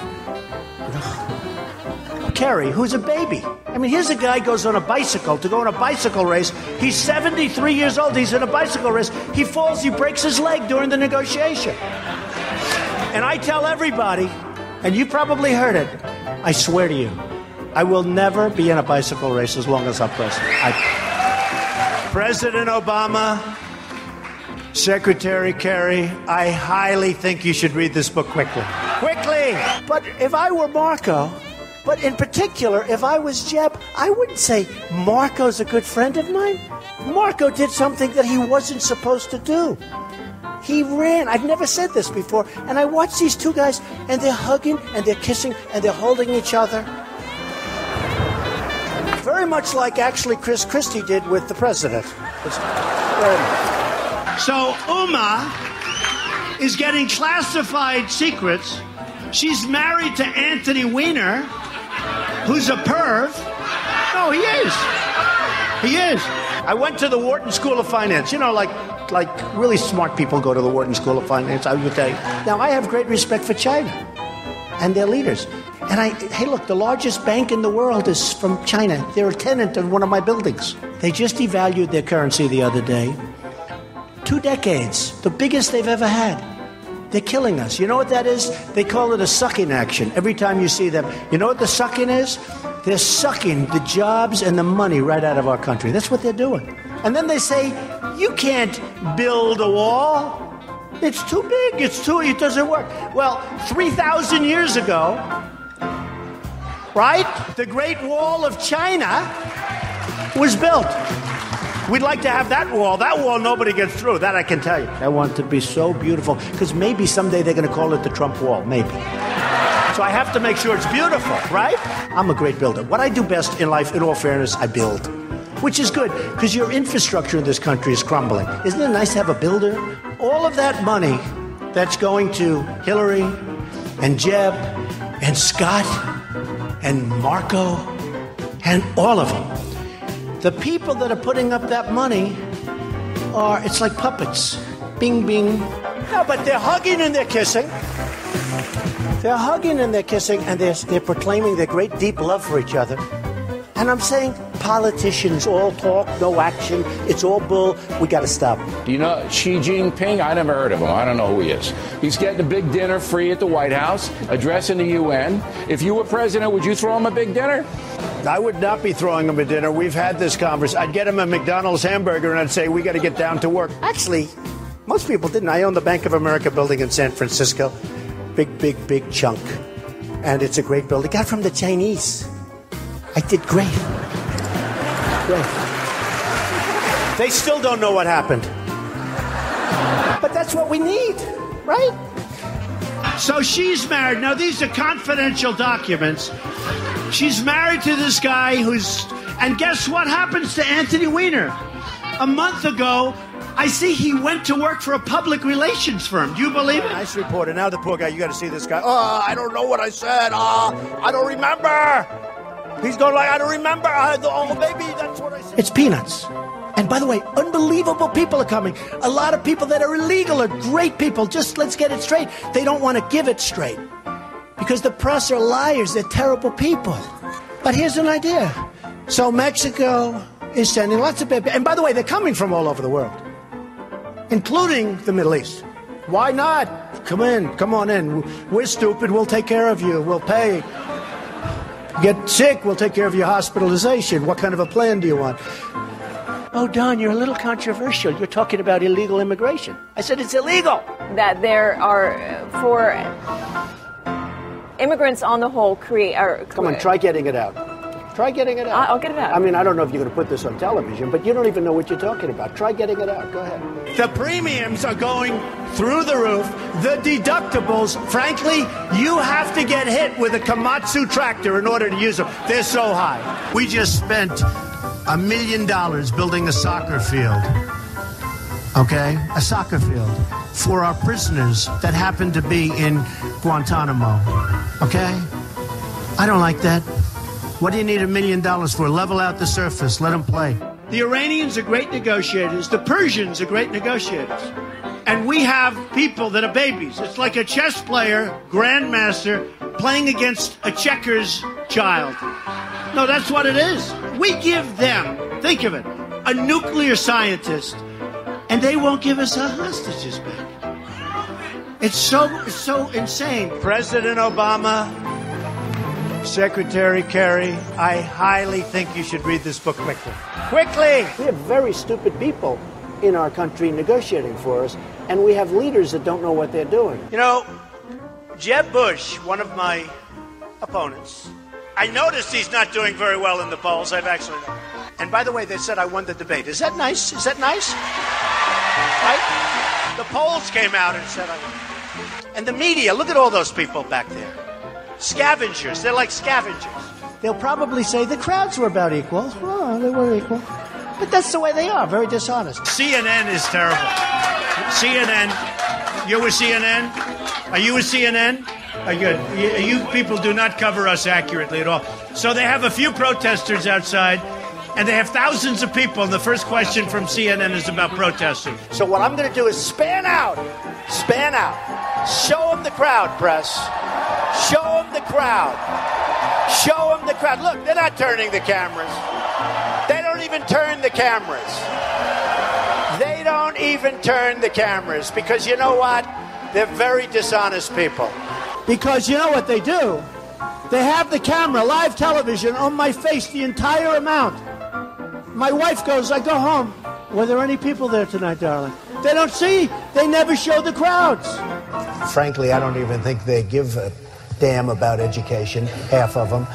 Speaker 1: [SIGHS] Kerry, who's a baby. I mean, here's a guy goes on a bicycle to go on a bicycle race. He's 73 years old. He's in a bicycle race. He falls. He breaks his leg during the negotiation. And I tell everybody, and you probably heard it. I swear to you, I will never be in a bicycle race as long as I'm president. I... President Obama, Secretary Kerry, I highly think you should read this book quickly. Quickly! But if I were Marco, but in particular, if I was Jeb, I wouldn't say Marco's a good friend of mine. Marco did something that he wasn't supposed to do. He ran. I've never said this before. And I watched these two guys, and they're hugging, and they're kissing, and they're holding each other. Very much like actually Chris Christie did with the president. It's very much.
Speaker 13: So Uma is getting classified secrets. She's married to Anthony Weiner, who's a perv. No, he is. He is. I went to the Wharton School of Finance. You know, like like really smart people go to the Wharton School of Finance. I would say.
Speaker 1: Now, I have great respect for China and their leaders. And I, hey, look, the largest bank in the world is from China. They're a tenant of one of my buildings. They just devalued their currency the other day. Two decades, the biggest they've ever had. They're killing us. You know what that is? They call it a sucking action every time you see them. You know what the sucking is? They're sucking the jobs and the money right out of our country. That's what they're doing. And then they say, you can't build a wall. It's too big. It's too, it doesn't work.
Speaker 13: Well, 3,000 years ago, right? The Great Wall of China was built. We'd like to have that wall. That wall nobody gets through. That I can tell you.
Speaker 1: I want it to be so beautiful because maybe someday they're going to call it the Trump Wall. Maybe.
Speaker 13: So I have to make sure it's beautiful, right?
Speaker 1: I'm a great builder. What I do best in life, in all fairness, I build. Which is good because your infrastructure in this country is crumbling. Isn't it nice to have a builder? All of that money that's going to Hillary and Jeb and Scott and Marco and all of them. The people that are putting up that money are, it's like puppets. Bing, bing.
Speaker 13: No, but they're hugging and they're kissing.
Speaker 1: They're hugging and they're kissing and they're, they're proclaiming their great deep love for each other. And I'm saying politicians all talk, no action. It's all bull. We got to stop.
Speaker 14: Do you know Xi Jinping? I never heard of him. I don't know who he is. He's getting a big dinner free at the White House, addressing the UN. If you were president, would you throw him a big dinner?
Speaker 13: I would not be throwing him a dinner. We've had this conversation. I'd get him a McDonald's hamburger and I'd say, we got to get down to work.
Speaker 1: Actually, most people didn't. I own the Bank of America building in San Francisco. Big, big, big chunk. And it's a great building. Got from the Chinese. I did great.
Speaker 13: Right. They still don't know what happened.
Speaker 1: But that's what we need, right?
Speaker 13: So she's married. Now, these are confidential documents. She's married to this guy who's. And guess what happens to Anthony Weiner? A month ago, I see he went to work for a public relations firm. Do you believe it?
Speaker 1: Nice reporter. Now, the poor guy, you got to see this guy. Oh, I don't know what I said. Oh, I don't remember.
Speaker 13: He's going like, I don't remember. I, oh, baby, that's what I said.
Speaker 1: It's peanuts. And by the way, unbelievable people are coming. A lot of people that are illegal are great people. Just let's get it straight. They don't want to give it straight because the press are liars. They're terrible people. But here's an idea. So Mexico is sending lots of people. And by the way, they're coming from all over the world, including the Middle East. Why not? Come in. Come on in. We're stupid. We'll take care of you. We'll pay get sick, we'll take care of your hospitalization. What kind of a plan do you want? Oh, Don, you're a little controversial. You're talking about illegal immigration. I said it's illegal.
Speaker 15: That there are for immigrants on the whole create. Or,
Speaker 1: Come on, try getting it out. Try getting it out.
Speaker 15: I'll get it out.
Speaker 1: I mean, I don't know if you're going to put this on television, but you don't even know what you're talking about. Try getting it out. Go ahead.
Speaker 13: The premiums are going through the roof. The deductibles, frankly, you have to get hit with a Komatsu tractor in order to use them. They're so high. We just spent a million dollars building a soccer field. Okay? A soccer field for our prisoners that happen to be in Guantanamo. Okay? I don't like that. What do you need a million dollars for? Level out the surface, let them play. The Iranians are great negotiators, the Persians are great negotiators. And we have people that are babies. It's like a chess player, grandmaster, playing against a checkers child. No, that's what it is. We give them, think of it, a nuclear scientist, and they won't give us our hostages back. It's so, it's so insane. President Obama, Secretary Kerry, I highly think you should read this book quickly. Quickly!
Speaker 1: We have very stupid people in our country negotiating for us, and we have leaders that don't know what they're doing.
Speaker 13: You know, Jeb Bush, one of my opponents, I noticed he's not doing very well in the polls. I've actually. And by the way, they said I won the debate. Is that nice? Is that nice? Right?
Speaker 16: The polls came out and said, I- and the media, look at all those people back there. Scavengers. They're like scavengers.
Speaker 1: They'll probably say the crowds were about equal. Oh, they were equal. But that's the way they are, very dishonest.
Speaker 9: CNN is terrible. CNN. You with CNN? Are you with CNN? Are you, you, you people do not cover us accurately at all. So they have a few protesters outside, and they have thousands of people. And the first question from CNN is about protesters.
Speaker 16: So what I'm going to do is span out, span out, show them the crowd, press, show them the crowd, show them the crowd. Look, they're not turning the cameras. They don't even turn the cameras. They don't even turn the cameras because you know what? They're very dishonest people.
Speaker 1: Because you know what they do? They have the camera, live television, on my face the entire amount. My wife goes, I go home. Were there any people there tonight, darling? They don't see. They never show the crowds.
Speaker 14: Frankly, I don't even think they give a damn about education, half of them.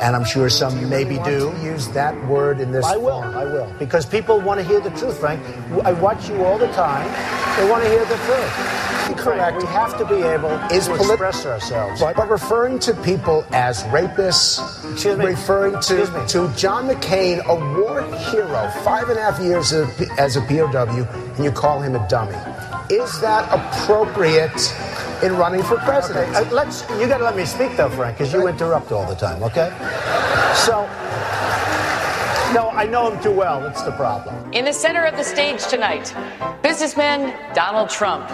Speaker 14: And I'm sure some maybe
Speaker 1: want
Speaker 14: do.
Speaker 1: to
Speaker 14: use that word in this
Speaker 1: I will.
Speaker 14: form.
Speaker 1: I will.
Speaker 14: Because people want to hear the truth, Frank. I watch you all the time. They want to hear the truth. Correct. We have to be able
Speaker 1: Is
Speaker 14: to
Speaker 1: polit-
Speaker 14: express ourselves. But, referring to people as rapists, referring to, to John McCain, a war hero, five and a half years of, as a POW, and you call him a dummy. Is that appropriate in running for president? Uh, let's. You got to let me speak though, Frank, because you interrupt all the time. Okay. So. No, I know him too well. That's the problem.
Speaker 17: In the center of the stage tonight, businessman Donald Trump.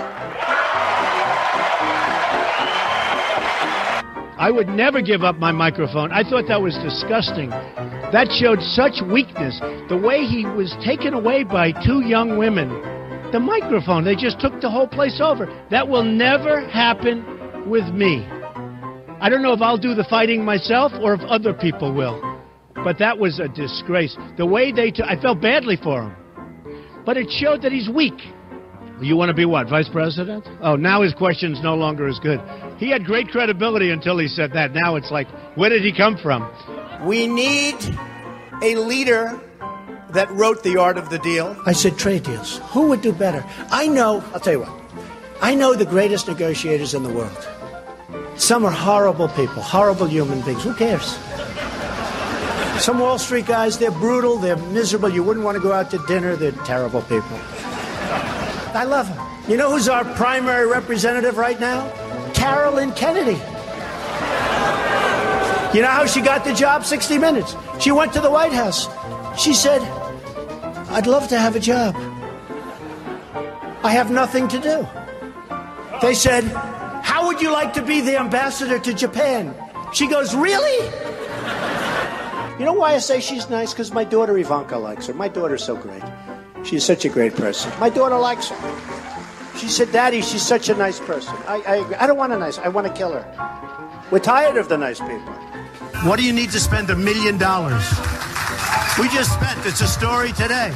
Speaker 9: I would never give up my microphone. I thought that was disgusting. That showed such weakness. The way he was taken away by two young women, the microphone, they just took the whole place over. That will never happen with me. I don't know if I'll do the fighting myself or if other people will, but that was a disgrace. The way they took, I felt badly for him, but it showed that he's weak. You want to be what, vice president? Oh, now his question's no longer as good. He had great credibility until he said that. Now it's like, where did he come from?
Speaker 18: We need a leader that wrote The Art of the Deal.
Speaker 1: I said trade deals. Who would do better? I know, I'll tell you what, I know the greatest negotiators in the world. Some are horrible people, horrible human beings. Who cares? Some Wall Street guys, they're brutal, they're miserable. You wouldn't want to go out to dinner, they're terrible people. I love them. You know who's our primary representative right now? Carolyn Kennedy. You know how she got the job? 60 Minutes. She went to the White House. She said, I'd love to have a job. I have nothing to do. They said, How would you like to be the ambassador to Japan? She goes, Really? You know why I say she's nice? Because my daughter Ivanka likes her. My daughter's so great. She's such a great person. My daughter likes her. She said, Daddy, she's such a nice person. I, I, agree. I don't want a nice, I want to kill her. We're tired of the nice people.
Speaker 9: What do you need to spend a million dollars? We just spent, it's a story today.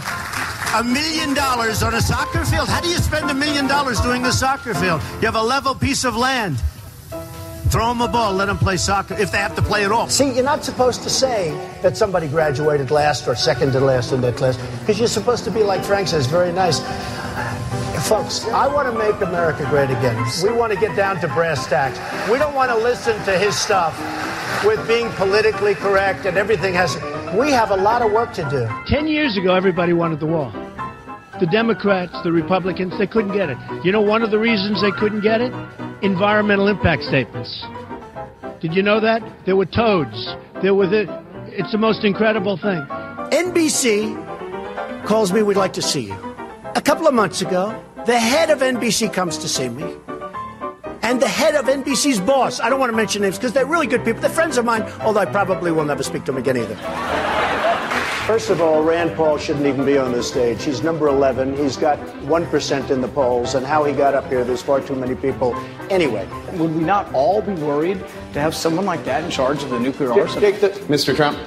Speaker 16: A million dollars on a soccer field? How do you spend a million dollars doing a soccer field?
Speaker 9: You have a level piece of land. Throw them a ball, let them play soccer, if they have to play at all.
Speaker 14: See, you're not supposed to say that somebody graduated last or second to last in their class because you're supposed to be, like Frank says, very nice. Folks, I want to make America great again. We want to get down to brass tacks. We don't want to listen to his stuff with being politically correct and everything has. We have a lot of work to do.
Speaker 9: Ten years ago, everybody wanted the wall. The Democrats, the Republicans, they couldn't get it. You know, one of the reasons they couldn't get it? Environmental impact statements. Did you know that? There were toads. There were the. It's the most incredible thing.
Speaker 1: NBC calls me, we'd like to see you. A couple of months ago, the head of NBC comes to see me. And the head of NBC's boss, I don't want to mention names because they're really good people. They're friends of mine, although I probably will never speak to them again either.
Speaker 16: First of all, Rand Paul shouldn't even be on this stage. He's number 11. He's got 1% in the polls. And how he got up here, there's far too many people. Anyway.
Speaker 19: Would we not all be worried to have someone like that in charge of the nuclear
Speaker 16: Dick-
Speaker 19: arsenal?
Speaker 16: Dick, the-
Speaker 19: Mr. Trump.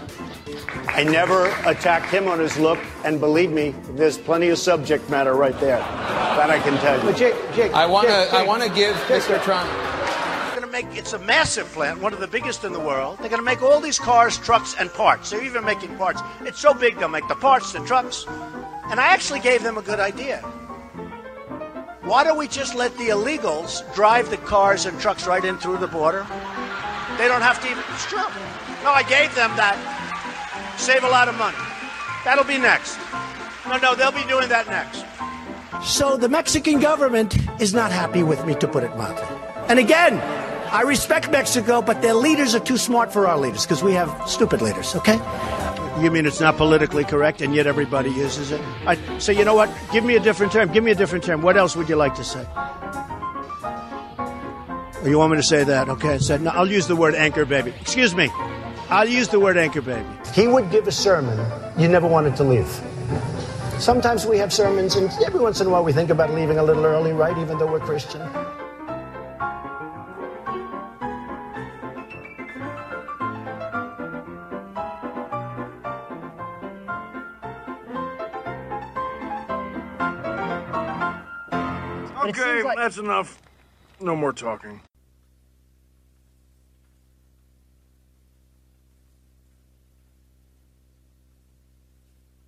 Speaker 16: I never attacked him on his look. And believe me, there's plenty of subject matter right there. That I can tell you. But Jake, Jake,
Speaker 7: I want to. I want to give Mr. Trump.
Speaker 16: They're going to make it's a massive plant, one of the biggest in the world. They're going to make all these cars, trucks, and parts. They're even making parts. It's so big they'll make the parts, the trucks. And I actually gave them a good idea.
Speaker 1: Why don't we just let the illegals drive the cars and trucks right in through the border? They don't have to even. It's true. No, I gave them that. Save a lot of money. That'll be next. No, no, they'll be doing that next.
Speaker 11: So the Mexican government is not happy with me, to put it mildly. And again, I respect Mexico, but their leaders are too smart for our leaders because we have stupid leaders, okay?
Speaker 1: You mean it's not politically correct and yet everybody uses it? I, so you know what? Give me a different term. Give me a different term. What else would you like to say? Oh, you want me to say that? Okay. So no, I'll use the word anchor baby. Excuse me. I'll use the word anchor baby.
Speaker 14: He would give a sermon you never wanted to leave. Sometimes we have sermons, and every once in a while we think about leaving a little early, right? Even though we're Christian.
Speaker 20: Okay, that's enough. No more talking.